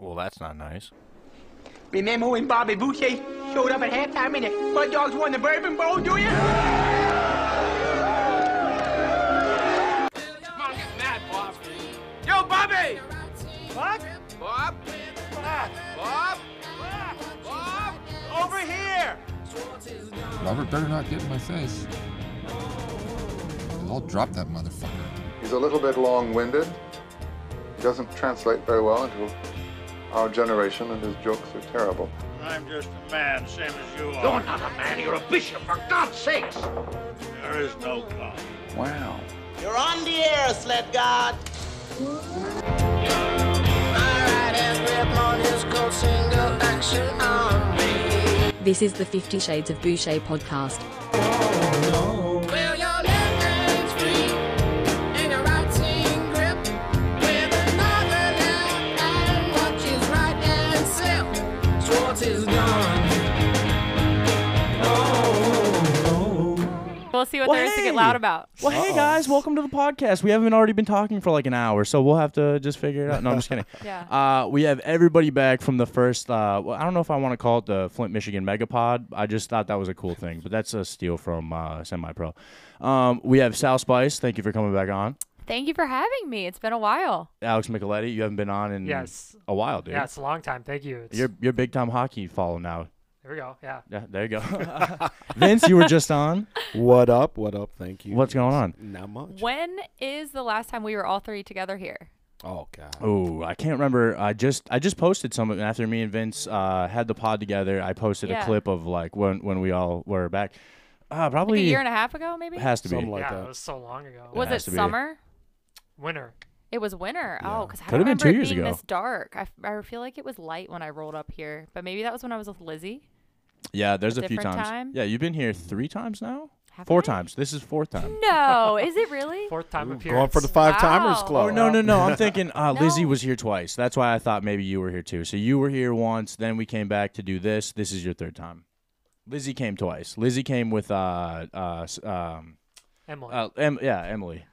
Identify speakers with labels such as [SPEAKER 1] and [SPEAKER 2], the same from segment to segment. [SPEAKER 1] Well, that's not nice.
[SPEAKER 2] Remember when Bobby Boucher showed up at halftime and the Bud Dogs won the Bourbon Bowl, do you?
[SPEAKER 3] Come on, get mad, Bob. Yo, Bobby!
[SPEAKER 4] What?
[SPEAKER 3] Bob?
[SPEAKER 4] What?
[SPEAKER 3] Bob? Bob?
[SPEAKER 4] Over here!
[SPEAKER 5] Robert better not get in my face. I'll drop that motherfucker.
[SPEAKER 6] He's a little bit long winded. He doesn't translate very well into our generation, and his jokes are terrible.
[SPEAKER 4] I'm just a man, same as you are.
[SPEAKER 7] You're not a man, you're a bishop, for God's sakes!
[SPEAKER 4] There is no God.
[SPEAKER 5] Wow.
[SPEAKER 8] You're on the air, sled god.
[SPEAKER 9] This is the Fifty Shades of Boucher podcast.
[SPEAKER 10] We'll see what
[SPEAKER 11] Well,
[SPEAKER 10] there is to
[SPEAKER 11] hey.
[SPEAKER 10] get loud about.
[SPEAKER 11] Well, hey guys, welcome to the podcast. We haven't already been talking for like an hour, so we'll have to just figure it out. No, I'm just kidding.
[SPEAKER 10] Yeah.
[SPEAKER 11] Uh, we have everybody back from the first. Uh, well, I don't know if I want to call it the Flint, Michigan Megapod. I just thought that was a cool thing, but that's a steal from uh, Semi Pro. Um, we have Sal Spice. Thank you for coming back on.
[SPEAKER 10] Thank you for having me. It's been a while.
[SPEAKER 11] Alex Micheletti, you haven't been on in
[SPEAKER 12] Yes.
[SPEAKER 11] a while, dude.
[SPEAKER 12] Yeah, it's a long time. Thank you. It's,
[SPEAKER 11] You're you're big time hockey follow now.
[SPEAKER 12] there we go. Yeah.
[SPEAKER 11] Yeah, there you go. Vince, you were just on.
[SPEAKER 13] What up? What up? Thank you.
[SPEAKER 11] What's going on?
[SPEAKER 13] Not much.
[SPEAKER 10] When is the last time we were all three together here?
[SPEAKER 13] Oh god.
[SPEAKER 11] Oh, I can't remember. I just I just posted some of- after me and Vince uh, had the pod together. I posted
[SPEAKER 10] Yeah.
[SPEAKER 11] a clip of like when when we all were back. Uh, probably
[SPEAKER 10] Like a year and a half ago, maybe?
[SPEAKER 11] has to be.
[SPEAKER 13] Something like
[SPEAKER 12] yeah,
[SPEAKER 13] that.
[SPEAKER 12] it was so long ago.
[SPEAKER 10] was it
[SPEAKER 11] has to be.
[SPEAKER 10] summer?
[SPEAKER 12] Winter.
[SPEAKER 10] It was winter. Oh, because I
[SPEAKER 11] Could've been
[SPEAKER 10] remember
[SPEAKER 11] two
[SPEAKER 10] it
[SPEAKER 11] years
[SPEAKER 10] being
[SPEAKER 11] ago.
[SPEAKER 10] this dark. I, f- I feel like it was light when I rolled up here, but maybe that was when I was with Lizzie.
[SPEAKER 11] yeah, there's a, few
[SPEAKER 10] different
[SPEAKER 11] times.
[SPEAKER 10] time?
[SPEAKER 11] Yeah, you've been here three times now.
[SPEAKER 10] Have
[SPEAKER 11] Four
[SPEAKER 10] I?
[SPEAKER 11] times. This is fourth time.
[SPEAKER 10] No, is it really?
[SPEAKER 12] Fourth time appearance.
[SPEAKER 13] Going for the five timers
[SPEAKER 10] Wow.
[SPEAKER 13] club.
[SPEAKER 11] Oh no no no! I'm thinking uh,
[SPEAKER 10] No.
[SPEAKER 11] Lizzie was here twice. That's why I thought maybe you were here too. So you were here once, then we came back to do this. This is your third time. Lizzie came twice. Lizzie came with uh uh s- um
[SPEAKER 12] Emily.
[SPEAKER 11] Uh, em- yeah, Emily.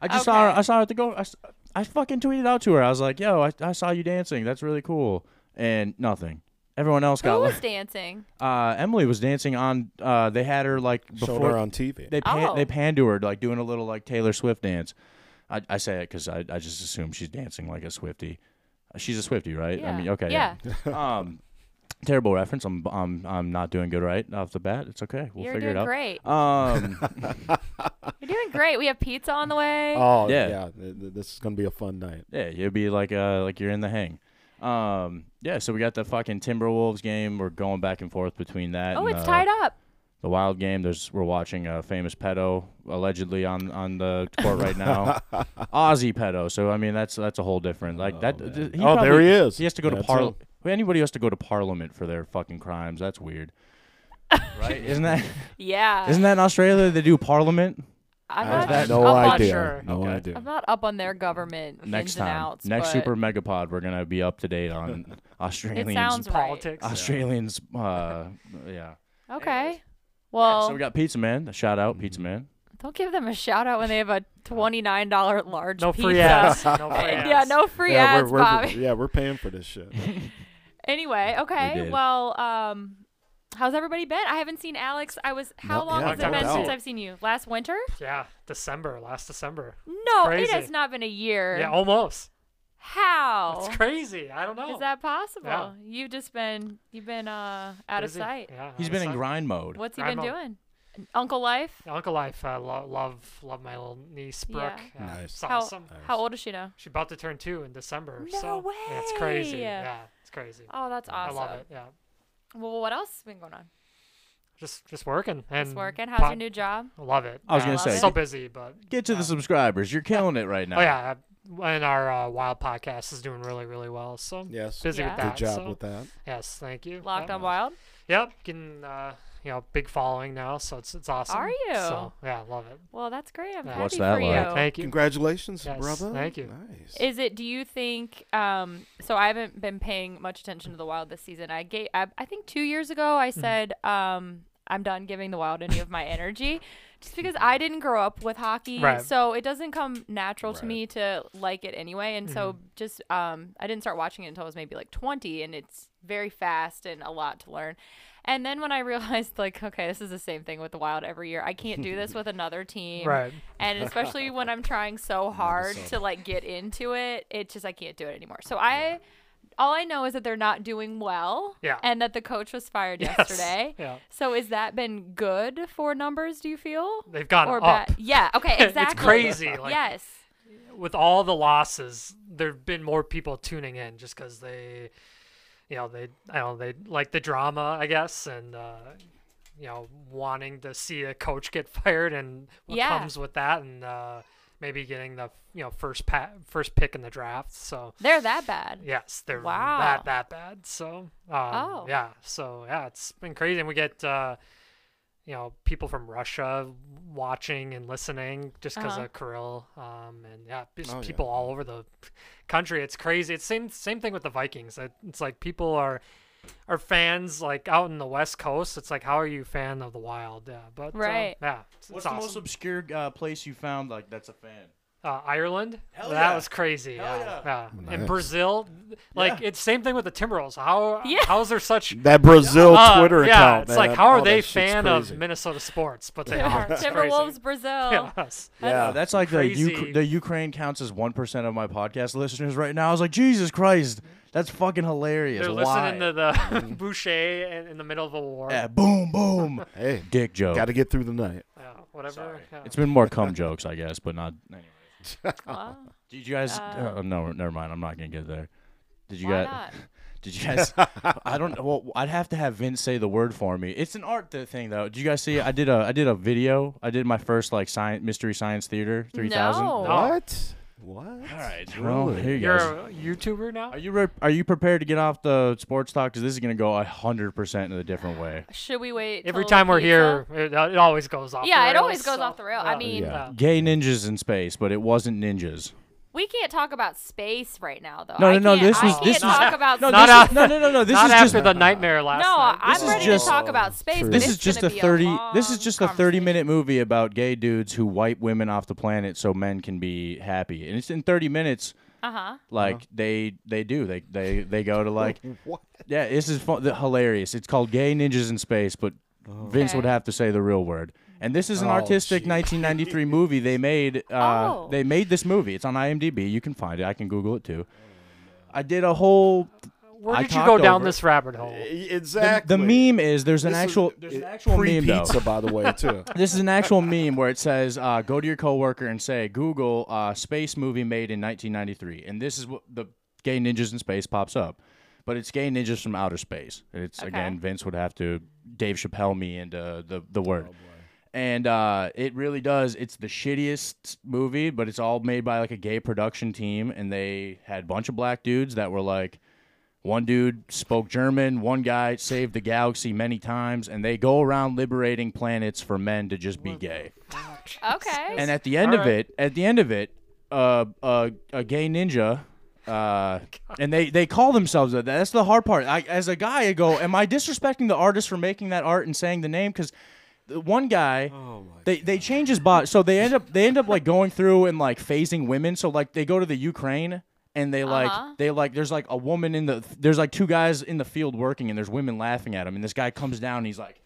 [SPEAKER 11] I just saw her.
[SPEAKER 10] Okay.
[SPEAKER 11] I saw her at the go. I, s- I fucking tweeted out to her. I was like, "Yo, I, I saw you dancing. That's really cool." And nothing. Everyone else
[SPEAKER 10] Who
[SPEAKER 11] got.
[SPEAKER 10] was
[SPEAKER 11] like
[SPEAKER 10] dancing?
[SPEAKER 11] uh, Emily was dancing on. Uh, they had her like
[SPEAKER 13] Showed
[SPEAKER 11] before
[SPEAKER 13] her on TV.
[SPEAKER 11] they pan-
[SPEAKER 10] Oh.
[SPEAKER 11] they panned to her like doing a little like Taylor Swift dance. I, I say it because I, I just assume she's dancing like a Swifty. She's a Swifty, right? I
[SPEAKER 10] Yeah.
[SPEAKER 11] mean, okay,
[SPEAKER 10] Yeah.
[SPEAKER 11] um, terrible reference. I'm I'm I'm not doing good right off the bat. It's okay. We'll
[SPEAKER 10] You're
[SPEAKER 11] figure
[SPEAKER 10] doing
[SPEAKER 11] it out.
[SPEAKER 10] great.
[SPEAKER 11] Um.
[SPEAKER 10] You're doing great. We have pizza on the way.
[SPEAKER 13] oh
[SPEAKER 11] Yeah.
[SPEAKER 13] yeah. Th- th- This is gonna be a fun night.
[SPEAKER 11] Yeah, it'd be like uh like you're in the hang. Um yeah, so we got the fucking Timberwolves game. We're going back and forth between that.
[SPEAKER 10] oh,
[SPEAKER 11] and,
[SPEAKER 10] it's
[SPEAKER 11] uh,
[SPEAKER 10] tied up.
[SPEAKER 11] The Wild game. There's we're watching a famous pedo allegedly on on the court right now. Aussie pedo. So I mean that's that's a whole different like that. th-
[SPEAKER 13] Oh, there
[SPEAKER 11] probably-
[SPEAKER 13] he is.
[SPEAKER 11] He has to go to
[SPEAKER 13] That's
[SPEAKER 11] parliament.
[SPEAKER 13] him.
[SPEAKER 11] Anybody has to go to parliament for their fucking crimes. That's weird. right? Isn't that
[SPEAKER 10] Yeah.
[SPEAKER 11] isn't that in Australia they do parliament?
[SPEAKER 10] I'm
[SPEAKER 13] I
[SPEAKER 10] not
[SPEAKER 13] have
[SPEAKER 10] sh-
[SPEAKER 13] no
[SPEAKER 10] up on-
[SPEAKER 13] idea.
[SPEAKER 12] sure.
[SPEAKER 13] No
[SPEAKER 11] Okay.
[SPEAKER 10] I'm
[SPEAKER 13] idea.
[SPEAKER 10] not up on their government
[SPEAKER 11] Next
[SPEAKER 10] ins
[SPEAKER 11] time,
[SPEAKER 10] and outs.
[SPEAKER 11] next
[SPEAKER 10] but
[SPEAKER 11] super megapod, we're gonna be up to date on Australians.
[SPEAKER 10] It sounds
[SPEAKER 12] Politics.
[SPEAKER 11] Australians, uh, yeah.
[SPEAKER 10] right. Okay. Well,
[SPEAKER 11] So we got Pizza Man. A shout out,
[SPEAKER 13] Mm-hmm.
[SPEAKER 11] Pizza Man.
[SPEAKER 10] don't give them a shout out when they have a twenty-nine dollar large
[SPEAKER 12] No
[SPEAKER 10] pizza.
[SPEAKER 12] free ads. No free ads.
[SPEAKER 10] yeah, no free
[SPEAKER 13] yeah,
[SPEAKER 10] ads,
[SPEAKER 13] we're, we're,
[SPEAKER 10] Bobby.
[SPEAKER 13] yeah, we're paying for this shit.
[SPEAKER 10] Anyway, okay.
[SPEAKER 11] did.
[SPEAKER 10] well, um, how's everybody been? I haven't seen Alex. I was how
[SPEAKER 13] No-
[SPEAKER 10] long
[SPEAKER 13] yeah,
[SPEAKER 10] has it
[SPEAKER 12] no
[SPEAKER 10] been since
[SPEAKER 13] doubt.
[SPEAKER 10] I've seen you? Last winter?
[SPEAKER 12] Yeah, December, last December.
[SPEAKER 10] No, it
[SPEAKER 12] crazy.
[SPEAKER 10] has not been a year.
[SPEAKER 12] Yeah, almost.
[SPEAKER 10] how?
[SPEAKER 12] It's crazy. I don't know.
[SPEAKER 10] Is that possible?
[SPEAKER 12] Yeah.
[SPEAKER 10] You've just been you've been uh out
[SPEAKER 12] Busy.
[SPEAKER 10] of sight.
[SPEAKER 12] Yeah,
[SPEAKER 11] He's
[SPEAKER 12] out
[SPEAKER 11] been
[SPEAKER 12] of
[SPEAKER 11] in
[SPEAKER 12] sight.
[SPEAKER 11] grind mode.
[SPEAKER 10] What's he
[SPEAKER 12] I'm
[SPEAKER 10] been
[SPEAKER 12] a-
[SPEAKER 10] doing? Uncle life?
[SPEAKER 12] Uncle Life. I lo- love love my little niece Brooke.
[SPEAKER 10] Yeah.
[SPEAKER 12] Yeah,
[SPEAKER 13] Nice.
[SPEAKER 12] it's
[SPEAKER 10] How
[SPEAKER 12] awesome.
[SPEAKER 10] how old is she now?
[SPEAKER 12] She's about to turn two in December.
[SPEAKER 10] No
[SPEAKER 12] so yeah, it's crazy.
[SPEAKER 10] way.
[SPEAKER 12] Yeah, it's crazy.
[SPEAKER 10] Oh, that's awesome.
[SPEAKER 12] I love it. Yeah,
[SPEAKER 10] Well, what else has been going on?
[SPEAKER 12] just just working and
[SPEAKER 10] It's working. How's your
[SPEAKER 12] pot-
[SPEAKER 10] new job?
[SPEAKER 12] Love it.
[SPEAKER 11] I was
[SPEAKER 12] Yeah,
[SPEAKER 11] gonna say-
[SPEAKER 12] so busy, but
[SPEAKER 11] Get to the subscribers. You're killing it right now.
[SPEAKER 12] Oh yeah, uh, and our uh, Wild podcast is doing really, really well. So
[SPEAKER 13] Yes.
[SPEAKER 12] busy
[SPEAKER 10] Yeah.
[SPEAKER 12] with
[SPEAKER 13] Good
[SPEAKER 12] that.
[SPEAKER 13] job
[SPEAKER 12] so-
[SPEAKER 13] with that.
[SPEAKER 12] Yes, thank you.
[SPEAKER 10] Locked
[SPEAKER 12] yeah.
[SPEAKER 10] on wild.
[SPEAKER 12] Yep, getting uh, you know big following now, so it's it's awesome.
[SPEAKER 10] Are you?
[SPEAKER 12] So yeah, love it.
[SPEAKER 10] Well, that's great. I'm
[SPEAKER 12] Yeah.
[SPEAKER 10] happy
[SPEAKER 11] What's that
[SPEAKER 10] for
[SPEAKER 11] like?
[SPEAKER 10] you.
[SPEAKER 12] Thank you.
[SPEAKER 13] Congratulations,
[SPEAKER 12] Yes,
[SPEAKER 13] brother.
[SPEAKER 12] thank you.
[SPEAKER 13] Nice.
[SPEAKER 10] Is it? Do you think? Um, so I
[SPEAKER 12] Mm-hmm.
[SPEAKER 10] haven't been paying much attention to the wild this season. I gave. I, I think two years ago I said um, I'm done giving the wild any of my energy just because I didn't grow up with hockey.
[SPEAKER 12] Right.
[SPEAKER 10] So it doesn't come natural to me to like it anyway. And so just, um, I didn't start watching it until I was maybe like 20 and it's very fast and a lot to learn. And then when I realized, like, okay, this is the same thing with the wild every year. I can't do this with another team.
[SPEAKER 12] Right.
[SPEAKER 10] And especially when I'm trying so hard to like get into it, it just I can't do it anymore. So I all I know is that they're not doing well.
[SPEAKER 12] Yeah.
[SPEAKER 10] And that the coach was fired
[SPEAKER 12] Yes.
[SPEAKER 10] yesterday.
[SPEAKER 12] Yeah.
[SPEAKER 10] So has that been good for numbers, do you feel?
[SPEAKER 12] They've gone
[SPEAKER 10] or
[SPEAKER 12] up.
[SPEAKER 10] bad? Yeah, okay, exactly.
[SPEAKER 12] it's crazy. Like,
[SPEAKER 10] yes.
[SPEAKER 12] With all the losses, there've been more people tuning in just because they, you know, they I don't know, they like the drama, I guess, and uh, you know, wanting to see a coach get fired and what
[SPEAKER 10] Yeah.
[SPEAKER 12] comes with that, and uh, maybe getting the you know first pa- first pick in the draft. So
[SPEAKER 10] They're that bad.
[SPEAKER 12] Yes, they're
[SPEAKER 10] Wow.
[SPEAKER 12] that that bad. So, um,
[SPEAKER 10] Oh.
[SPEAKER 12] yeah. So yeah, it's been crazy, and we get uh, you know people from Russia watching and listening just because
[SPEAKER 10] Uh-huh.
[SPEAKER 12] of Kirill, um, and yeah, just
[SPEAKER 13] Oh, yeah.
[SPEAKER 12] people all over the country. It's crazy. It's same same thing with the Vikings. It, it's like people are are fans like out in the West Coast. It's like how are you fan of the Wild? Yeah, but uh,
[SPEAKER 11] Right.
[SPEAKER 12] yeah, it's,
[SPEAKER 11] What's
[SPEAKER 12] it's
[SPEAKER 11] the most
[SPEAKER 12] awesome.
[SPEAKER 11] obscure uh, place you found like that's a fan?
[SPEAKER 12] uh, Ireland.
[SPEAKER 11] Hell
[SPEAKER 12] that
[SPEAKER 11] yeah.
[SPEAKER 12] was crazy.
[SPEAKER 11] Hell
[SPEAKER 12] yeah.
[SPEAKER 11] yeah.
[SPEAKER 12] yeah.
[SPEAKER 13] Nice.
[SPEAKER 12] And Brazil, like it's same thing with the Timberwolves. How how is there such
[SPEAKER 13] That Brazil
[SPEAKER 12] Uh,
[SPEAKER 13] Twitter
[SPEAKER 12] yeah,
[SPEAKER 13] account.
[SPEAKER 12] It's
[SPEAKER 13] man,
[SPEAKER 12] like
[SPEAKER 13] that-
[SPEAKER 12] how are
[SPEAKER 13] all
[SPEAKER 12] they
[SPEAKER 13] that shit's
[SPEAKER 12] fan
[SPEAKER 13] crazy.
[SPEAKER 12] of Minnesota sports? But they
[SPEAKER 10] Yeah.
[SPEAKER 12] are. It's crazy.
[SPEAKER 10] Timberwolves Brazil.
[SPEAKER 12] Yes.
[SPEAKER 11] Yeah, that's like the
[SPEAKER 12] crazy.
[SPEAKER 11] Uk- the Ukraine counts as one percent of my podcast listeners right now. I was like, Jesus Christ, that's fucking hilarious.
[SPEAKER 12] They're
[SPEAKER 11] Why?
[SPEAKER 12] listening to the Boucher in, in the middle of a war.
[SPEAKER 11] yeah, boom, boom.
[SPEAKER 13] Hey,
[SPEAKER 11] dick joke.
[SPEAKER 13] Got to get through the night.
[SPEAKER 12] Yeah, whatever. Yeah.
[SPEAKER 11] It's been more cum jokes, I guess, but not. Anyway.
[SPEAKER 10] Wow.
[SPEAKER 11] Did you guys?
[SPEAKER 10] Uh,
[SPEAKER 11] uh, no, never mind. I'm not gonna get there. Did you
[SPEAKER 10] Why
[SPEAKER 11] guys?
[SPEAKER 10] not?
[SPEAKER 11] Did you guys? I don't. Well, I'd have to have Vince say the word for me. It's an art th- thing, though. Did you guys see? I did a. I did a video. I did my first like science mystery science theater three thousand.
[SPEAKER 10] No.
[SPEAKER 12] Oh.
[SPEAKER 13] What? What? All
[SPEAKER 11] right. Well, here you
[SPEAKER 12] You're
[SPEAKER 11] guys.
[SPEAKER 12] a YouTuber now.
[SPEAKER 11] Are you re- are you prepared to get off the sports talk? Because this is gonna go hundred percent in a different way.
[SPEAKER 10] Should we wait?
[SPEAKER 12] Every
[SPEAKER 10] till
[SPEAKER 12] time we're
[SPEAKER 10] pizza?
[SPEAKER 12] here, it, it always goes off.
[SPEAKER 10] Yeah,
[SPEAKER 12] the
[SPEAKER 10] it always
[SPEAKER 12] rails,
[SPEAKER 10] goes
[SPEAKER 12] so-
[SPEAKER 10] off the rail. I
[SPEAKER 12] yeah.
[SPEAKER 10] mean,
[SPEAKER 11] Gay ninjas in space, but it wasn't ninjas.
[SPEAKER 10] we can't talk about space right right now, though.
[SPEAKER 11] No,
[SPEAKER 10] I
[SPEAKER 11] no, no.
[SPEAKER 10] can't-
[SPEAKER 11] This
[SPEAKER 10] I
[SPEAKER 11] was
[SPEAKER 10] can't
[SPEAKER 11] this
[SPEAKER 10] talk
[SPEAKER 11] was
[SPEAKER 10] about
[SPEAKER 11] no,
[SPEAKER 10] space.
[SPEAKER 11] this is- no, no, no, no. This
[SPEAKER 12] Not
[SPEAKER 11] is
[SPEAKER 12] after
[SPEAKER 11] just
[SPEAKER 12] the nightmare last
[SPEAKER 10] uh, No,
[SPEAKER 12] night.
[SPEAKER 10] I'm
[SPEAKER 11] This is
[SPEAKER 10] ready
[SPEAKER 11] just-
[SPEAKER 10] to talk about space. but
[SPEAKER 11] This
[SPEAKER 10] it's
[SPEAKER 11] is just
[SPEAKER 10] gonna
[SPEAKER 11] a
[SPEAKER 10] be
[SPEAKER 11] thirty.
[SPEAKER 10] long
[SPEAKER 11] this is just a thirty-minute movie about gay dudes who wipe women off the planet so men can be happy, and it's in thirty minutes.
[SPEAKER 10] Uh-huh.
[SPEAKER 11] Like they they do they they they go to like yeah this is fun, the, hilarious. It's called Gay Ninjas in Space, but Vince would
[SPEAKER 10] Okay.
[SPEAKER 11] have to say the real word. And this is an
[SPEAKER 13] Oh,
[SPEAKER 11] artistic 1993 movie they made. Uh,
[SPEAKER 10] Oh.
[SPEAKER 11] They made this movie. It's on IMDb. You can find it. I can Google it too. I did a whole.
[SPEAKER 12] Where
[SPEAKER 11] I
[SPEAKER 12] did you
[SPEAKER 11] talked
[SPEAKER 12] go down
[SPEAKER 11] over-
[SPEAKER 12] this rabbit hole?
[SPEAKER 11] Uh, The,
[SPEAKER 13] E, Exactly.
[SPEAKER 11] the meme is there's an
[SPEAKER 13] This is-
[SPEAKER 11] actual there's an
[SPEAKER 13] it-
[SPEAKER 11] actual meme though.
[SPEAKER 13] Pre-pizza, by the way, too.
[SPEAKER 11] This is an actual meme where it says, uh, "Go to your coworker and say Google uh, space movie made in 1993," and this is what the gay ninjas in space pops up. But it's gay ninjas from outer space. It's again Vince would have to Dave Chappelle me into the the word. and uh, it really does. It's the shittiest movie, but it's all made by like a gay production team, and they had a bunch of black dudes that were like, one dude spoke German, one guy saved the galaxy many times, and they go around liberating planets for men to just be gay.
[SPEAKER 10] Okay.
[SPEAKER 11] And at the end of it, at the end of it, uh, uh, a gay ninja, uh, and they they call themselves that. That's the hard part. I, as a guy, I go, am I disrespecting the artist for making that art and saying the name? Because one guy, they they change his body, so they end up they end up like going through and like phasing women. So like they go to the Ukraine. And they like
[SPEAKER 1] Uh-huh.
[SPEAKER 11] they like there's like a woman in the there's like two guys in the field working and there's women laughing at him and this guy comes down and he's like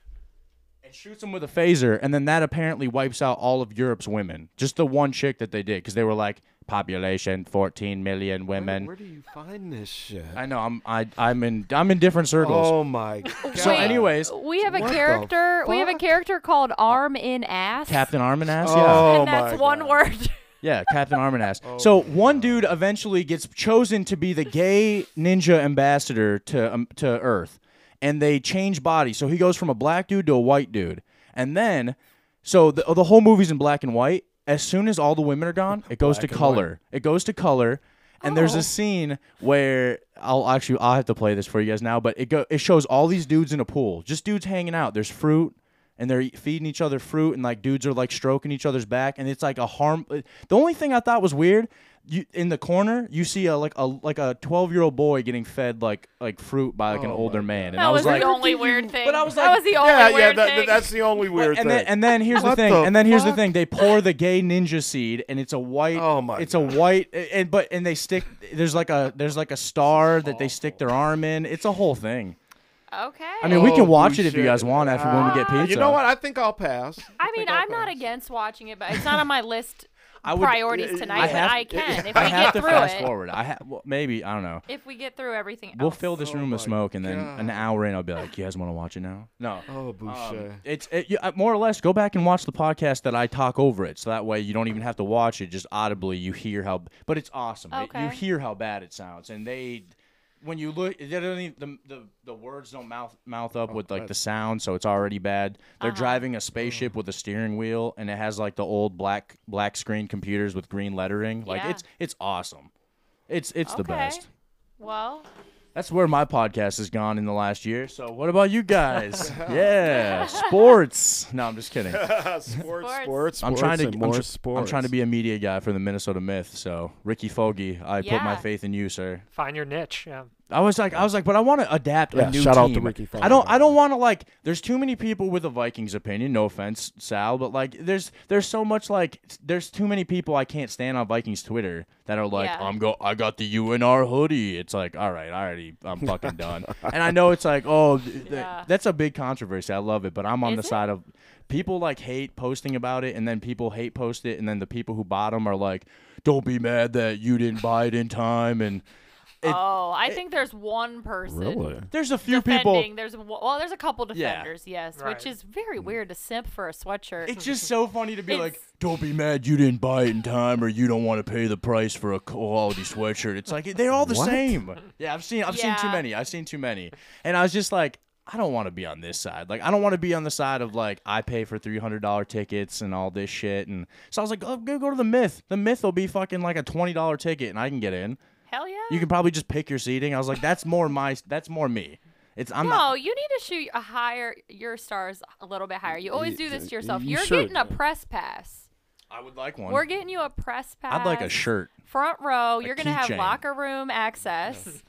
[SPEAKER 11] and shoots him with a phaser, and then that apparently wipes out all of Europe's women. Just the one chick that they did, because they were like population 14 million women.
[SPEAKER 13] Where do you find this shit?
[SPEAKER 11] I know I'm I, I'm in I'm in different circles.
[SPEAKER 13] Oh my god.
[SPEAKER 11] So, anyways,
[SPEAKER 10] we have a
[SPEAKER 11] What the Uh,
[SPEAKER 10] character. We have a character called Arm in Ass.
[SPEAKER 11] Captain Arminass.
[SPEAKER 13] Oh,
[SPEAKER 10] and
[SPEAKER 11] yeah.
[SPEAKER 10] that's one word.
[SPEAKER 11] Yeah, Captain Arminass. so one dude eventually gets chosen to be the gay ninja ambassador to um, to Earth, and they change bodies. So he goes from a black dude to a white dude, and then so the, the whole movie's in black and white. As soon as all the women are gone, it goes
[SPEAKER 13] Black
[SPEAKER 11] to
[SPEAKER 13] and
[SPEAKER 11] color. It goes to color. And there's a scene where I'll actually I'll have to play this for you guys now, but it go it shows all these dudes in a pool, just dudes hanging out. There's fruit, and they're e, feeding each uh, other fruit and like dudes are like stroking each other's back and it's like a harm the only thing i thought was weird you in the corner you see a like a like a 12 year old boy getting fed like like fruit by
[SPEAKER 13] Oh
[SPEAKER 11] like an older man and
[SPEAKER 10] That
[SPEAKER 11] i was,
[SPEAKER 10] was
[SPEAKER 11] like
[SPEAKER 10] the only weird thing.
[SPEAKER 11] but i was like
[SPEAKER 10] that was the only
[SPEAKER 13] yeah, yeah,
[SPEAKER 10] weird
[SPEAKER 13] that,
[SPEAKER 10] thing.
[SPEAKER 13] that's the only weird
[SPEAKER 11] and
[SPEAKER 13] thing.
[SPEAKER 11] then, and then here's the
[SPEAKER 13] What
[SPEAKER 11] thing,
[SPEAKER 13] the
[SPEAKER 11] and then here's the
[SPEAKER 13] fuck?
[SPEAKER 11] thing. They pour the gay ninja seed, and it's a white. Oh my! It's a white, and but and they stick. There's like a there's like a star that they stick their arm in. It's a whole thing.
[SPEAKER 10] okay.
[SPEAKER 11] I mean, we
[SPEAKER 13] Oh,
[SPEAKER 11] can watch it if you
[SPEAKER 13] bullshit.
[SPEAKER 11] guys want after when we get
[SPEAKER 12] Ah.
[SPEAKER 11] pizza.
[SPEAKER 13] You know what? I think I'll pass.
[SPEAKER 10] I mean, I'm not against watching it, but it's not on my list
[SPEAKER 11] I would-
[SPEAKER 10] priorities tonight. but
[SPEAKER 11] have-
[SPEAKER 10] I can if
[SPEAKER 11] I
[SPEAKER 10] we
[SPEAKER 11] have
[SPEAKER 10] get
[SPEAKER 11] to
[SPEAKER 10] through
[SPEAKER 11] fast
[SPEAKER 10] it.
[SPEAKER 11] forward. I ha- well, maybe I don't know.
[SPEAKER 10] If we get through everything,
[SPEAKER 11] We'll
[SPEAKER 10] else.
[SPEAKER 11] fill
[SPEAKER 13] Oh
[SPEAKER 11] this room with smoke, and then an hour in, I'll be like, "You guys want to watch it now?" No.
[SPEAKER 13] Oh, Boucher.
[SPEAKER 11] It's it, you, uh, more or less go back and watch the podcast that I talk over it, so that way you don't even have to watch it. Just audibly, you hear how. But it's awesome. It-
[SPEAKER 10] Okay.
[SPEAKER 11] you hear how bad it sounds, and they, when you look, they don't even, the, the the words don't mouth mouth up with like the sound, so it's already bad.
[SPEAKER 10] Uh-huh.
[SPEAKER 11] They're driving a spaceship with a steering wheel, and it has like the old black black screen computers with green lettering. Like
[SPEAKER 10] Yeah.
[SPEAKER 11] it's it's awesome. It's it's the
[SPEAKER 10] Okay.
[SPEAKER 11] best.
[SPEAKER 10] Well,
[SPEAKER 11] That's where my podcast has gone in the last year. So what about you guys? yeah, sports. No, I'm just kidding.
[SPEAKER 13] sports, sports, sports.
[SPEAKER 11] I'm trying to
[SPEAKER 13] and
[SPEAKER 11] I'm
[SPEAKER 13] more
[SPEAKER 11] tr-
[SPEAKER 13] sports.
[SPEAKER 11] I'm trying to be a media guy for the Minnesota Myth. So Ricky Fogey, I put my
[SPEAKER 12] Yeah.
[SPEAKER 11] faith in you, sir.
[SPEAKER 12] Find your niche. Yeah.
[SPEAKER 11] I was like, I was like, but I want to adapt
[SPEAKER 13] Yeah,
[SPEAKER 11] a new
[SPEAKER 13] shout out to
[SPEAKER 11] team.
[SPEAKER 13] Ricky Foggy,
[SPEAKER 11] I don't, I don't want to like. There's too many people with a Vikings opinion. No offense, Sal, but like, there's, there's so much like, there's too many people I can't stand on Vikings Twitter that are like,
[SPEAKER 10] Yeah.
[SPEAKER 11] I'm go, I got the UNR hoodie. It's like, all right, I already, I'm fucking done. and I know it's like, oh, th- th-
[SPEAKER 10] Yeah.
[SPEAKER 11] that's a big controversy. I love it, but I'm on
[SPEAKER 10] Is
[SPEAKER 11] the
[SPEAKER 10] it?
[SPEAKER 11] side of people like hate posting about it, and then people hate post it, and then the people who bought 'em are like, don't be mad that you didn't buy it in time, and it,
[SPEAKER 10] oh,
[SPEAKER 11] Eh.
[SPEAKER 10] I think there's one person.
[SPEAKER 11] There's a few people.
[SPEAKER 10] defending. There's w- well, there's a couple
[SPEAKER 11] Yeah. Mm-hmm.
[SPEAKER 10] defenders, yes,
[SPEAKER 11] Right.
[SPEAKER 10] which is very weird to simp for a sweatshirt.
[SPEAKER 11] It's just so funny to be
[SPEAKER 10] It's-
[SPEAKER 11] like, don't be mad you didn't buy it in time or you don't want to pay the price for a quality sweatshirt. It's like they're all the
[SPEAKER 13] What?
[SPEAKER 11] same. Yeah, I've seen I've seen too
[SPEAKER 10] Yeah.
[SPEAKER 11] many. I've seen too many. And I was just like, I don't want to be on this side. Like I don't want to be on the side of like I pay for three hundred dollar tickets and all this shit. And so I was like, oh, go go to the myth. The myth will be fucking like a twenty dollar ticket and I can get in.
[SPEAKER 10] hell yeah.
[SPEAKER 11] You can probably just pick your seating. I was like, that's more my that's more me. It's I'm
[SPEAKER 10] no,
[SPEAKER 11] not
[SPEAKER 10] you need to shoot a higher your stars a little bit higher. You always do this to yourself.
[SPEAKER 11] you
[SPEAKER 10] You're
[SPEAKER 11] should.
[SPEAKER 10] getting a press pass.
[SPEAKER 11] I would like one.
[SPEAKER 10] We're getting you a press pass.
[SPEAKER 11] I'd like a shirt.
[SPEAKER 10] Front row. You're gonna have
[SPEAKER 11] keychain.
[SPEAKER 10] locker room access.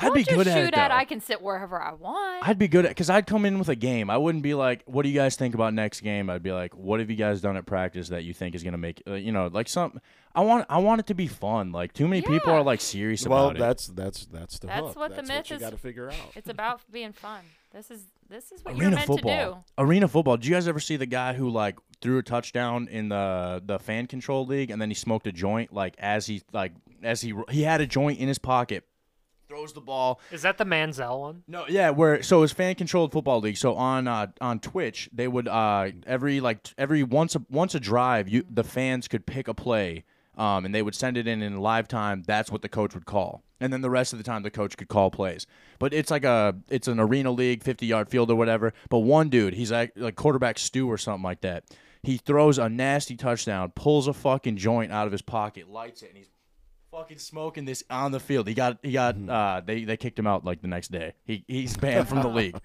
[SPEAKER 11] I'd be
[SPEAKER 10] Just
[SPEAKER 11] good
[SPEAKER 10] shoot
[SPEAKER 11] at it.
[SPEAKER 10] at.
[SPEAKER 11] though.
[SPEAKER 10] I can sit wherever I want.
[SPEAKER 11] I'd be good at because I'd come in with a game. I wouldn't be like, "What do you guys think about next game?" I'd be like, "What have you guys done at practice that you think is gonna make uh, you know like some?" I want I want it to be fun. Like too many people are like serious
[SPEAKER 13] Well,
[SPEAKER 11] about it.
[SPEAKER 13] that's that's that's the
[SPEAKER 10] That's
[SPEAKER 13] hook.
[SPEAKER 10] what the
[SPEAKER 13] That's
[SPEAKER 10] myth
[SPEAKER 13] you
[SPEAKER 10] is.
[SPEAKER 13] gotta figure out.
[SPEAKER 10] It's about being fun. This is this is what you're
[SPEAKER 11] arena
[SPEAKER 10] meant to do.
[SPEAKER 11] football. Arena football. Do you guys ever see the guy who like threw a touchdown in the the fan control league and then he smoked a joint like as he like as he he had a joint in his pocket throws the ball.
[SPEAKER 12] Is that the Manziel one?
[SPEAKER 11] No, yeah, where so it's fan controlled football league. So on uh, on Twitch, they would uh, every like t- every once a once a drive, you the fans could pick a play, um, and they would send it in in live time. That's what the coach would call, and then the rest of the time the coach could call plays. But it's like a it's an arena league, fifty yard field or whatever. But one dude, he's like like quarterback Stew or something like that. He throws a nasty touchdown, pulls a fucking joint out of his pocket, lights it, and he's fucking smoking this on the field. He got he got uh they they kicked him out like the next day. He he's banned from the league.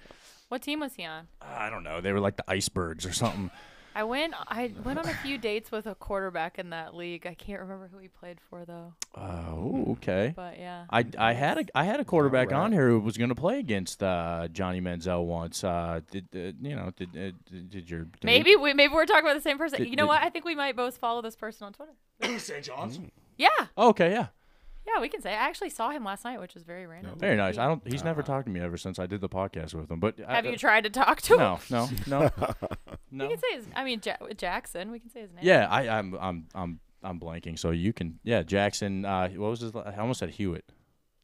[SPEAKER 10] What team was he on?
[SPEAKER 11] I don't know. They were like the icebergs or something.
[SPEAKER 10] I went I went on a few dates with a quarterback in that league. I can't remember who he played for though.
[SPEAKER 11] Oh, okay.
[SPEAKER 10] But, yeah.
[SPEAKER 11] I, I had a I had a quarterback
[SPEAKER 10] Alright.
[SPEAKER 11] on here who was going to play against uh, Johnny Manziel once. Uh, did uh, you know? Did uh, did, did your did-
[SPEAKER 10] Maybe we maybe we're talking about the same person.
[SPEAKER 11] Did-
[SPEAKER 10] you know
[SPEAKER 11] did-
[SPEAKER 10] what? I think we might both follow this person on Twitter.
[SPEAKER 11] St. John's?
[SPEAKER 10] Yeah,
[SPEAKER 11] Okay, yeah,
[SPEAKER 10] yeah, we can say. I actually saw him last night, which was very random.
[SPEAKER 11] very nice. I don't. He's never talked to me ever since I did the podcast with him. But I-
[SPEAKER 10] Have
[SPEAKER 11] uh,
[SPEAKER 10] you tried to talk to
[SPEAKER 11] No, no,
[SPEAKER 10] him?
[SPEAKER 11] no, no.
[SPEAKER 10] We can say his. I mean, ja- Jackson. We can say his name.
[SPEAKER 11] Yeah, I, I'm I'm I'm I'm blanking. So you can yeah, Jackson. Uh, what was his? la- I almost said Hewitt.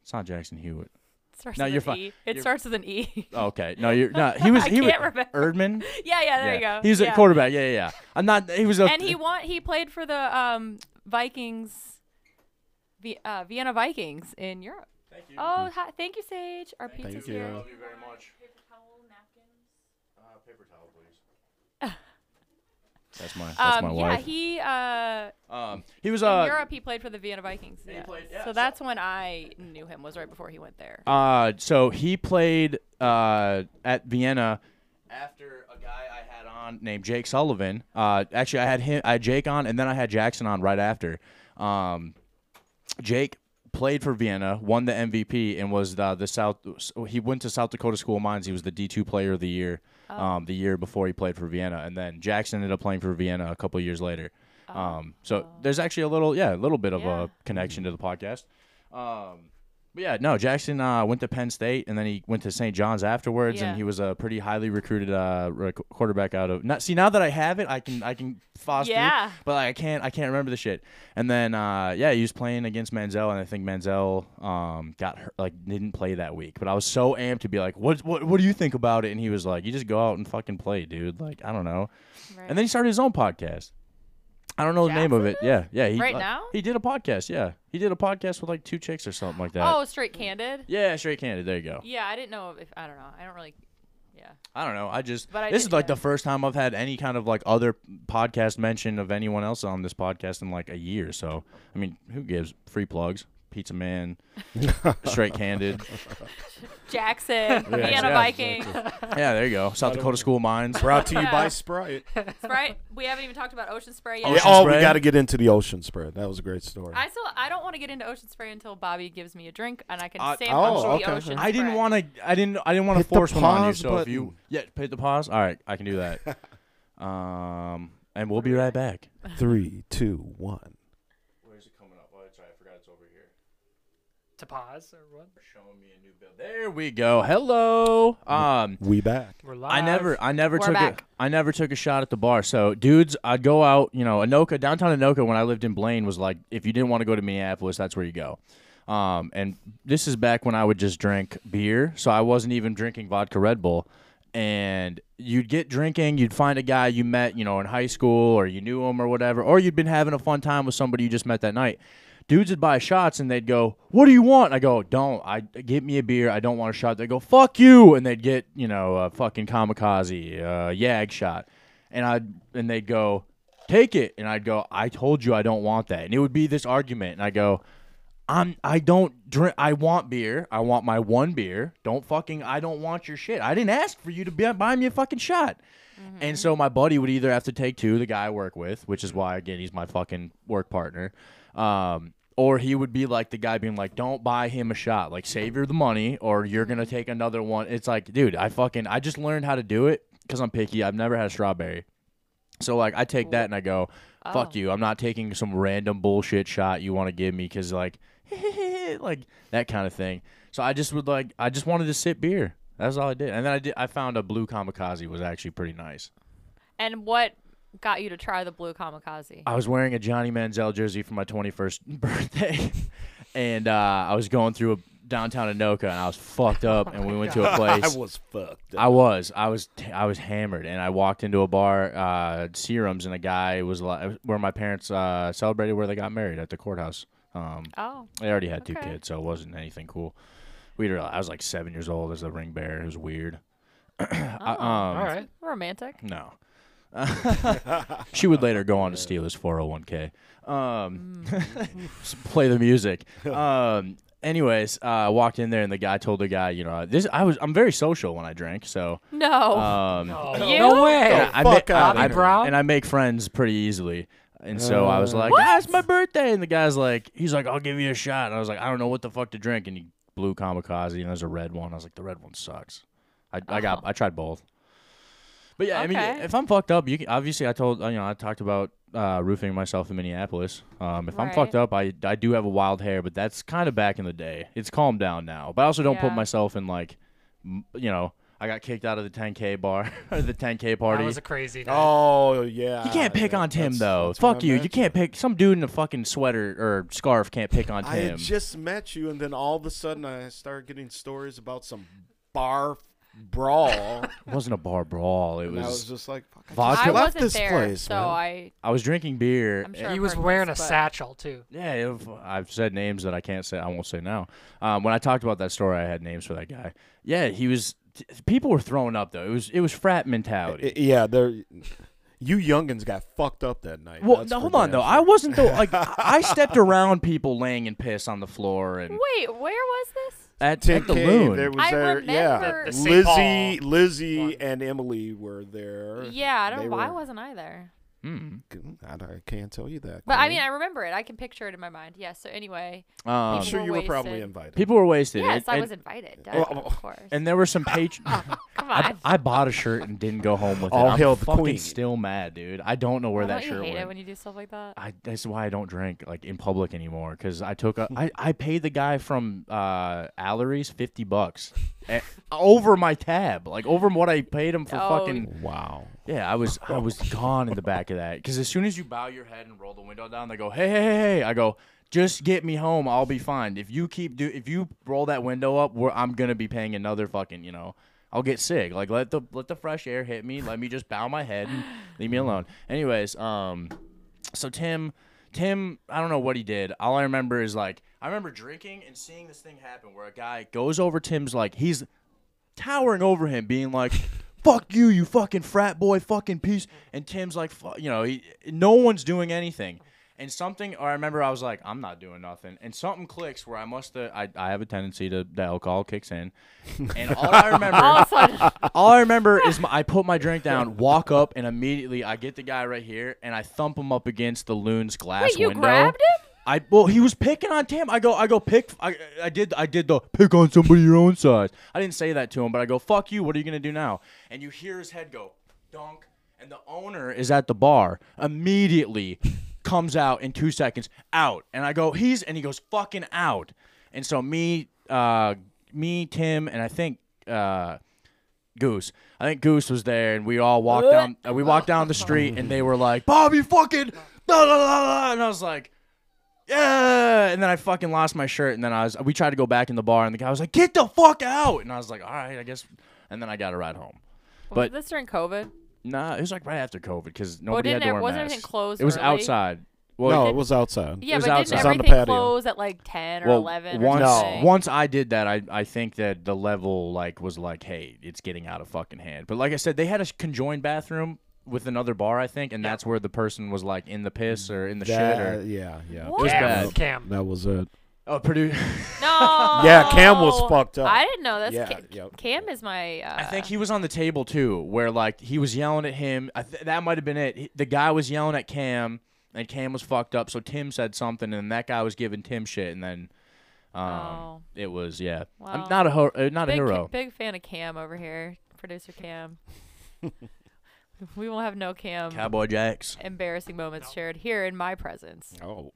[SPEAKER 11] It's not Jackson Hewitt.
[SPEAKER 10] It starts
[SPEAKER 11] No,
[SPEAKER 10] with
[SPEAKER 11] you're
[SPEAKER 10] an
[SPEAKER 11] fine.
[SPEAKER 10] E. It
[SPEAKER 11] You're-
[SPEAKER 10] starts with an E.
[SPEAKER 11] Okay, no, you're not. He was.
[SPEAKER 10] I
[SPEAKER 11] he was
[SPEAKER 10] can't remember.
[SPEAKER 11] Erdman.
[SPEAKER 10] Yeah, yeah, there you go.
[SPEAKER 11] He was
[SPEAKER 10] Yeah.
[SPEAKER 11] a quarterback. Yeah, yeah, yeah. I'm not. He was a.
[SPEAKER 10] and he won. He played for the um, Vikings, v- uh, Vienna Vikings in Europe. Thank you. Oh, hi, thank you, Sage. Our pizza's
[SPEAKER 13] you.
[SPEAKER 10] here.
[SPEAKER 13] Love
[SPEAKER 11] Mm. you very much. Uh, Paper towel, please. That's my. That's
[SPEAKER 10] um,
[SPEAKER 11] my
[SPEAKER 10] yeah,
[SPEAKER 11] wife.
[SPEAKER 10] he uh,
[SPEAKER 11] um, he was
[SPEAKER 10] in
[SPEAKER 11] uh,
[SPEAKER 10] Europe. He played for the Vienna Vikings. Yeah. so that's when I knew him. Was right before he went there.
[SPEAKER 11] Uh, so he played uh, at Vienna after a guy I had on named Jake Sullivan. Uh, actually, I had him, I had Jake on, and then I had Jackson on right after. Um, Jake played for Vienna, won the MVP, and was the, the South. He went to South Dakota School of Mines. He was the D two player of the year, um, the year before he played for Vienna, and then Jackson ended up playing for Vienna a couple years later. Um, so there's actually a little, yeah, a little bit of
[SPEAKER 10] Yeah.
[SPEAKER 11] a connection to the podcast. Um, but yeah, no, Jackson uh, went to Penn State and then he went to St. John's afterwards,
[SPEAKER 10] Yeah.
[SPEAKER 11] and he was a pretty highly recruited uh, rec- quarterback out of. Not see now that I have it, I can I can foster,
[SPEAKER 10] Yeah.
[SPEAKER 11] but I can't I can't remember the shit. And then uh, yeah, he was playing against Manziel, and I think Manziel um, got hurt, like didn't play that week. But I was so amped to be like, what what what do you think about it? And he was like, you just go out and fucking play, dude. Like I don't know. And then he started his own podcast. I don't know the name of it. Yeah, yeah. He,
[SPEAKER 10] Right
[SPEAKER 11] like,
[SPEAKER 10] now?
[SPEAKER 11] he did a podcast. Yeah, he did a podcast with like two chicks or something like that.
[SPEAKER 10] Oh, straight candid.
[SPEAKER 11] Yeah, straight candid. There you go.
[SPEAKER 10] Yeah, I didn't know if I don't know. I don't really. Yeah.
[SPEAKER 11] I don't know. I just
[SPEAKER 10] But I
[SPEAKER 11] this
[SPEAKER 10] did-
[SPEAKER 11] is like
[SPEAKER 10] yeah.
[SPEAKER 11] the first time I've had any kind of like other podcast mention of anyone else on this podcast in like a year. So I mean, who gives free plugs? Pizza Man, straight candid.
[SPEAKER 10] Jackson, Vienna
[SPEAKER 11] exactly.
[SPEAKER 10] Viking.
[SPEAKER 11] Yeah, there you go. South Dakota School of Mines.
[SPEAKER 13] Brought to you
[SPEAKER 10] by
[SPEAKER 13] Sprite.
[SPEAKER 10] Sprite. We haven't even talked about Ocean Spray yet.
[SPEAKER 13] Yeah, oh, we
[SPEAKER 11] Spray?
[SPEAKER 13] got to get into the ocean spread. That was a great story.
[SPEAKER 10] I still I don't want to get into Ocean Spray until Bobby gives me a drink and I can
[SPEAKER 11] I-
[SPEAKER 10] save
[SPEAKER 13] oh,
[SPEAKER 10] up for
[SPEAKER 13] okay.
[SPEAKER 10] the Ocean
[SPEAKER 11] I didn't
[SPEAKER 10] Spray.
[SPEAKER 11] want to. I didn't. I didn't want to
[SPEAKER 13] Hit the
[SPEAKER 11] force one on you.
[SPEAKER 13] pause
[SPEAKER 11] So if you
[SPEAKER 13] button.
[SPEAKER 11] yeah, hit the pause. All right, I can do that. um, and we'll be right back.
[SPEAKER 13] Three, two, one.
[SPEAKER 11] Where's it coming up? Oh, that's right. I forgot it's over here.
[SPEAKER 12] to pause or what?
[SPEAKER 11] Showing me a new build. There we go. Hello. Um,
[SPEAKER 13] We back.
[SPEAKER 12] We're live.
[SPEAKER 11] I never, I never
[SPEAKER 10] We're
[SPEAKER 11] took
[SPEAKER 10] back.
[SPEAKER 11] a, I never took a shot at the bar. So, dudes, I'd go out. You know, Anoka, downtown Anoka, when I lived in Blaine, was like, if you didn't want to go to Minneapolis, that's where you go. Um, and this is back when I would just drink beer, so I wasn't even drinking vodka Red Bull. And you'd get drinking, you'd find a guy you met, you know, in high school or you knew him or whatever, or you'd been having a fun time with somebody you just met that night. Dudes would buy shots and they'd go, "What do you want?" And I go, "Don't. I get me a beer. I don't want a shot." They go, "Fuck you!" And they'd get, you know, a fucking kamikaze, uh, yag shot, and I would and they'd go, "Take it." And I'd go, "I told you I don't want that." And it would be this argument, and I go, I'm I don't drink I want beer. I want my one beer. Don't fucking I don't want your shit. I didn't ask for you to be, buy me a fucking shot. And so my buddy would either have to take two, the guy I work with, which is why again he's my fucking work partner. Um or he would be like the guy being like, "Don't buy him a shot. Like, save your the money, or you're gonna take another one." It's like, dude, I fucking I just learned how to do it because I'm picky. I've never had a strawberry, so like I take that and I go, "Fuck you! I'm not taking some random bullshit shot you want to give me because like, like that kind of thing." So I just would like I just wanted to sip beer. That's all I did, and then I did. I found a blue kamikaze was actually pretty nice.
[SPEAKER 10] And what got you to try the blue kamikaze?
[SPEAKER 11] I was wearing a Johnny Manziel jersey for my 21st birthday, and uh, I was going through a downtown Anoka, and I was fucked up, and we went to a place.
[SPEAKER 13] I was fucked.
[SPEAKER 11] I was. I was. T- I was hammered, and I walked into a bar, uh, Serums, and a guy was like, where my parents uh, celebrated where they got married at the courthouse. Um,
[SPEAKER 10] Oh.
[SPEAKER 11] they already had two
[SPEAKER 10] Okay.
[SPEAKER 11] kids, so it wasn't anything cool. We were. I was like seven years old as the ring bearer. It was weird. I- um,
[SPEAKER 12] All right.
[SPEAKER 10] Romantic.
[SPEAKER 11] No. she would later go on to steal his 401k. Um, s- play the music. Um, anyways, uh, walked in there and the guy told the guy, you know, this I was I'm very social when I drink, so
[SPEAKER 10] No.
[SPEAKER 11] um,
[SPEAKER 10] you?
[SPEAKER 12] No way.
[SPEAKER 11] and I,
[SPEAKER 13] fuck
[SPEAKER 11] ma-
[SPEAKER 13] outta
[SPEAKER 11] I-
[SPEAKER 13] here.
[SPEAKER 12] Brown?
[SPEAKER 11] and I make friends pretty easily. And so I was like, ah, it's my birthday. And the guy's like, he's like, I'll give you a shot. And I was like, I don't know what the fuck to drink. And he blew kamikaze and there's a red one. I was like, the red one sucks. I, I got, I tried both. But yeah, I mean,
[SPEAKER 10] Okay.
[SPEAKER 11] if I'm fucked up, you can, obviously I told, you know, I talked about uh, roofing myself in Minneapolis. Um, if I'm fucked
[SPEAKER 10] Right.
[SPEAKER 11] up, I, I do have a wild hair, but that's kind of back in the day. It's calmed down now. But I also don't put
[SPEAKER 10] Yeah.
[SPEAKER 11] myself in like, m- you know, I got kicked out of the 10K bar, or the 10K party.
[SPEAKER 12] That was a crazy night.
[SPEAKER 13] Oh yeah.
[SPEAKER 11] You can't pick
[SPEAKER 13] yeah,
[SPEAKER 11] on Tim
[SPEAKER 13] that's-
[SPEAKER 11] though.
[SPEAKER 13] that's what
[SPEAKER 11] Fuck
[SPEAKER 13] I
[SPEAKER 11] you. You
[SPEAKER 13] meant.
[SPEAKER 11] can't pick some dude in a fucking sweater or scarf. Can't pick on
[SPEAKER 13] I had
[SPEAKER 11] Tim.
[SPEAKER 13] just met you, and then all of a sudden, I started getting stories about some bar brawl.
[SPEAKER 11] it wasn't a bar brawl. It
[SPEAKER 13] and I was
[SPEAKER 11] was.
[SPEAKER 13] just like, Fuck, I
[SPEAKER 11] Vodka.
[SPEAKER 13] just
[SPEAKER 10] I
[SPEAKER 11] left
[SPEAKER 10] wasn't
[SPEAKER 13] this
[SPEAKER 10] there,
[SPEAKER 13] place,
[SPEAKER 10] so
[SPEAKER 13] man.
[SPEAKER 10] I.
[SPEAKER 11] I was drinking beer.
[SPEAKER 10] I'm sure.
[SPEAKER 11] and-
[SPEAKER 10] I've
[SPEAKER 12] He was
[SPEAKER 10] heard
[SPEAKER 12] wearing
[SPEAKER 10] this,
[SPEAKER 12] a
[SPEAKER 10] but-
[SPEAKER 12] satchel too.
[SPEAKER 11] Yeah, if- I've said names that I can't say. I won't say now. Um, when I talked about that story, I had names for that guy. Yeah, he was. t- people were throwing up though. It was it was frat mentality.
[SPEAKER 13] I- yeah, they're you youngins got fucked up that night.
[SPEAKER 11] well,
[SPEAKER 13] That's
[SPEAKER 11] no,
[SPEAKER 13] for
[SPEAKER 11] hold on
[SPEAKER 13] damn
[SPEAKER 11] though.
[SPEAKER 13] sure.
[SPEAKER 11] I wasn't though. Like I I stepped around people laying in piss on the floor and
[SPEAKER 10] Wait, where was this?
[SPEAKER 11] at, at
[SPEAKER 13] 10K,
[SPEAKER 11] the loon.
[SPEAKER 13] There was
[SPEAKER 10] I
[SPEAKER 13] there, yeah.
[SPEAKER 10] remember- The-
[SPEAKER 12] the
[SPEAKER 13] Lizzie,
[SPEAKER 12] Saint Paul
[SPEAKER 13] Lizzie,
[SPEAKER 12] one.
[SPEAKER 13] and Emily were there.
[SPEAKER 10] Yeah, I don't.
[SPEAKER 13] They
[SPEAKER 10] Why
[SPEAKER 13] were-
[SPEAKER 10] wasn't I there?
[SPEAKER 13] I, I can't tell you that.
[SPEAKER 10] But I mean, I remember it. I can picture it in my mind. Yeah. So anyway,
[SPEAKER 11] Um,
[SPEAKER 10] people
[SPEAKER 11] Sure you were probably
[SPEAKER 10] wasted.
[SPEAKER 13] invited.
[SPEAKER 11] People were wasted.
[SPEAKER 10] Yes,
[SPEAKER 11] It-
[SPEAKER 10] I Oh.
[SPEAKER 11] it-
[SPEAKER 10] was invited. Duh,
[SPEAKER 11] Oh,
[SPEAKER 10] of course.
[SPEAKER 11] And there were some patrons.
[SPEAKER 10] Come
[SPEAKER 11] I,
[SPEAKER 10] on.
[SPEAKER 11] I bought a shirt and didn't go home with it.
[SPEAKER 13] All
[SPEAKER 11] I'm
[SPEAKER 13] hail Oh, the
[SPEAKER 11] fucking
[SPEAKER 13] queen.
[SPEAKER 11] Still mad, dude. I don't know where
[SPEAKER 10] Oh,
[SPEAKER 11] that
[SPEAKER 10] don't
[SPEAKER 11] shirt
[SPEAKER 10] you hate
[SPEAKER 11] went.
[SPEAKER 10] it when you do stuff like that?
[SPEAKER 11] I, that's why I don't drink like in public anymore because I took a, I, I paid the guy from uh Allery's fifty bucks eh, over my tab like over what I paid him for
[SPEAKER 10] Oh.
[SPEAKER 11] fucking
[SPEAKER 13] wow
[SPEAKER 11] yeah I was I was gone in the back of that because as soon as you bow your head and roll the window down they go hey hey hey, hey I go just get me home I'll be fine if you keep do if you roll that window up we I'm gonna be paying another fucking you know. I'll get sick. Like let the let the fresh air hit me. Let me just bow my head and leave me alone. Anyways, um, so Tim, Tim, I don't know what he did. All I remember is like I remember drinking and seeing this thing happen where a guy goes over Tim's like he's towering over him, being like, "Fuck you, you fucking frat boy, fucking piece." And Tim's like, "Fu-" you know, he, no one's doing anything. And something, or I remember I was like, "I'm not doing nothing." And something clicks where I must have. I, I have a tendency to the alcohol kicks in, and all I remember,
[SPEAKER 10] All of a sudden.
[SPEAKER 11] all I remember is my, I put my drink down, walk up, and immediately I get the guy right here, and I thump him up against the loon's glass
[SPEAKER 10] Wait, you
[SPEAKER 11] window.
[SPEAKER 10] grabbed him?
[SPEAKER 11] I well, he was picking on Tim. I go, I go pick. I, I did, I did the pick on somebody your own size. I didn't say that to him, but I go, fuck you. What are you gonna do now? And you hear his head go, dunk, and the owner is at the bar immediately, comes out in two seconds, out. And I go, he's, and he goes, fucking out. And so me, uh, me, Tim, and I think, uh. Goose. I think Goose was there, and we all walked down. uh, We walked down the street, and they were like, "Bobby, fucking," blah, blah, blah, blah," and I was like, "Yeah!" And then I fucking lost my shirt, and then I was. We tried to go back in the bar, and the guy was like, "Get the fuck out!" And I was like, "All right, I guess." And then I got a ride home.
[SPEAKER 10] was
[SPEAKER 11] But
[SPEAKER 10] this during COVID?
[SPEAKER 11] nah, it was like right after COVID because nobody
[SPEAKER 10] didn't
[SPEAKER 11] had to
[SPEAKER 10] it-
[SPEAKER 11] wear
[SPEAKER 10] wasn't
[SPEAKER 11] masks.
[SPEAKER 10] everything closed
[SPEAKER 11] It was
[SPEAKER 10] early?
[SPEAKER 11] outside.
[SPEAKER 13] no, it was outside.
[SPEAKER 10] Yeah,
[SPEAKER 11] was
[SPEAKER 10] but
[SPEAKER 11] outside. It was
[SPEAKER 10] didn't
[SPEAKER 11] on the
[SPEAKER 10] everything
[SPEAKER 11] patio.
[SPEAKER 10] close at like ten or eleven
[SPEAKER 11] once
[SPEAKER 10] or something?
[SPEAKER 11] once I did that, I I think that the level like was like, hey, it's getting out of fucking hand. But like I said, they had a conjoined bathroom with another bar, I think, and that's where the person was like in the piss or in the shit or
[SPEAKER 13] That- yeah, yeah.
[SPEAKER 11] It was
[SPEAKER 13] Cam,
[SPEAKER 11] bad.
[SPEAKER 12] Cam.
[SPEAKER 13] That was it.
[SPEAKER 11] Oh, Purdue.
[SPEAKER 10] No.
[SPEAKER 13] Yeah, Cam was fucked up.
[SPEAKER 10] I didn't know this.
[SPEAKER 11] Yeah,
[SPEAKER 10] Ca-
[SPEAKER 11] yep.
[SPEAKER 10] Cam is my. Uh,
[SPEAKER 11] I think he was on the table too, where like he was yelling at him. I th- that might have been it. He- The guy was yelling at Cam, and Cam was fucked up. So Tim said something, and that guy was giving Tim shit, and then um,
[SPEAKER 10] Oh.
[SPEAKER 11] it was yeah.
[SPEAKER 10] Wow.
[SPEAKER 11] I'm not a ho- uh, not
[SPEAKER 10] big,
[SPEAKER 11] a hero.
[SPEAKER 10] Big fan of Cam over here, producer Cam. we will have no Cam.
[SPEAKER 11] Cowboy Jacks.
[SPEAKER 10] Embarrassing moments shared here in my presence.
[SPEAKER 13] Oh.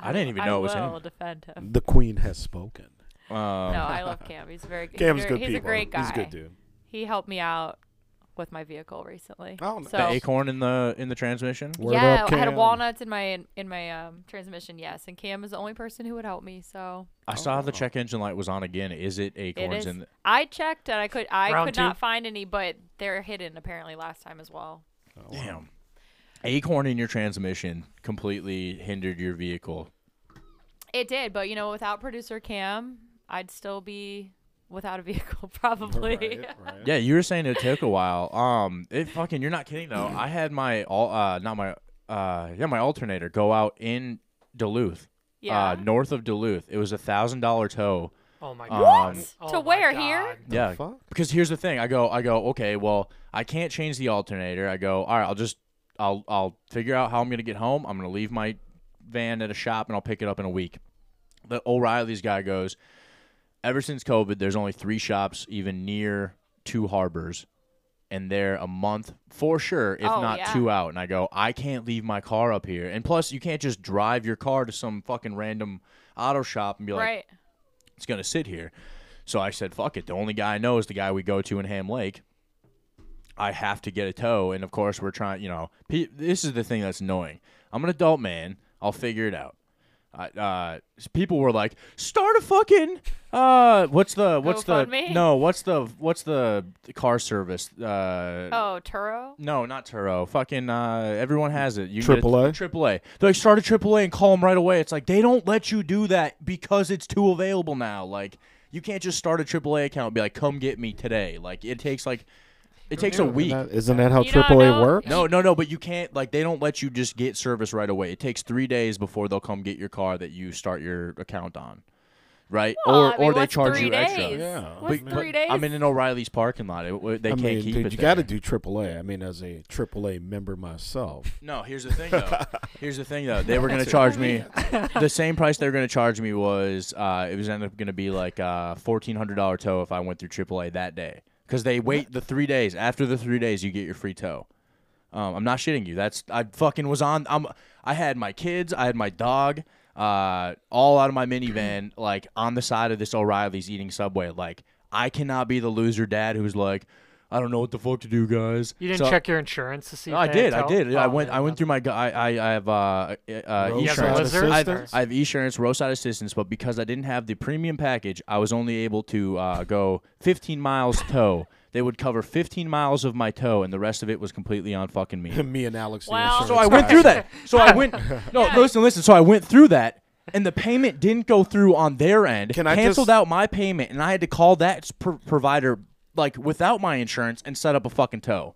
[SPEAKER 11] I didn't even
[SPEAKER 10] I
[SPEAKER 11] know it was
[SPEAKER 10] will
[SPEAKER 11] him.
[SPEAKER 10] defend him.
[SPEAKER 13] The queen has spoken.
[SPEAKER 11] Um,
[SPEAKER 10] no, I love Cam. He's very he's
[SPEAKER 13] Cam's
[SPEAKER 10] very-
[SPEAKER 13] good
[SPEAKER 10] He's a
[SPEAKER 13] people.
[SPEAKER 10] great guy.
[SPEAKER 13] He's a good dude.
[SPEAKER 10] He helped me out with my vehicle recently.
[SPEAKER 13] Oh,
[SPEAKER 10] so,
[SPEAKER 11] the acorn in the in the transmission.
[SPEAKER 10] yeah, I had walnuts in my in, my um, transmission. Yes, and Cam is the only person who would help me. So
[SPEAKER 11] I saw the check engine light was on again. Is it
[SPEAKER 10] it
[SPEAKER 11] acorns
[SPEAKER 10] is.
[SPEAKER 11] in? The,
[SPEAKER 10] I checked and I could I
[SPEAKER 11] Round
[SPEAKER 10] could
[SPEAKER 11] two?
[SPEAKER 10] not find any, but they're hidden apparently last time as well.
[SPEAKER 11] damn, acorn in your transmission completely hindered your vehicle.
[SPEAKER 10] It did, but you know, without producer Cam, I'd still be without a vehicle probably.
[SPEAKER 11] Yeah, you were saying it took a while. Um, it fucking you're not kidding though. I had my all uh not my uh yeah my alternator go out in Duluth.
[SPEAKER 10] Yeah.
[SPEAKER 11] Uh, north of Duluth, it was a thousand dollar tow.
[SPEAKER 12] Oh my
[SPEAKER 11] Um,
[SPEAKER 12] god. Oh
[SPEAKER 10] to
[SPEAKER 12] my
[SPEAKER 10] where
[SPEAKER 12] God.
[SPEAKER 10] here?
[SPEAKER 11] yeah. Because here's the thing. I go, I go, okay, well, I can't change the alternator. I go, all right, I'll just, I'll, I'll figure out how I'm gonna get home. I'm gonna leave my van at a shop and I'll pick it up in a week. The O'Reilly's guy goes, ever since COVID, there's only three shops even near two harbors, and they're a month for sure, if
[SPEAKER 1] Oh,
[SPEAKER 11] not
[SPEAKER 1] yeah.
[SPEAKER 11] two out. And I go, I can't leave my car up here. And plus, you can't just drive your car to some fucking random auto shop and be like,
[SPEAKER 10] right.
[SPEAKER 11] it's going to sit here. So I said, fuck it. The only guy I know is the guy we go to in Ham Lake. I have to get a tow. And of course, we're trying, you know, pe- this is the thing that's annoying. I'm an adult man. I'll figure it out. I uh, s- people were like, start a fucking, uh, what's the, what's the,
[SPEAKER 10] GoFundMe?
[SPEAKER 11] no, what's the, what's the car service? Uh,
[SPEAKER 10] Oh, Turo?
[SPEAKER 11] no, not Turo. Fucking uh, everyone has it. You can get
[SPEAKER 13] AAA?
[SPEAKER 11] Triple A. They're like start a triple A and call them right away. It's like they don't let you do that because it's too available now. Like you can't just start a triple A account and be like, come get me today. Like it takes like it takes a week.
[SPEAKER 13] That- isn't that how You don't AAA know- works?
[SPEAKER 11] No, no, no. But you can't like they don't let you just get service right away. It takes three days before they'll come get your car that you start your account on. right?
[SPEAKER 10] Well,
[SPEAKER 11] or
[SPEAKER 10] I mean,
[SPEAKER 11] or they
[SPEAKER 10] what's
[SPEAKER 11] charge
[SPEAKER 10] three
[SPEAKER 11] you extra.
[SPEAKER 10] days? Yeah. What's three days?
[SPEAKER 11] I'm in an O'Reilly's parking lot. It, w- they
[SPEAKER 13] I
[SPEAKER 11] can't
[SPEAKER 13] mean,
[SPEAKER 11] keep
[SPEAKER 13] dude,
[SPEAKER 11] it.
[SPEAKER 13] you
[SPEAKER 11] there.
[SPEAKER 13] got to do AAA. I mean, as a AAA member myself.
[SPEAKER 11] No, here's the thing though. here's the thing though. They were gonna charge me the same price they were gonna charge me was uh, it was ended up gonna be like uh fourteen hundred dollar tow if I went through AAA that day because they wait the three days. After the three days, you get your free tow. Um, I'm not shitting you. That's I fucking was on. I'm I had my kids. I had my dog. Uh, all out of my minivan, like on the side of this O'Reilly's eating Subway. Like I cannot be the loser dad who's like, I don't know what the fuck to do, guys.
[SPEAKER 12] You didn't
[SPEAKER 11] So-
[SPEAKER 12] check your insurance to see.
[SPEAKER 11] no,
[SPEAKER 12] if
[SPEAKER 11] I
[SPEAKER 12] they had
[SPEAKER 11] did. I
[SPEAKER 12] tow?
[SPEAKER 11] did. I
[SPEAKER 12] Oh,
[SPEAKER 11] went. I went through my. gu- I. I, I have uh, uh,
[SPEAKER 12] You have
[SPEAKER 11] insurance.
[SPEAKER 12] roadside
[SPEAKER 11] I have,
[SPEAKER 12] assistance?
[SPEAKER 11] I have insurance, roadside assistance, but because I didn't have the premium package, I was only able to uh, go 15 miles tow. They would cover 15 miles of my tow, and the rest of it was completely on fucking me.
[SPEAKER 13] me and Alex. the
[SPEAKER 10] Well-
[SPEAKER 11] so
[SPEAKER 13] insurance
[SPEAKER 11] I went
[SPEAKER 13] guy.
[SPEAKER 11] through that. So I went. No, listen, listen. So I went through that. And the payment didn't go through on their end.
[SPEAKER 13] Can I
[SPEAKER 11] canceled
[SPEAKER 13] just-
[SPEAKER 11] out my payment, and I had to call that pro- provider like without my insurance and set up a fucking tow.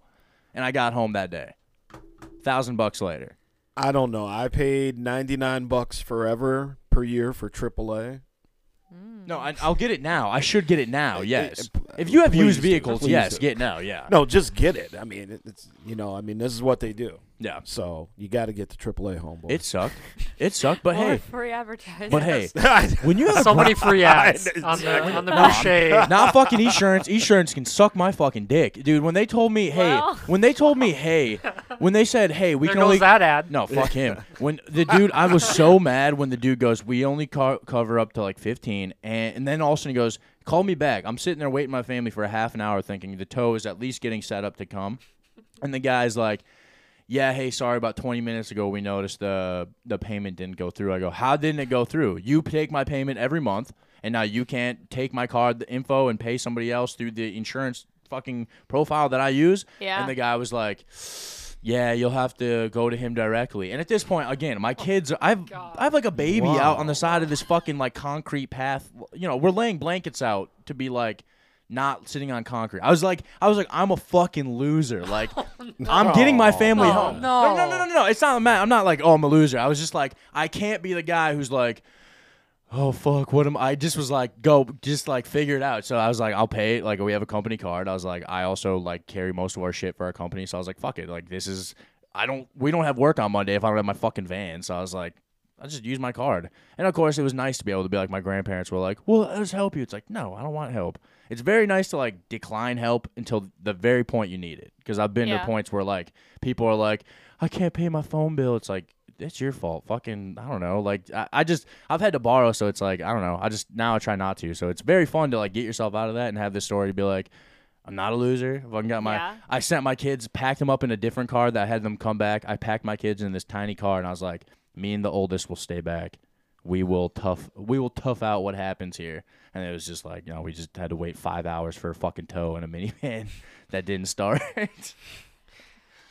[SPEAKER 11] And I got home that day thousand bucks later.
[SPEAKER 13] I don't know. I paid ninety nine bucks forever per year for AAA.
[SPEAKER 11] No, I, I'll get it now. I should get it now. Yes. If you have used
[SPEAKER 13] Uh, Please do.
[SPEAKER 11] vehicles,
[SPEAKER 13] Please
[SPEAKER 11] yes,
[SPEAKER 13] do.
[SPEAKER 11] get it now. Yeah.
[SPEAKER 13] No, just get it. I mean, it- it's you know, I mean, this is what they do.
[SPEAKER 11] Yeah.
[SPEAKER 13] So you got to get the AAA homeboy.
[SPEAKER 11] It sucked. It sucked, but
[SPEAKER 10] Or
[SPEAKER 11] hey.
[SPEAKER 10] free advertising.
[SPEAKER 11] But hey, when you have a
[SPEAKER 12] So
[SPEAKER 11] pro-
[SPEAKER 12] many free ads on the on the
[SPEAKER 11] Nah,
[SPEAKER 12] Boucher.
[SPEAKER 11] not fucking insurance. Insurance can suck my fucking dick, dude. When they told me, hey,
[SPEAKER 12] Well.
[SPEAKER 11] when they told me, hey, when they said, hey, we
[SPEAKER 12] There
[SPEAKER 11] can only
[SPEAKER 12] goes that ad.
[SPEAKER 11] No, fuck him. When the dude, I was so mad when the dude goes, we only co- cover up to like fifteen, and, and then all of a sudden he goes, call me back. I'm sitting there waiting my family for a half an hour, thinking the tow is at least getting set up to come, and the guy's like. Yeah, hey, sorry. About 20 minutes ago, we noticed the the payment didn't go through. I go, how didn't it go through? You take my payment every month, and now you can't take my card the info and pay somebody else through the insurance fucking profile that I use.
[SPEAKER 10] Yeah.
[SPEAKER 11] And the guy was like, yeah, you'll have to go to him directly. And at this point, again, my kids, are, I've I have like a baby out on the side of this fucking like concrete path. You know, we're laying blankets out to be like. Not sitting on concrete. I was like, I was like, I'm a fucking loser. Like, I'm getting my family
[SPEAKER 12] Oh, No, Oh,
[SPEAKER 11] home.
[SPEAKER 12] no.
[SPEAKER 11] no, no, no, no, no. It's not that. I'm not like, oh, I'm a loser. I was just like, I can't be the guy who's like, oh fuck, what am I? Just was like, go, just like figure it out. So I was like, I'll pay it. Like we have a company card. I was like, I also like carry most of our shit for our company. So I was like, fuck it. Like this is, I don't, we don't have work on Monday if I don't have my fucking van. So I was like. I just use my card, and of course, it was nice to be able to be like my grandparents were like, "Well, I'll just help you." It's like, no, I don't want help. It's very nice to like decline help until the very point you need it, because I've been
[SPEAKER 10] Yeah.
[SPEAKER 11] to points where like people are like, I can't pay my phone bill. It's like it's your fault. Fucking I don't know. Like I, I just I've had to borrow, so it's like I don't know. I just now I try not to. So it's very fun to like get yourself out of that and have this story to be like, I'm not a loser. I fucking got my
[SPEAKER 10] Yeah.
[SPEAKER 11] I sent my kids, packed them up in a different car that I had them come back. I packed my kids in this tiny car and I was like, me and the oldest will stay back. We will tough we will tough out what happens here. And it was just like, you know, we just had to wait five hours for a fucking tow in a minivan that didn't start.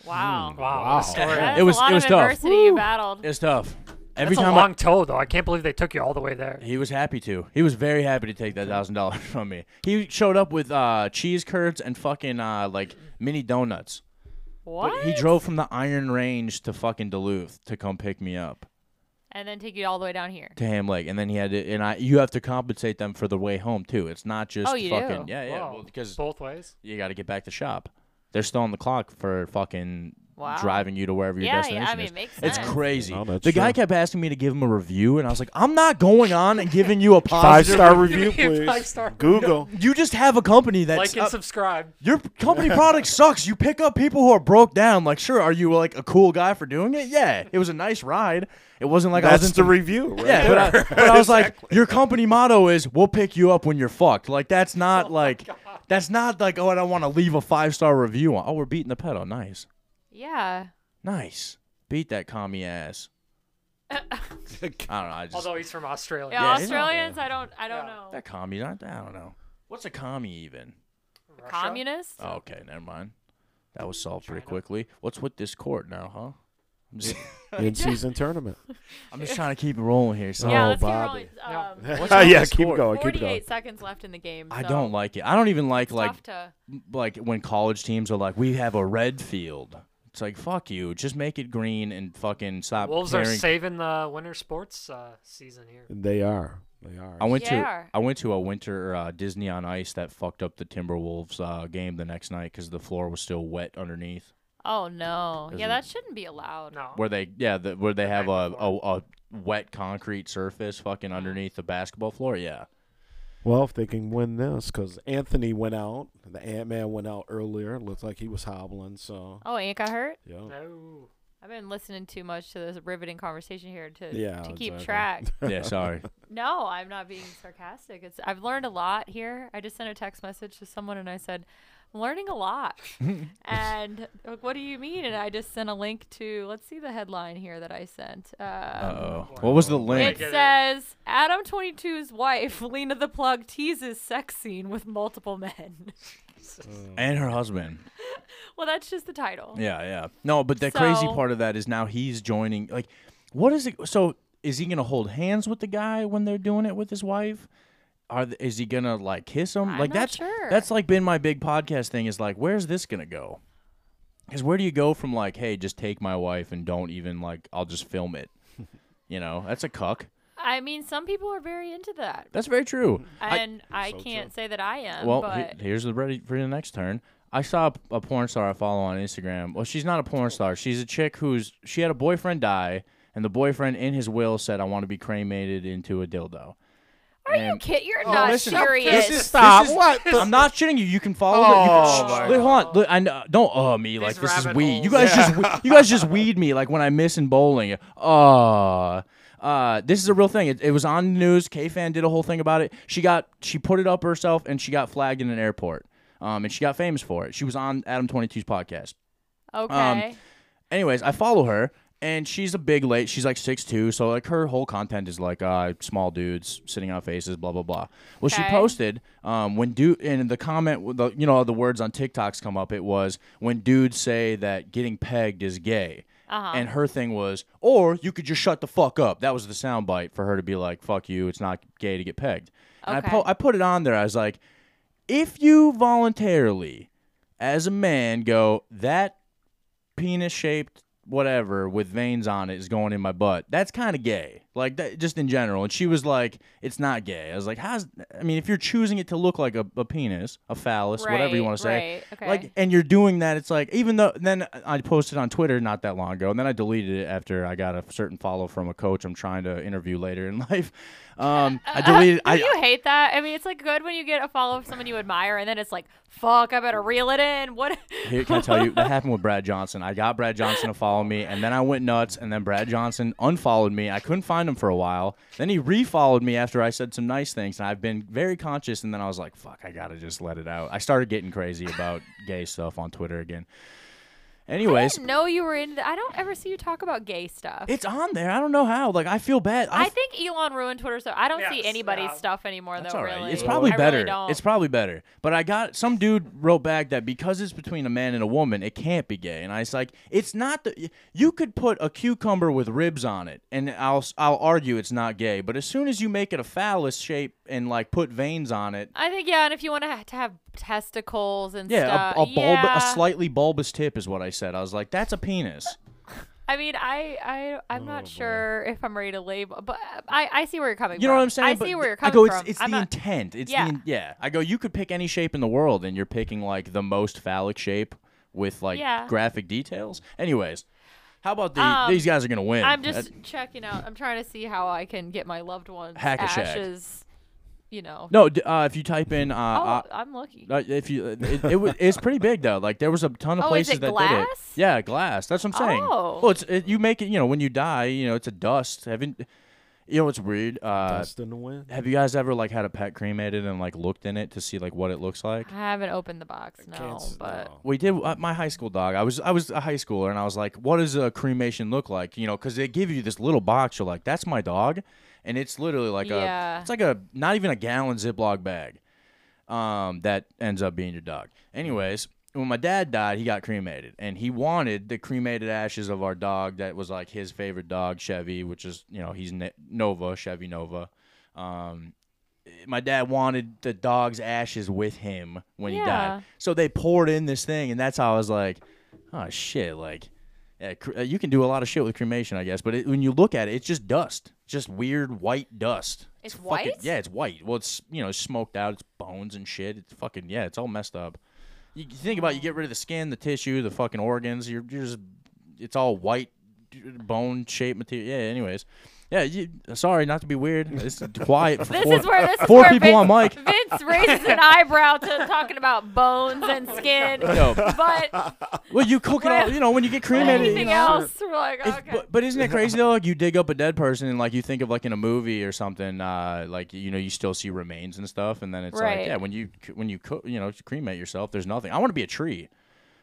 [SPEAKER 10] Wow.
[SPEAKER 12] Wow, what a story.
[SPEAKER 10] That's
[SPEAKER 11] Hmm. It was-
[SPEAKER 10] a lot
[SPEAKER 11] it was
[SPEAKER 10] of
[SPEAKER 11] tough.
[SPEAKER 10] adversity you battled.
[SPEAKER 11] It's tough. Every
[SPEAKER 12] That's
[SPEAKER 11] time
[SPEAKER 12] a
[SPEAKER 11] I-
[SPEAKER 12] long tow though. I can't believe they took you all the way there.
[SPEAKER 11] he was happy to. He was very happy to take that thousand dollars from me. He showed up with uh, cheese curds and fucking uh, like mini donuts.
[SPEAKER 10] What?
[SPEAKER 11] But he drove from the Iron Range to fucking Duluth to come pick me up
[SPEAKER 10] and then take you all the way down here.
[SPEAKER 11] to Ham Lake, and then he had to. And I, you have to compensate them for the way home too. It's not just
[SPEAKER 10] Oh, you
[SPEAKER 11] fucking
[SPEAKER 10] do?
[SPEAKER 11] yeah, yeah.
[SPEAKER 12] Wow.
[SPEAKER 11] Well, because
[SPEAKER 12] both ways.
[SPEAKER 11] you got to get back to shop. They're still on the clock for fucking
[SPEAKER 10] Wow.
[SPEAKER 11] driving you to wherever your
[SPEAKER 10] Yeah, yeah, I
[SPEAKER 11] destination
[SPEAKER 10] mean,
[SPEAKER 11] is.
[SPEAKER 10] it makes
[SPEAKER 11] It's
[SPEAKER 10] sense.
[SPEAKER 11] crazy.
[SPEAKER 13] No,
[SPEAKER 11] the
[SPEAKER 13] Oh, that's
[SPEAKER 11] guy
[SPEAKER 13] true.
[SPEAKER 11] kept asking me to give him a review, and I was like, I'm not going on and giving you a
[SPEAKER 13] Five
[SPEAKER 11] positive
[SPEAKER 13] star review,
[SPEAKER 12] Give me a
[SPEAKER 13] please.
[SPEAKER 12] five-star
[SPEAKER 13] Google.
[SPEAKER 11] You just have a company that's
[SPEAKER 12] Like and
[SPEAKER 11] uh,
[SPEAKER 12] subscribe.
[SPEAKER 11] your company product sucks. You pick up people who are broke down. Like, sure, are you like a cool guy for doing it? Yeah, it was a nice ride. It wasn't like I was
[SPEAKER 13] That's
[SPEAKER 11] in
[SPEAKER 13] the
[SPEAKER 11] some-
[SPEAKER 13] review, right?
[SPEAKER 11] Yeah, but I,
[SPEAKER 13] there.
[SPEAKER 11] but I was like, your company motto is "We'll pick you up when you're fucked." Like that's not
[SPEAKER 10] Oh
[SPEAKER 11] like that's not like oh, I don't want to leave a five star review on. Oh, we're beating the pedal. Nice,
[SPEAKER 10] Yeah.
[SPEAKER 11] nice. Beat that commie ass. I don't know. I just
[SPEAKER 12] Although he's from Australia.
[SPEAKER 10] Yeah,
[SPEAKER 11] Yeah, it's-
[SPEAKER 10] Australians, I don't I don't know.
[SPEAKER 11] that commie. I, I don't know. What's a commie even?
[SPEAKER 12] Russia?
[SPEAKER 10] Communist?
[SPEAKER 11] Oh, okay, never mind. That was solved pretty quickly. What's with this court now, huh? I'm just,
[SPEAKER 13] in season tournament.
[SPEAKER 11] I'm just trying to keep it rolling here. So
[SPEAKER 10] yeah,
[SPEAKER 13] Oh,
[SPEAKER 10] let's
[SPEAKER 13] Bobby.
[SPEAKER 10] keep rolling. Um,
[SPEAKER 11] What's
[SPEAKER 13] yeah,
[SPEAKER 11] with the
[SPEAKER 13] keep
[SPEAKER 11] score?
[SPEAKER 13] going, keep going.
[SPEAKER 10] 48 seconds left in the game.
[SPEAKER 11] I
[SPEAKER 10] so
[SPEAKER 11] don't like it. I don't even like
[SPEAKER 10] it's
[SPEAKER 11] like
[SPEAKER 10] tough to-
[SPEAKER 11] m- like when college teams are like, we have a red field. It's like fuck you, just make it green and fucking stop.
[SPEAKER 12] Wolves are
[SPEAKER 11] caring.
[SPEAKER 12] saving the winter sports uh, season here.
[SPEAKER 13] They are. They are.
[SPEAKER 11] I went
[SPEAKER 10] They
[SPEAKER 11] to
[SPEAKER 10] are.
[SPEAKER 11] I went to a winter uh, Disney on Ice that fucked up the Timberwolves uh, game the next night because the floor was still wet underneath.
[SPEAKER 10] Oh no.
[SPEAKER 11] There's
[SPEAKER 10] Yeah,
[SPEAKER 11] a-
[SPEAKER 10] that shouldn't be allowed.
[SPEAKER 12] No.
[SPEAKER 11] Where they yeah the, where they have a, a a wet concrete surface fucking underneath the basketball floor. Yeah,
[SPEAKER 13] Well, if they can win this, because Anthony went out, the Ant Man went out earlier. Looked like he was hobbling. So
[SPEAKER 10] Oh, Ant got hurt?
[SPEAKER 13] Yeah.
[SPEAKER 12] No.
[SPEAKER 10] I've been listening too much to this riveting conversation here to
[SPEAKER 13] Yeah,
[SPEAKER 10] to keep
[SPEAKER 13] exactly.
[SPEAKER 10] track.
[SPEAKER 11] yeah. Sorry.
[SPEAKER 10] No, I'm not being sarcastic. It's I've learned a lot here. I just sent a text message to someone and I said, I'm learning a lot. and like, what do you mean? And I just sent a link to let's see the headline here that I sent. Um,
[SPEAKER 11] oh. What was the
[SPEAKER 10] It
[SPEAKER 11] link?
[SPEAKER 10] says Adam 22's wife, Lena the Plug, teases sex scene with multiple men.
[SPEAKER 11] And her husband.
[SPEAKER 10] well, that's just the title.
[SPEAKER 11] Yeah, yeah. No, but the crazy
[SPEAKER 10] So-
[SPEAKER 11] part of that is now he's joining. Like, what is it? So is he gonna hold hands with the guy when they're doing it with his wife? Are th- is he gonna like kiss him? like
[SPEAKER 10] not
[SPEAKER 11] that's
[SPEAKER 10] sure.
[SPEAKER 11] that's like been my big podcast thing. Is like, where's this gonna go? Because where do you go from like, hey, just take my wife and don't even like, I'll just film it. You know, that's a cuck.
[SPEAKER 10] I mean, some people are very into that.
[SPEAKER 11] That's very true. I-
[SPEAKER 10] And I, can't say that I am.
[SPEAKER 11] Well, he-
[SPEAKER 10] but
[SPEAKER 11] here's the ready for the next turn. I saw a, a porn star I follow on Instagram. Well, she's not a porn star. She's a chick who's she had a boyfriend die, and the boyfriend in his will said, "I want to be cremated into a dildo."
[SPEAKER 10] Are you
[SPEAKER 11] And-
[SPEAKER 10] kid? You're
[SPEAKER 11] Oh,
[SPEAKER 10] not
[SPEAKER 11] listen,
[SPEAKER 10] serious.
[SPEAKER 11] this is- Stop. this is- What? I'm not shitting you. You can follow her. You
[SPEAKER 10] Oh,
[SPEAKER 11] can,
[SPEAKER 10] my
[SPEAKER 11] Wait, hold on. Look, I know, don't uh me like this is
[SPEAKER 12] rabbit
[SPEAKER 11] weed. You
[SPEAKER 12] holes.
[SPEAKER 11] guys just we- you guys just weed me like when I miss in bowling. Uh uh, this is a real thing. It, it was on the news. K fan did a whole thing about it. She got she put it up herself and she got flagged in an airport. Um, and she got famous for it. She was on Adam 22's podcast. Um,
[SPEAKER 10] okay.
[SPEAKER 11] Anyways, I follow her and she's a big late. She's like 6'2", so like her whole content is like uh, small dudes sitting on faces, blah blah blah. Well, she
[SPEAKER 10] Okay.
[SPEAKER 11] posted um, when dude and the comment, the, you know, the words on TikToks come up. It was when dudes say that getting pegged is gay.
[SPEAKER 10] Uh-huh.
[SPEAKER 11] And her thing was, or you could just shut the fuck up. That was the soundbite for her to be like, "Fuck you, it's not gay to get pegged." And I,
[SPEAKER 10] Okay.
[SPEAKER 11] po- I put it on there. I was like, if you voluntarily, as a man, go that penis shaped whatever with veins on it is going in my butt. That's kind of gay. Like that just in general. And she was like, it's not gay. I was like, how's I mean, if you're choosing it to look like a, a penis, a phallus, whatever you
[SPEAKER 10] Right,
[SPEAKER 11] want to say.
[SPEAKER 10] right, okay.
[SPEAKER 11] Like and you're doing that, it's like even though then I posted on Twitter not that long ago and then I deleted it after I got a certain follow from a coach I'm trying to interview later in life. Um I deleted
[SPEAKER 10] Don't
[SPEAKER 11] I
[SPEAKER 10] Uh, you hate that? I mean, it's like good when you get a follow of someone you admire, and then it's like, fuck, I better reel it in. What?
[SPEAKER 11] Here, can I tell you that happened with Brad Johnson? I got Brad Johnson to follow me, and then I went nuts, and then Brad Johnson unfollowed me. I couldn't find him for a while. Then he refollowed me after I said some nice things, and I've been very conscious. And then I was like, "Fuck, I gotta just let it out." I started getting crazy about gay stuff on Twitter again.
[SPEAKER 10] I
[SPEAKER 11] Anyways,
[SPEAKER 10] didn't know you were into. th- I don't ever see you talk about gay stuff.
[SPEAKER 11] it's on there. I don't know how. Like, I feel bad.
[SPEAKER 10] I think Elon ruined Twitter, so I don't see
[SPEAKER 12] Yes,
[SPEAKER 10] anybody's
[SPEAKER 12] yeah.
[SPEAKER 10] stuff anymore.
[SPEAKER 11] That's
[SPEAKER 10] though,
[SPEAKER 11] all right.
[SPEAKER 10] really,
[SPEAKER 11] It's probably
[SPEAKER 10] I really
[SPEAKER 11] better.
[SPEAKER 10] don't.
[SPEAKER 11] It's probably better. But I got some dude wrote back that because it's between a man and a woman, it can't be gay. And I was like, it's not the. You could put a cucumber with ribs on it, and I'll I'll argue it's not gay. But as soon as you make it a phallus shape and like put veins on it,
[SPEAKER 10] I think yeah, and if you want to have, to have testicles and
[SPEAKER 11] yeah,
[SPEAKER 10] stuff,
[SPEAKER 11] a, a bulb
[SPEAKER 10] yeah.
[SPEAKER 11] a slightly bulbous tip is what I said. I was like, that's a penis.
[SPEAKER 10] I mean, I, I, I'm
[SPEAKER 11] Oh,
[SPEAKER 10] not sure if I'm ready to label, but I, I see where you're coming.
[SPEAKER 11] You
[SPEAKER 10] from.
[SPEAKER 11] know what I'm saying?
[SPEAKER 10] I
[SPEAKER 11] But
[SPEAKER 10] see where you're
[SPEAKER 11] I
[SPEAKER 10] coming
[SPEAKER 11] go,
[SPEAKER 10] from.
[SPEAKER 11] It's, it's
[SPEAKER 10] I'm
[SPEAKER 11] the
[SPEAKER 10] not-
[SPEAKER 11] intent. It's
[SPEAKER 10] Yeah.
[SPEAKER 11] the in- yeah. I go, you could pick any shape in the world, and you're picking like the most phallic shape with like
[SPEAKER 10] Yeah.
[SPEAKER 11] graphic details. Anyways, how about the,
[SPEAKER 10] Um,
[SPEAKER 11] these guys are gonna win?
[SPEAKER 10] I'm just
[SPEAKER 11] That-
[SPEAKER 10] checking out. I'm trying to see how I can get my loved ones
[SPEAKER 11] Hack a shack.
[SPEAKER 10] ashes. You know.
[SPEAKER 11] no. d- Uh, if you type in, uh, uh,
[SPEAKER 10] oh, I'm lucky.
[SPEAKER 11] uh, if you, it, it, wa- it's pretty big though. Like there was a ton of
[SPEAKER 10] Oh, is
[SPEAKER 11] places
[SPEAKER 10] it
[SPEAKER 11] that did it.
[SPEAKER 10] glass?
[SPEAKER 11] Yeah, glass. That's what I'm saying.
[SPEAKER 10] Oh.
[SPEAKER 11] Well, it's it, you make it. You know, when you die, you know, it's a dust. Haven't you know what's weird? Uh,
[SPEAKER 13] Dust in the wind.
[SPEAKER 11] have you guys ever like had a pet cremated and like looked in it to see like what it looks like?
[SPEAKER 10] I haven't opened the box. No,
[SPEAKER 13] s-
[SPEAKER 10] but
[SPEAKER 11] We did uh, my high school dog. I was I was a high schooler, and I was like, "What does a cremation look like?" You know, because they give you this little box. You're like, "That's my dog," and it's literally like
[SPEAKER 10] Yeah.
[SPEAKER 11] a it's like a not even a gallon Ziploc bag, um, that ends up being your dog. Anyways, when my dad died, he got cremated, and he wanted the cremated ashes of our dog that was like his favorite dog, Chevy, which is you know he's ne- Nova, Chevy Nova. Um, my dad wanted the dog's ashes with him when he
[SPEAKER 10] Yeah.
[SPEAKER 11] died. So they poured in this thing, and that's how I was like, oh shit, like Yeah, cre- uh, you can do a lot of shit with cremation, I guess, but it, when you look at it, it's just dust, just weird white dust.
[SPEAKER 10] It's
[SPEAKER 11] fucking-
[SPEAKER 10] white?
[SPEAKER 11] yeah, it's white. Well, it's you know it's smoked out, it's bones and shit. It's fucking yeah, it's all messed up. You you think about it, you get rid of the skin, the tissue, the fucking organs. You're, you're just it's all white bone shaped material. Yeah, anyways. Yeah, you, sorry, not to be weird. It's quiet. For
[SPEAKER 10] This
[SPEAKER 11] four,
[SPEAKER 10] is where this is
[SPEAKER 11] four
[SPEAKER 10] where
[SPEAKER 11] people
[SPEAKER 10] Vince,
[SPEAKER 11] on mic.
[SPEAKER 10] Vince raises an eyebrow to talking about bones and skin,
[SPEAKER 11] No.
[SPEAKER 10] but
[SPEAKER 11] Well, you cook it all. You know, when you get cremated,
[SPEAKER 10] anything
[SPEAKER 11] you know,
[SPEAKER 10] else, we're like, oh,
[SPEAKER 11] It's-
[SPEAKER 10] okay.
[SPEAKER 11] but, but isn't it crazy though? Like you dig up a dead person and like you think of like in a movie or something, uh, like you know you still see remains and stuff, and then it's
[SPEAKER 10] Right.
[SPEAKER 11] like yeah, when you when you cook, you know cremate yourself, there's nothing. I want to be a tree.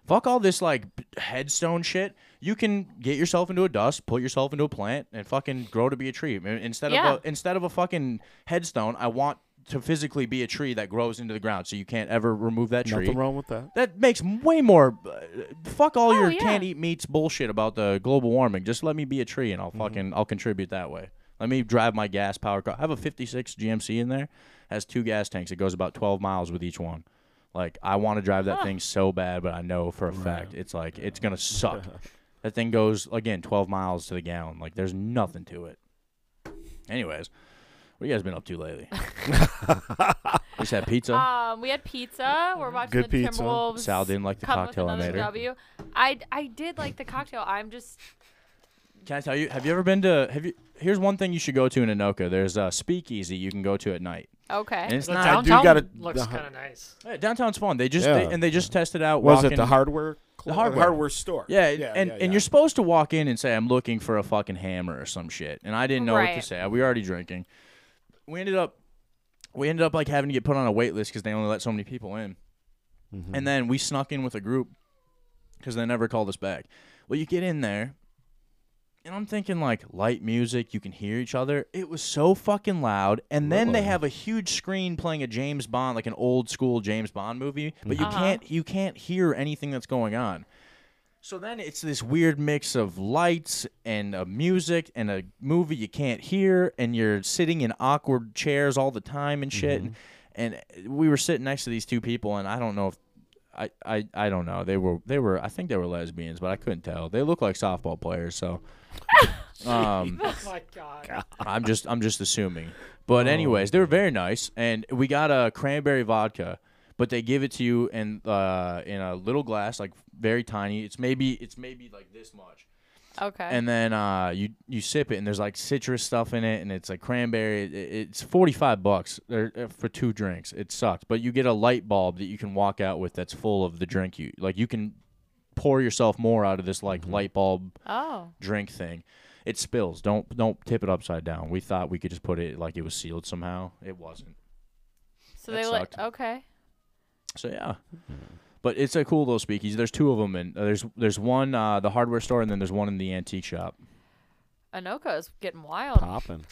[SPEAKER 11] Fuck all this like b- headstone shit. You can get yourself into a dust, put yourself into a plant, and fucking grow to be a tree. I- Instead
[SPEAKER 10] Yeah.
[SPEAKER 11] of a, instead of a fucking headstone, I want to physically be a tree that grows into the ground, so you can't ever remove that tree.
[SPEAKER 13] Nothing wrong with that.
[SPEAKER 11] That makes way more. uh, Fuck all your
[SPEAKER 10] yeah.
[SPEAKER 11] can't eat meats bullshit about the global warming. Just let me be a tree and I'll fucking I'll contribute that way. Let me drive my gas power car. I have a '56 GMC in there, has two gas tanks. It goes about 12 miles with each one. Like I want to drive that thing so bad, but I know for a fact it's like it's gonna suck. that thing goes again 12 miles to the gallon. Like there's nothing to it. Anyways, what you guys been up to lately? Just had pizza.
[SPEAKER 10] um, we had pizza. We're watching
[SPEAKER 11] Good
[SPEAKER 10] the
[SPEAKER 11] pizza.
[SPEAKER 10] Timberwolves.
[SPEAKER 11] Sal didn't like the
[SPEAKER 10] come with
[SPEAKER 11] cocktail I
[SPEAKER 10] another
[SPEAKER 11] made her.
[SPEAKER 10] W. I I did like the cocktail. I'm just
[SPEAKER 11] Can I tell you? Have you ever been to? Have you? Here's one thing you should go to in Anoka. There's a speakeasy you can go to at night.
[SPEAKER 10] Okay.
[SPEAKER 11] And it's
[SPEAKER 12] The
[SPEAKER 11] not.
[SPEAKER 12] downtown I do gotta- looks uh-huh. kinda nice.
[SPEAKER 11] Yeah, downtown's fun. They just
[SPEAKER 13] Yeah.
[SPEAKER 11] they, and they just tested out.
[SPEAKER 13] Was it
[SPEAKER 11] walking-
[SPEAKER 13] the hardware cl-
[SPEAKER 11] The hardware.
[SPEAKER 13] hardware store?
[SPEAKER 11] Yeah,
[SPEAKER 13] Yeah,
[SPEAKER 11] and
[SPEAKER 13] yeah,
[SPEAKER 11] and you're supposed to walk in and say I'm looking for a fucking hammer or some shit, and I didn't know what to
[SPEAKER 13] Right.
[SPEAKER 11] say. We were already drinking. We ended up we ended up like having to get put on a wait list because they only let so many people in.
[SPEAKER 13] Mm-hmm.
[SPEAKER 11] And then we snuck in with a group because they never called us back. Well, you get in there, and I'm thinking like light music, you can hear each other. It was so fucking loud. And then they have a huge screen playing a James Bond, like an old school James Bond movie, but you
[SPEAKER 10] Uh-huh.
[SPEAKER 11] can't you can't hear anything that's going on. So then it's this weird mix of lights and uh, music and a movie you can't hear, and you're sitting in awkward chairs all the time and shit. And, and we were sitting next to these two people, and I don't know if I, I, I don't know. They were they were I think they were lesbians, but I couldn't tell. They look like softball players, so. um,
[SPEAKER 12] oh my god.
[SPEAKER 11] I'm just I'm just assuming. But
[SPEAKER 12] Oh.
[SPEAKER 11] anyways, they were very nice, and we got a cranberry vodka, but they give it to you in uh, in a little glass, like very tiny. It's maybe it's maybe like this much,
[SPEAKER 10] okay.
[SPEAKER 11] and then uh, you you sip it, and there's like citrus stuff in it, and it's like cranberry. It, it's 45 bucks or- uh, for two drinks. It sucks, but you get a light bulb that you can walk out with that's full of the drink you like. You can pour yourself more out of this like light bulb
[SPEAKER 10] Oh.
[SPEAKER 11] drink thing. It spills. Don't don't tip it upside down. We thought we could just put it like it was sealed somehow. It wasn't.
[SPEAKER 10] so
[SPEAKER 11] that
[SPEAKER 10] they let
[SPEAKER 11] sucked.
[SPEAKER 10] okay.
[SPEAKER 11] So yeah. But it's a cool little speakeasy. There's two of them, and uh, there's there's one uh, the hardware store, and then there's one in the antique shop.
[SPEAKER 10] Anoka is getting wild.
[SPEAKER 13] Popping.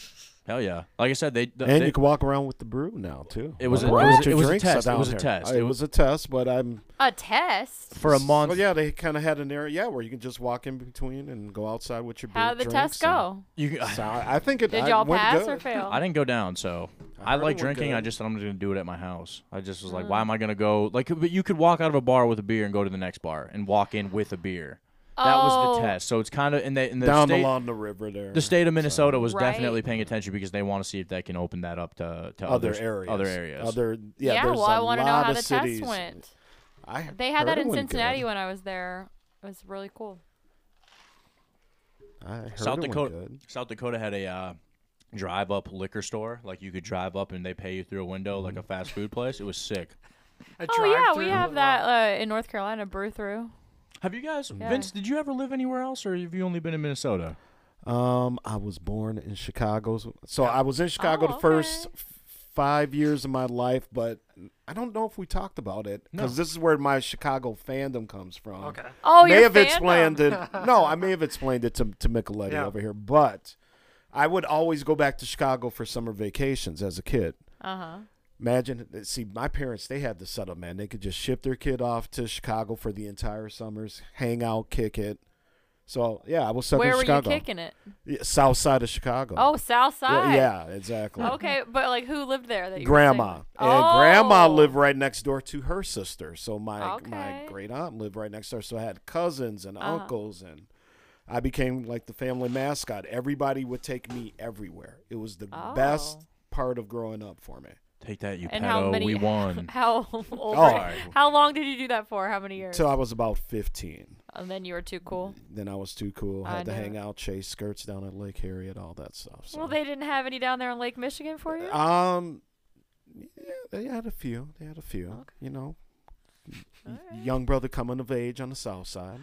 [SPEAKER 11] Hell yeah! Like I said, they, th-
[SPEAKER 13] and
[SPEAKER 11] they-
[SPEAKER 13] you can walk around with the brew now too.
[SPEAKER 11] It was a-
[SPEAKER 13] Why
[SPEAKER 11] it was-
[SPEAKER 13] don't you
[SPEAKER 11] it was a
[SPEAKER 13] drink
[SPEAKER 11] test. It
[SPEAKER 13] down
[SPEAKER 11] was a
[SPEAKER 13] here?
[SPEAKER 11] test.
[SPEAKER 13] It,
[SPEAKER 11] It
[SPEAKER 13] was a test, but I'm
[SPEAKER 10] A test.
[SPEAKER 11] for a month.
[SPEAKER 13] Well, yeah, they kind of had an area, yeah, where you can just walk in between and go outside with your. beer
[SPEAKER 10] How'd the
[SPEAKER 13] drinks
[SPEAKER 10] test
[SPEAKER 13] and-
[SPEAKER 10] go?
[SPEAKER 11] You-
[SPEAKER 13] So I I think it.
[SPEAKER 10] Did
[SPEAKER 13] I
[SPEAKER 10] y'all
[SPEAKER 13] went
[SPEAKER 10] pass or
[SPEAKER 13] good.
[SPEAKER 10] fail?
[SPEAKER 11] I didn't go down, so I,
[SPEAKER 13] I heard it
[SPEAKER 11] like
[SPEAKER 13] went
[SPEAKER 11] drinking. I
[SPEAKER 13] good.
[SPEAKER 11] just I'm gonna do it at my house. I just was like,
[SPEAKER 13] Mm.
[SPEAKER 11] why am I gonna go? Like, but you could walk out of a bar with a beer and go to the next bar and walk in with a beer. That was
[SPEAKER 13] Oh.
[SPEAKER 11] the test. So it's kind of in the in the
[SPEAKER 13] Down
[SPEAKER 11] state,
[SPEAKER 13] along the river there.
[SPEAKER 11] The state of Minnesota was
[SPEAKER 13] Right.
[SPEAKER 11] definitely paying attention because they want to see if they can open that up to, to
[SPEAKER 13] Other
[SPEAKER 11] others-
[SPEAKER 13] areas.
[SPEAKER 11] Other areas.
[SPEAKER 13] Other- yeah,
[SPEAKER 10] Yeah,
[SPEAKER 13] there's
[SPEAKER 10] well, I
[SPEAKER 13] a
[SPEAKER 10] want to know
[SPEAKER 13] lot
[SPEAKER 10] how
[SPEAKER 13] of
[SPEAKER 10] the
[SPEAKER 13] cities.
[SPEAKER 10] test went.
[SPEAKER 13] I
[SPEAKER 10] they had
[SPEAKER 13] heard
[SPEAKER 10] that
[SPEAKER 13] it
[SPEAKER 10] in
[SPEAKER 13] went
[SPEAKER 10] Cincinnati when I was there. It was really cool.
[SPEAKER 13] I heard
[SPEAKER 11] South
[SPEAKER 13] it went
[SPEAKER 11] Dakota.
[SPEAKER 13] good.
[SPEAKER 11] South Dakota had a uh, drive-up liquor store. Like you could drive up and they pay you through a window
[SPEAKER 13] Mm-hmm.
[SPEAKER 11] like a fast food place. It was sick.
[SPEAKER 10] Oh yeah, we have that uh, in North Carolina. Brew through.
[SPEAKER 11] Have you guys,
[SPEAKER 10] Yeah.
[SPEAKER 11] Vince? Did you ever live anywhere else, or have you only been in Minnesota?
[SPEAKER 13] Um, I was born in Chicago, so- so I was in Chicago
[SPEAKER 11] Oh,
[SPEAKER 13] the first f- five years of my life. But I don't know if we talked about it because this is where my Chicago fandom comes from.
[SPEAKER 12] Okay.
[SPEAKER 10] Oh,
[SPEAKER 13] may
[SPEAKER 10] your
[SPEAKER 13] have explained it.
[SPEAKER 10] fandom.
[SPEAKER 13] No, I may have explained it to to Micheletti
[SPEAKER 12] Yeah.
[SPEAKER 13] over here, but I would always go back to Chicago for summer vacations as a kid.
[SPEAKER 10] Uh huh.
[SPEAKER 13] Imagine, see, my parents, they had the setup, man. They could just ship their kid off to Chicago for the entire summers, hang out, kick it. So, yeah, I was stuck
[SPEAKER 10] Where
[SPEAKER 13] in
[SPEAKER 10] were
[SPEAKER 13] Chicago.
[SPEAKER 10] you kicking it?
[SPEAKER 13] Yeah, south side of Chicago.
[SPEAKER 10] Oh, South
[SPEAKER 13] Yeah,
[SPEAKER 10] Side.
[SPEAKER 13] yeah, exactly.
[SPEAKER 10] Okay, but like who lived there? That you were saying? Oh.
[SPEAKER 13] Grandma. And grandma lived right next door to her sister. So my my great aunt lived right next door. So I had cousins and
[SPEAKER 10] Uh-huh.
[SPEAKER 13] uncles and I became like the family mascot. Everybody would take me everywhere. It was the
[SPEAKER 10] Oh.
[SPEAKER 13] best part of growing up for me.
[SPEAKER 11] Take that, you
[SPEAKER 10] And how many?
[SPEAKER 11] We won.
[SPEAKER 10] How old? were-
[SPEAKER 13] Oh.
[SPEAKER 10] How long did you do that for? How many years?
[SPEAKER 13] Till I was about 15.
[SPEAKER 10] And then you were too cool.
[SPEAKER 13] Then I was too cool.
[SPEAKER 10] I
[SPEAKER 13] had to
[SPEAKER 10] know.
[SPEAKER 13] hang out, chase skirts down at Lake Harriet, all that stuff. So.
[SPEAKER 10] Well, they didn't have any down there in Lake Michigan for you.
[SPEAKER 13] Um, yeah, they had a few. They had a few. You know, Y- young brother coming of age on the south side.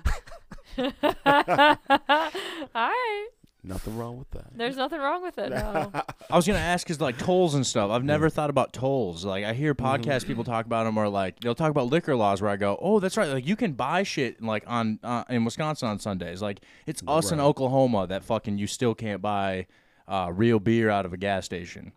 [SPEAKER 10] All right.
[SPEAKER 13] Nothing wrong with that.
[SPEAKER 10] There's nothing wrong with it. No.
[SPEAKER 11] I was gonna ask is like tolls and stuff. I've never thought about tolls. Like I hear podcast people talk about them, or like they'll talk about liquor laws. Where I go, oh, that's right. Like you can buy shit like on uh, in Wisconsin on Sundays. Like it's us in
[SPEAKER 13] Right.
[SPEAKER 11] Oklahoma that fucking you still can't buy uh, real beer out of a gas station.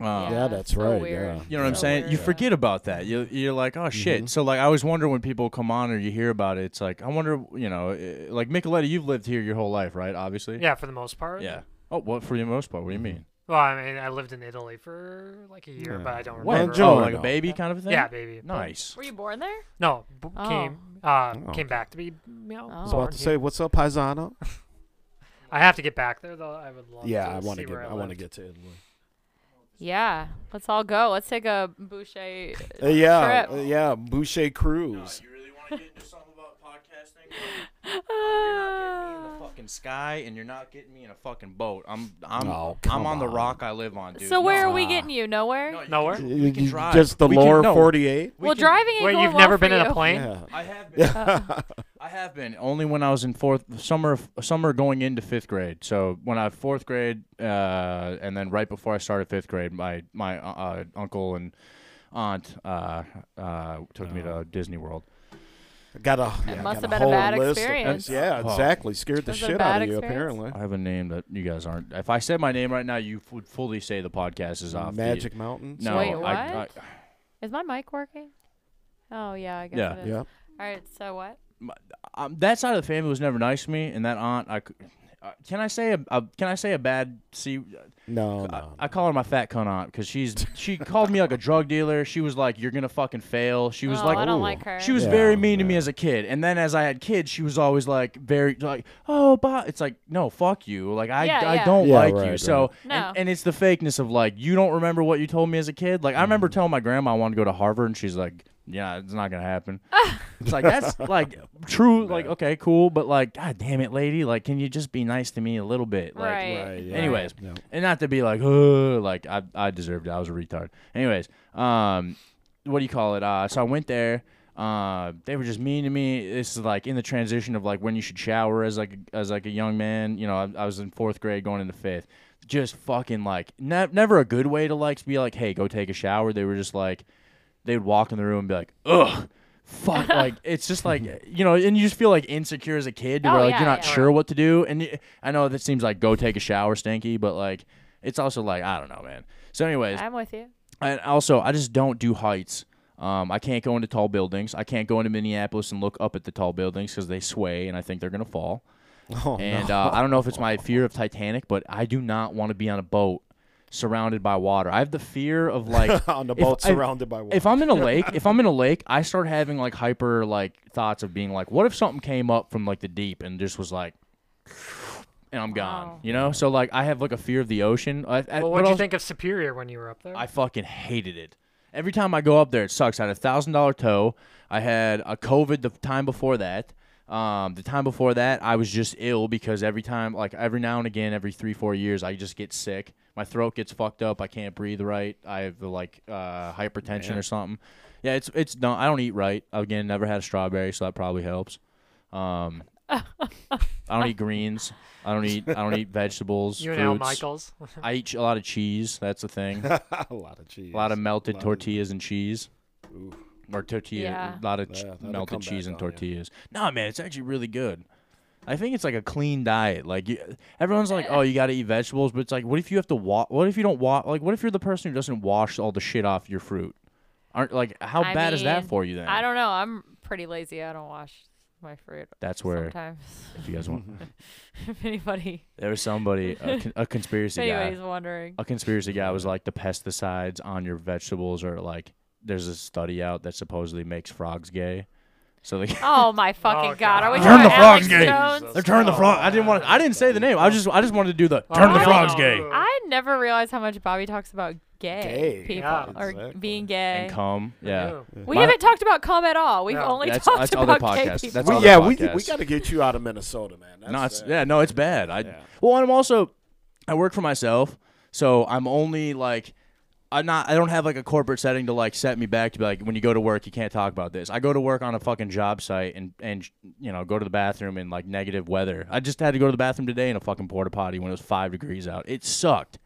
[SPEAKER 11] Uh,
[SPEAKER 13] Yeah, that's so right, weird. yeah.
[SPEAKER 11] you know what I'm saying. You forget about that. You you're like, oh shit. So like, I always wonder when people come on or you hear about it. It's like I wonder, you know, eh, like Micheletti, you've lived here your whole life, right? Obviously.
[SPEAKER 12] Yeah, for the most part.
[SPEAKER 11] Yeah. Oh, what for the most part? What do you mean?
[SPEAKER 12] Well, I mean, I lived in Italy for like a year, but I don't
[SPEAKER 11] What?
[SPEAKER 12] remember.
[SPEAKER 11] Oh, like a baby kind of a thing?
[SPEAKER 12] Yeah, baby. but-
[SPEAKER 11] Nice.
[SPEAKER 10] Were you born there?
[SPEAKER 12] No, b-
[SPEAKER 10] Oh.
[SPEAKER 12] came uh,
[SPEAKER 13] Oh.
[SPEAKER 12] came back to be. You know,
[SPEAKER 13] I was
[SPEAKER 12] born
[SPEAKER 13] about to
[SPEAKER 12] here.
[SPEAKER 13] say, "What's up, Paisano?"
[SPEAKER 12] I have to get back there though. I would love.
[SPEAKER 13] yeah,
[SPEAKER 12] to
[SPEAKER 13] I want
[SPEAKER 12] see
[SPEAKER 13] to get.
[SPEAKER 12] where
[SPEAKER 13] I want to
[SPEAKER 12] lived.
[SPEAKER 13] get to Italy.
[SPEAKER 10] Yeah. Let's all go. Let's take a Boucher.
[SPEAKER 13] Uh, yeah,
[SPEAKER 10] Trip.
[SPEAKER 13] uh, yeah, Boucher Cruise.
[SPEAKER 10] Uh,
[SPEAKER 11] fucking sky and you're not getting me in a fucking boat. I'm I'm
[SPEAKER 13] Oh,
[SPEAKER 11] I'm
[SPEAKER 13] come
[SPEAKER 11] on, the
[SPEAKER 13] on.
[SPEAKER 11] rock I live on, dude.
[SPEAKER 10] so where
[SPEAKER 11] No.
[SPEAKER 10] are we getting you? Nowhere.
[SPEAKER 12] Nowhere.
[SPEAKER 13] You- you-
[SPEAKER 11] drive.
[SPEAKER 13] Just the
[SPEAKER 11] We can-
[SPEAKER 13] lower
[SPEAKER 11] no.
[SPEAKER 13] forty-eight.
[SPEAKER 11] We
[SPEAKER 10] well,
[SPEAKER 11] can-
[SPEAKER 10] driving ain't
[SPEAKER 12] Wait,
[SPEAKER 10] going
[SPEAKER 12] you've
[SPEAKER 10] well
[SPEAKER 12] never
[SPEAKER 10] for
[SPEAKER 12] been in a
[SPEAKER 10] you.
[SPEAKER 12] plane?
[SPEAKER 13] Yeah.
[SPEAKER 11] I have been. I have been only when I was in fourth summer summer going into fifth grade. So when I fourth grade, uh, and then right before I started fifth grade, my my uh, uncle and aunt uh, uh, took me to Disney World.
[SPEAKER 13] Got a. yeah, got
[SPEAKER 10] must have been a
[SPEAKER 13] whole
[SPEAKER 10] bad
[SPEAKER 13] list of- uh,
[SPEAKER 10] experience.
[SPEAKER 13] Yeah,
[SPEAKER 11] Oh.
[SPEAKER 13] exactly. Scared the
[SPEAKER 10] Was it a
[SPEAKER 13] shit
[SPEAKER 10] bad
[SPEAKER 13] out of you.
[SPEAKER 10] experience?
[SPEAKER 13] Apparently,
[SPEAKER 11] I have a name that you guys aren't. If I said my name right now, you would fully say the podcast is off. the-
[SPEAKER 13] Magic Mountain.
[SPEAKER 11] No,
[SPEAKER 10] Wait,
[SPEAKER 11] I,
[SPEAKER 10] what?
[SPEAKER 11] I-
[SPEAKER 10] Is my mic working? Oh yeah, I guess
[SPEAKER 11] Yeah.
[SPEAKER 10] it is.
[SPEAKER 13] Yeah.
[SPEAKER 10] All right. So what?
[SPEAKER 11] um, that side of the family was never nice to me, and that aunt, I c- uh, can I say a, a can I say a bad c?
[SPEAKER 13] No, no.
[SPEAKER 11] I call her my fat cunt aunt because she's she called me like a drug dealer. She was like, "You're gonna fucking fail." She was
[SPEAKER 10] Oh,
[SPEAKER 11] like,
[SPEAKER 10] I don't like her.
[SPEAKER 11] She was
[SPEAKER 13] Yeah,
[SPEAKER 11] very mean to me as a kid, and then as I had kids, she was always like very like, "Oh, but it's like no, fuck you. Like I
[SPEAKER 10] Yeah,
[SPEAKER 11] I
[SPEAKER 10] yeah.
[SPEAKER 11] don't
[SPEAKER 13] Yeah,
[SPEAKER 11] like you."
[SPEAKER 13] right,
[SPEAKER 11] So
[SPEAKER 10] right.
[SPEAKER 11] and,
[SPEAKER 10] No.
[SPEAKER 11] and it's the fakeness of like you don't remember what you told me as a kid. Like I remember
[SPEAKER 13] Mm.
[SPEAKER 11] telling my grandma I wanted to go to Harvard, and she's like, "Yeah, it's not gonna happen." it's like that's like true. Like okay, cool, but like god damn it, lady, like can you just be nice to me a little bit? Like,
[SPEAKER 10] Right.
[SPEAKER 13] Right, yeah.
[SPEAKER 11] Anyways,
[SPEAKER 13] Yeah.
[SPEAKER 11] and not to be like, oh, like I, I deserved it. I was a retard. Anyways, um, what do you call it? Uh, so I went there. Uh, they were just mean to me. This is like in the transition of like when you should shower as like as like a young man. You know, I, I was in fourth grade going into fifth. Just fucking like ne- never a good way to like be like, hey, go take a shower. They were just like, they'd walk in the room and be like, ugh. Fuck, like it's just like you know, and you just feel like insecure as a kid.
[SPEAKER 10] Oh,
[SPEAKER 11] where like
[SPEAKER 10] yeah,
[SPEAKER 11] you're not
[SPEAKER 10] yeah.
[SPEAKER 11] sure what to do. And y- I know that seems like go take a shower, stinky, but like it's also like I don't know, man. So, anyways,
[SPEAKER 10] I'm with you.
[SPEAKER 11] and also I just don't do heights. Um, I can't go into tall buildings. I can't go into Minneapolis and look up at the tall buildings because they sway and I think they're gonna fall.
[SPEAKER 13] Oh,
[SPEAKER 11] and
[SPEAKER 13] no.
[SPEAKER 11] uh, I don't know if it's my fear of Titanic, but I do not want to be on a boat surrounded by water. I have the fear of like
[SPEAKER 13] On the
[SPEAKER 11] if
[SPEAKER 13] boat
[SPEAKER 11] I-
[SPEAKER 13] surrounded by water.
[SPEAKER 11] If I'm in a lake, if I'm in a lake, I start having like hyper like thoughts of being like, what if something came up from like the deep and just was like, and I'm gone.
[SPEAKER 10] Wow.
[SPEAKER 11] You know, so like I have like a fear of the ocean. I, I,
[SPEAKER 12] Well,
[SPEAKER 11] but
[SPEAKER 12] what did you
[SPEAKER 11] also-
[SPEAKER 12] think of Superior when you were up there?
[SPEAKER 11] I fucking hated it. Every time I go up there, it sucks. I had a thousand dollar toe. I had a COVID the time before that. Um, the time before that, I was just ill because every time, like every now and again, every three four years, I just get sick. My throat gets fucked up. I can't breathe right. I have like uh, hypertension or something. Yeah, it's it's no. I don't eat right. Again, never had a strawberry, so that probably helps. Um, I don't eat greens. I don't eat. I don't eat vegetables.
[SPEAKER 12] you and Al
[SPEAKER 11] fruits.
[SPEAKER 12] Michaels.
[SPEAKER 11] I eat a lot of cheese. That's the thing.
[SPEAKER 13] a lot of cheese.
[SPEAKER 11] A lot of melted tortillas and cheese. Or tortilla,
[SPEAKER 10] Yeah.
[SPEAKER 11] a lot of ch-
[SPEAKER 13] Yeah, that'll
[SPEAKER 11] melted
[SPEAKER 13] come
[SPEAKER 11] cheese
[SPEAKER 13] back
[SPEAKER 11] and
[SPEAKER 13] on ya.
[SPEAKER 11] tortillas. Nah, man, it's actually really good. I think it's like a clean diet. Like you, everyone's like, "Oh, you got to eat vegetables," but it's like, what if you have to wa What if you don't wa Like, what if you're the person who doesn't wash all the shit off your fruit? Aren't like how
[SPEAKER 10] I
[SPEAKER 11] bad is that
[SPEAKER 10] mean,
[SPEAKER 11] for you then?
[SPEAKER 10] I don't know. I'm pretty lazy. I don't wash my fruit.
[SPEAKER 11] That's where-
[SPEAKER 10] sometimes.
[SPEAKER 11] If you guys want,
[SPEAKER 10] if anybody,
[SPEAKER 11] there was somebody a, con- a
[SPEAKER 10] if
[SPEAKER 11] conspiracy guy.
[SPEAKER 10] anybody's wondering.
[SPEAKER 11] a conspiracy guy was like the pesticides on your vegetables are like there's a study out that supposedly makes frogs gay. So they.
[SPEAKER 10] Oh my fucking god! Are we
[SPEAKER 11] Turn
[SPEAKER 10] talking
[SPEAKER 11] the
[SPEAKER 10] about
[SPEAKER 11] frogs
[SPEAKER 10] Alex
[SPEAKER 11] gay.
[SPEAKER 10] Jones?
[SPEAKER 11] They're turn the frog. I didn't want. I didn't say the name. I was just. I just wanted to do the turn the frogs gay.
[SPEAKER 10] I never realized how much Bobby talks about gay,
[SPEAKER 11] Gay,
[SPEAKER 10] people
[SPEAKER 11] yeah,
[SPEAKER 10] or being gay.
[SPEAKER 11] And cum. Yeah.
[SPEAKER 10] We
[SPEAKER 11] My-
[SPEAKER 10] haven't talked about cum at all. We've only
[SPEAKER 11] That's-
[SPEAKER 10] talked
[SPEAKER 11] that's other
[SPEAKER 10] about gay
[SPEAKER 11] podcasts.
[SPEAKER 10] people.
[SPEAKER 11] That's
[SPEAKER 13] We-
[SPEAKER 11] other
[SPEAKER 13] yeah, we,
[SPEAKER 11] podcasts.
[SPEAKER 13] we got to get you out of Minnesota, man. uh,
[SPEAKER 11] no, it's yeah, no, it's bad. I well, and I'm also I work for myself, so I'm only like I'm not I don't have like a corporate setting to like set me back to be like when you go to work you can't talk about this. I go to work on a fucking job site and and you know go to the bathroom in like negative weather. I just had to go to the bathroom today in a fucking porta potty when it was five degrees out. It sucked.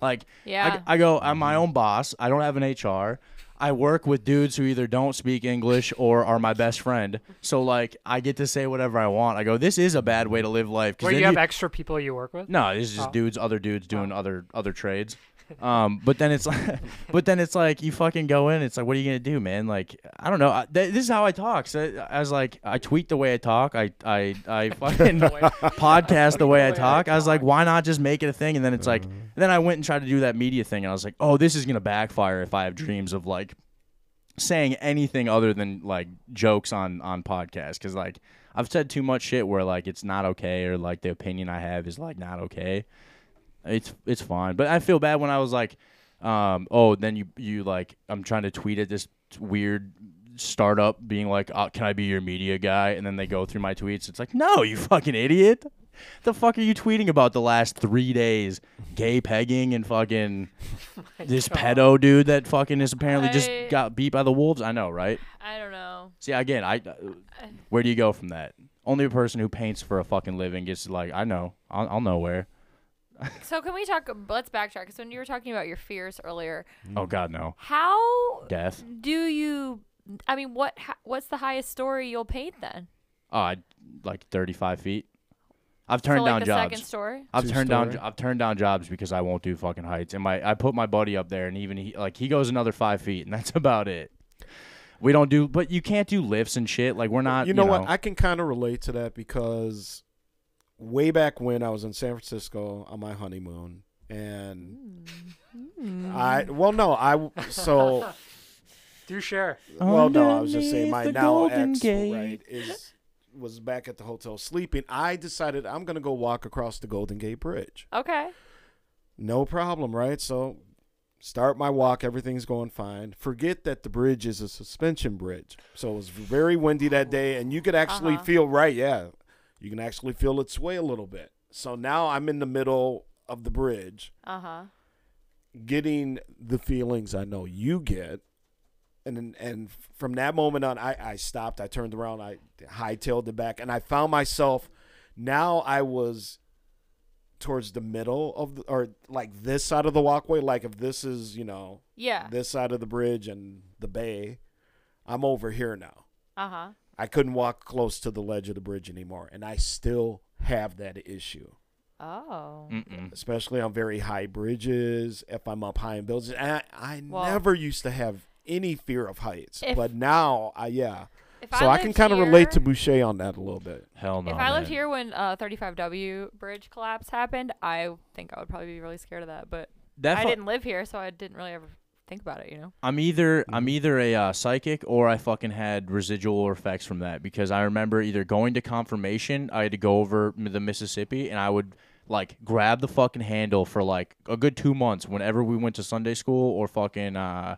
[SPEAKER 11] Like
[SPEAKER 10] Yeah.
[SPEAKER 11] I, I go I'm my own boss. I don't have an HR. I work with dudes who either don't speak English or are my best friend. So like I get to say whatever I want. I go this is a bad way to live life 'cause
[SPEAKER 12] Where
[SPEAKER 11] then
[SPEAKER 12] you have extra people you work with?
[SPEAKER 11] no, it's just
[SPEAKER 12] Oh.
[SPEAKER 11] dudes, other dudes doing other other trades. Um, but then it's like, but then it's like you fucking go in. It's like, what are you gonna do, man? Like, I don't know. I, th- this is how I talk. So I was like, I tweet the way I talk. I I I fucking podcast the way I talk. I was like, why not just make it a thing? And then it's like, and then I went and tried to do that media thing, and I was like, oh, this is gonna backfire if I have dreams of like saying anything other than like jokes on on podcasts because like I've said too much shit where like it's not okay or like the opinion I have is like not okay. It's it's fine, but I feel bad when I was like, um, oh, then you you like I'm trying to tweet at this weird startup being like, uh, can I be your media guy? And then they go through my tweets. It's like, no, you fucking idiot. The fuck are you tweeting about the last three days? Gay pegging and fucking this pedo dude that fucking is apparently just
[SPEAKER 10] I-
[SPEAKER 11] got beat by the wolves. I know, right?
[SPEAKER 10] I don't know.
[SPEAKER 11] See, again, I. uh, Where do you go from that? Only a person who paints for a fucking living gets like, I know, I'll, I'll know where.
[SPEAKER 10] So can we talk? Let's backtrack. Because when you were talking about your fears earlier,
[SPEAKER 11] Oh God, no.
[SPEAKER 10] how
[SPEAKER 11] Death.
[SPEAKER 10] do you? I mean, what ha- what's the highest story you'll paint then?
[SPEAKER 11] Oh, I, like thirty-five feet. I've turned
[SPEAKER 10] like,
[SPEAKER 11] down
[SPEAKER 10] the
[SPEAKER 11] jobs.
[SPEAKER 10] second story?
[SPEAKER 11] I've
[SPEAKER 10] Two
[SPEAKER 11] turned down.
[SPEAKER 10] story?
[SPEAKER 11] I've turned down jobs because I won't do fucking heights. And my, I put my buddy up there, and even he, like, he goes another five feet, and that's about it. We don't do, but you can't do lifts and shit. Like, we're not.
[SPEAKER 13] you know what? I can kind of relate to that because way back when I was in San Francisco on my honeymoon, and
[SPEAKER 12] Mm-hmm.
[SPEAKER 13] I well, no, I so
[SPEAKER 12] Do share.
[SPEAKER 13] well, no, I was just saying my
[SPEAKER 12] Underneath the
[SPEAKER 13] now
[SPEAKER 12] Golden
[SPEAKER 13] ex
[SPEAKER 12] Gate.
[SPEAKER 13] right is was back at the hotel sleeping. I decided I'm gonna go walk across the Golden Gate Bridge.
[SPEAKER 10] Okay.
[SPEAKER 13] No problem, right? So start my walk, everything's going fine. Forget that the bridge is a suspension bridge. So it was very windy that day and you could actually
[SPEAKER 4] Uh-huh.
[SPEAKER 13] feel right, yeah. You can actually feel its sway a little bit. So now I'm in the middle of the bridge
[SPEAKER 10] Uh huh.
[SPEAKER 13] getting the feelings I know you get. And then- and from that moment on, I, I stopped. I turned around. I hightailed it back, and I found myself. Now I was towards the middle of the, or like this side of the walkway. Like if this is you know
[SPEAKER 10] Yeah.
[SPEAKER 13] this side of the bridge and the bay, I'm over here now.
[SPEAKER 10] Uh huh.
[SPEAKER 13] I couldn't walk close to the ledge of the bridge anymore, and I still have that issue
[SPEAKER 10] Oh.
[SPEAKER 11] Mm.
[SPEAKER 13] especially on very high bridges. If I'm up high in buildings, and I, I
[SPEAKER 10] Well-
[SPEAKER 13] never used to have any fear of heights,
[SPEAKER 10] If-
[SPEAKER 13] but now I yeah.
[SPEAKER 10] if
[SPEAKER 13] So
[SPEAKER 10] I
[SPEAKER 13] I, can
[SPEAKER 10] lived
[SPEAKER 13] kind of relate to
[SPEAKER 10] here-
[SPEAKER 13] Boucher on that a little bit.
[SPEAKER 11] Hell
[SPEAKER 10] If I lived here when uh, 35W bridge collapse happened, I think I would probably be really scared of that. But
[SPEAKER 11] That
[SPEAKER 10] I
[SPEAKER 11] fu-
[SPEAKER 10] didn't live here, so I didn't really ever think about it. You know.
[SPEAKER 11] I'm either I'm either a uh, psychic or I fucking had residual effects from that because I remember either going to confirmation, I had to go over m- the Mississippi, and I would like grab the fucking handle for like a good two months. Whenever we went to Sunday school or fucking uh,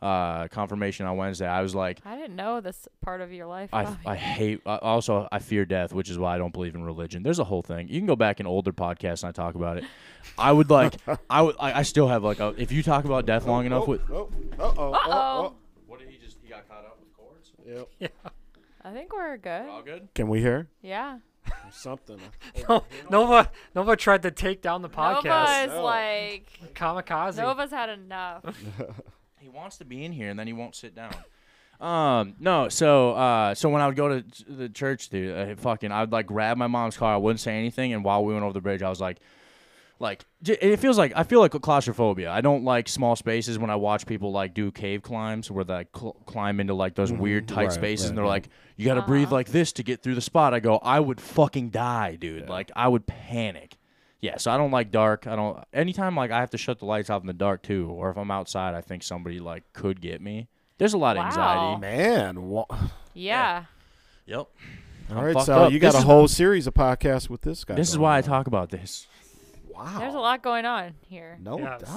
[SPEAKER 11] uh, confirmation on Wednesday, I was like,
[SPEAKER 10] I didn't know this part of your life. Oh,
[SPEAKER 11] I,
[SPEAKER 10] Bobby.
[SPEAKER 11] I hate. I, also, I fear death, which is why I don't believe in religion. There's a whole thing. You can go back in older podcasts and I talk about it. I would like. I would. I, I still have like. A, if you talk about death long enough with.
[SPEAKER 13] Oh, oh, oh,
[SPEAKER 10] Uh-oh.
[SPEAKER 11] What did he just? He got caught up with cords.
[SPEAKER 13] Yep.
[SPEAKER 10] I think we're good.
[SPEAKER 11] all good.
[SPEAKER 13] Can we hear?
[SPEAKER 10] Yeah.
[SPEAKER 13] Something.
[SPEAKER 12] No, Nova Nova tried to take down the podcast.
[SPEAKER 10] Nova's like
[SPEAKER 12] kamikaze.
[SPEAKER 10] Nova's had enough.
[SPEAKER 11] he wants to be in here and then he won't sit down. Um no so uh so when I would go to ch- the church dude uh, fucking I would like grab my mom's car I wouldn't say anything and while we went over the bridge I was like like j- it feels like I feel like claustrophobia I don't like small spaces when I watch people like do cave climbs where they cl- climb into like those weird tight
[SPEAKER 13] Mm-hmm. Right,
[SPEAKER 11] spaces and
[SPEAKER 13] right,
[SPEAKER 11] they're
[SPEAKER 13] right.
[SPEAKER 11] like you got to breathe like this to get through the spot I go I would fucking die dude like I would panic yeah, so I don't like dark. I don't. Anytime like I have to shut the lights off in the dark too, or if I'm outside, I think somebody like could get me. There's a lot of
[SPEAKER 10] Wow.
[SPEAKER 11] anxiety.
[SPEAKER 13] Man, wha-
[SPEAKER 10] Yeah.
[SPEAKER 11] Yep.
[SPEAKER 13] All right, Sal, you got a whole series of podcasts with this guy.
[SPEAKER 11] This is
[SPEAKER 13] going
[SPEAKER 11] why I
[SPEAKER 13] on.
[SPEAKER 11] talk about this.
[SPEAKER 10] There's a lot going on here.
[SPEAKER 13] No doubt.
[SPEAKER 10] There's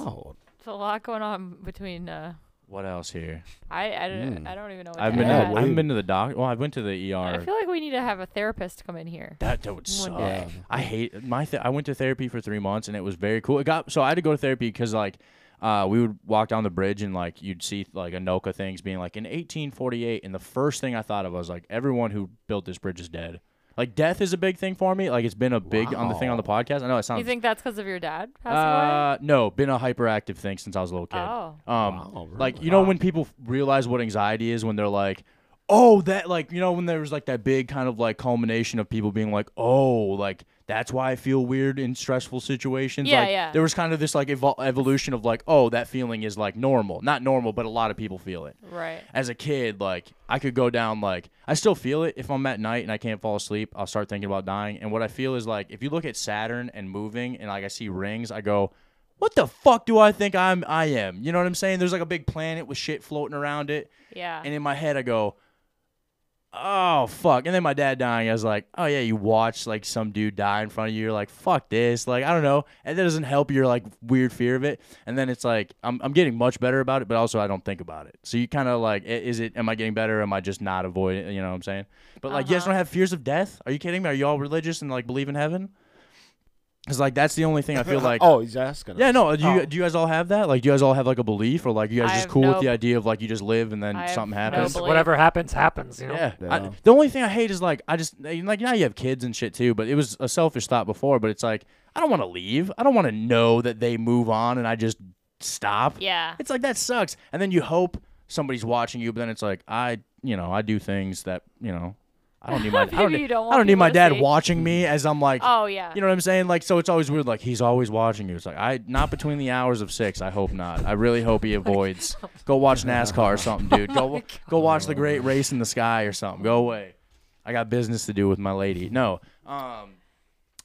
[SPEAKER 10] a lot going on between. Uh,
[SPEAKER 11] What else here?
[SPEAKER 10] I I don't I don't even know. What
[SPEAKER 11] Hmm. I've
[SPEAKER 10] to
[SPEAKER 11] been.
[SPEAKER 10] add.
[SPEAKER 11] To, I've been to the doc. Well, I went to the ER.
[SPEAKER 10] I feel like we need to have a therapist come in here.
[SPEAKER 11] That, that would
[SPEAKER 10] one
[SPEAKER 11] suck.
[SPEAKER 10] day.
[SPEAKER 11] I hate my. Th- I went to therapy for three months and it was very cool. It got so I had to go to therapy because like, uh, we would walk down the bridge and like you'd see like Anoka things being like in 1848 and the first thing I thought of was like everyone who built this bridge is dead. Like death is a big thing for me. Like it's been a big on the thing on the podcast. I know it sounds.
[SPEAKER 10] You think that's because of your dad passing away?
[SPEAKER 11] Uh, no, been a hyperactive thing since I was a little kid.
[SPEAKER 10] Oh.
[SPEAKER 11] Um, like you know when people f- realize what anxiety is when they're like, oh, that like you know when there was like that big kind of like culmination of people being like, oh, like that's why I feel weird in stressful situations.
[SPEAKER 10] Yeah,
[SPEAKER 11] like,
[SPEAKER 10] yeah.
[SPEAKER 11] There was kind of this like evol- evolution of like, oh, that feeling is like normal, not normal, but a lot of people feel it
[SPEAKER 10] Right.
[SPEAKER 11] as a kid, like I could go down like I still feel it if I'm at night and I can't fall asleep, I'll start thinking about dying. And what I feel is like if you look at Saturn and moving and like I see rings, I go, What the fuck do I think I'm I am? You know what I'm saying? There's like a big planet with shit floating around it.
[SPEAKER 10] Yeah.
[SPEAKER 11] And in my head I go, Oh fuck. And then my dad dying, I was like, Oh yeah, you watch like some dude die in front of you, you're like, fuck this. Like, I don't know. And that doesn't help your like weird fear of it. And then it's like I'm I'm getting much better about it, but also I don't think about it. So you kinda like i- is it am I getting better? Am I just not avoiding you know what I'm saying? But like you guys don't have fears of death? Are you kidding me? Are you all religious and like believe in heaven? Cause like that's the only thing I feel like.
[SPEAKER 13] Oh, he's asking
[SPEAKER 11] Yeah,
[SPEAKER 13] us.
[SPEAKER 11] no. Do you,
[SPEAKER 13] Oh.
[SPEAKER 11] do you guys all have that? Like, do you guys all have like a belief, or like you guys
[SPEAKER 12] I
[SPEAKER 11] just
[SPEAKER 12] have
[SPEAKER 11] cool with
[SPEAKER 12] no-
[SPEAKER 11] the idea of like you just live and then
[SPEAKER 12] I have
[SPEAKER 11] something
[SPEAKER 12] no
[SPEAKER 11] happens?
[SPEAKER 12] belief. Whatever happens, happens, you know?
[SPEAKER 11] Yeah. I-
[SPEAKER 12] Yeah.
[SPEAKER 11] the only thing I hate is like I just like now you have kids and shit too, but it was a selfish thought before. But it's like I don't want to leave. I don't want to know that they move on and I just stop.
[SPEAKER 10] Yeah.
[SPEAKER 11] It's like that sucks. And then you hope somebody's watching you, but then it's like I, you know, I do things that you know. I don't need my I
[SPEAKER 10] Maybe
[SPEAKER 11] don't
[SPEAKER 10] you
[SPEAKER 11] need,
[SPEAKER 10] don't
[SPEAKER 11] I
[SPEAKER 10] want
[SPEAKER 11] don't need
[SPEAKER 10] people
[SPEAKER 11] my
[SPEAKER 10] to
[SPEAKER 11] dad
[SPEAKER 10] see.
[SPEAKER 11] watching me as I'm like
[SPEAKER 10] Oh, yeah.
[SPEAKER 11] You know what I'm saying? Like so it's always weird like he's always watching you. It's like I not between the hours of 6. I hope not. I really hope he avoids. Go watch NASCAR or something, dude.
[SPEAKER 10] Oh
[SPEAKER 11] Go wa- go watch the great race in the sky or something. Go away. I got business to do with my lady. No. Um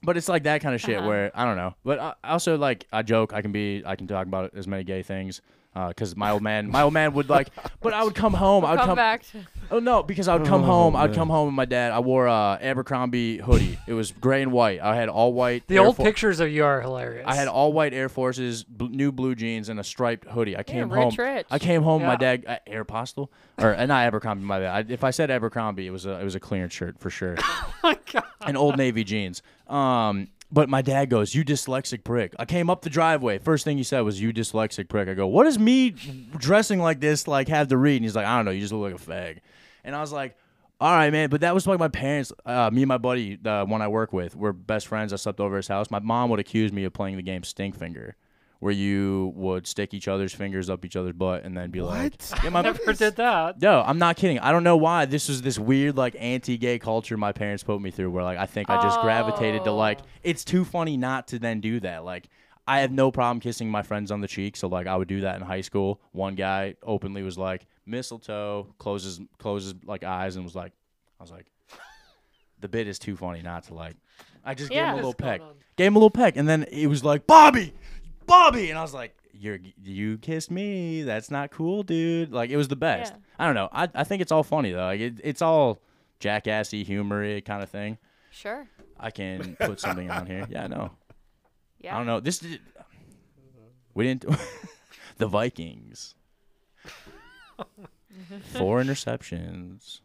[SPEAKER 11] but it's like that kind of shit
[SPEAKER 5] Uh-huh.
[SPEAKER 11] where I don't know. But I I also like I joke. I can be I can talk about as many gay things because my old man my old man would like. But I would come home. I would
[SPEAKER 10] Come
[SPEAKER 11] come,
[SPEAKER 10] back to-
[SPEAKER 11] Oh no, because I would come
[SPEAKER 5] Oh,
[SPEAKER 11] home. I'd
[SPEAKER 5] man.
[SPEAKER 11] come home and my dad. I wore a Abercrombie hoodie. It was gray and white. I had all white.
[SPEAKER 12] The
[SPEAKER 11] Air
[SPEAKER 12] old
[SPEAKER 11] Fo-
[SPEAKER 12] pictures of you are hilarious.
[SPEAKER 11] I had all white Air Forces, bl- new blue jeans, and a striped hoodie. I came home.
[SPEAKER 12] rich, rich.
[SPEAKER 11] I came home. My
[SPEAKER 12] Yeah.
[SPEAKER 11] dad uh, Air Postal or uh, not Abercrombie. My bad. I, if I said Abercrombie, it was a it was a clearance shirt for sure. And old navy jeans. Um, but my dad goes, "You dyslexic prick." I came up the driveway. First thing he said was, "You dyslexic prick." I go, "What does me dressing like this like have to read?" And he's like, "I don't know. You just look like a fag." And I was like, all right, man. But that was like my parents, uh, me and my buddy, the one I work with, we're best friends. I slept over his house. My mom would accuse me of playing the game Stink Finger, where you would stick each other's fingers up each other's butt and then be like,
[SPEAKER 12] I never did that.
[SPEAKER 11] no, I'm not kidding. I don't know why. This was this weird like anti-gay culture my parents put me through where like I think I just gravitated to like it's too funny not to then do that. Like I have no problem kissing my friends on the cheek, so like I would do that in high school. One guy openly was like mistletoe, closes closes like eyes and was like I was like the bit is too funny not to like I just gave
[SPEAKER 5] Yeah.
[SPEAKER 11] him a little
[SPEAKER 5] What's going
[SPEAKER 11] peck. Gave him a little peck and then it was like Bobby Bobby and I was like you're you kissed me. That's not cool, dude. Like it was the best.
[SPEAKER 5] Yeah.
[SPEAKER 11] I don't know. I, I think it's all funny though. Like it, it's all jackassy humory kind of thing.
[SPEAKER 10] Sure.
[SPEAKER 11] I can put something on here. Yeah, I know.
[SPEAKER 10] Yeah. Mm-hmm.
[SPEAKER 11] I don't know. This did, we didn't the Vikings. Four interceptions.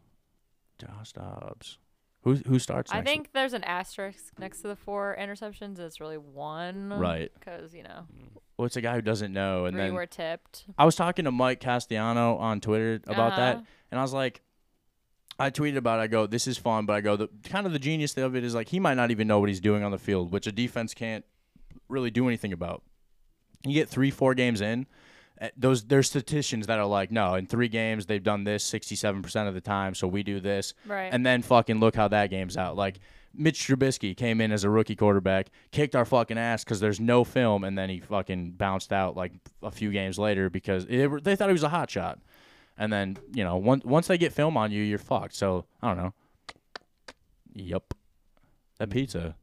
[SPEAKER 11] Josh Dobbs. Who who starts
[SPEAKER 10] I
[SPEAKER 11] next?
[SPEAKER 10] think there's an asterisk next to the four interceptions. It's really one.
[SPEAKER 11] Right.
[SPEAKER 10] Because, you know,
[SPEAKER 11] Well, it's a guy who doesn't know, and
[SPEAKER 10] Three
[SPEAKER 11] then
[SPEAKER 10] were tipped.
[SPEAKER 11] I was talking to Mike Castellano on Twitter about that,
[SPEAKER 10] Uh-huh.
[SPEAKER 11] and I was like, I tweeted about. It, I go, this is fun, but I go, the kind of the genius of it is like he might not even know what he's doing on the field, which a defense can't really do anything about. You get three, four games in. eh, Those there's statisticians that are like, no, in three games they've done this 67 percent of the time, so we do this,
[SPEAKER 5] Right.
[SPEAKER 11] And then fucking look how that game's out. Like Mitch Trubisky came in as a rookie quarterback, kicked our fucking ass because there's no film, and then he fucking bounced out like a few games later because it, they thought he was a hot shot. And then you know, once once they get film on you, you're fucked. So I don't know. Yup, that pizza,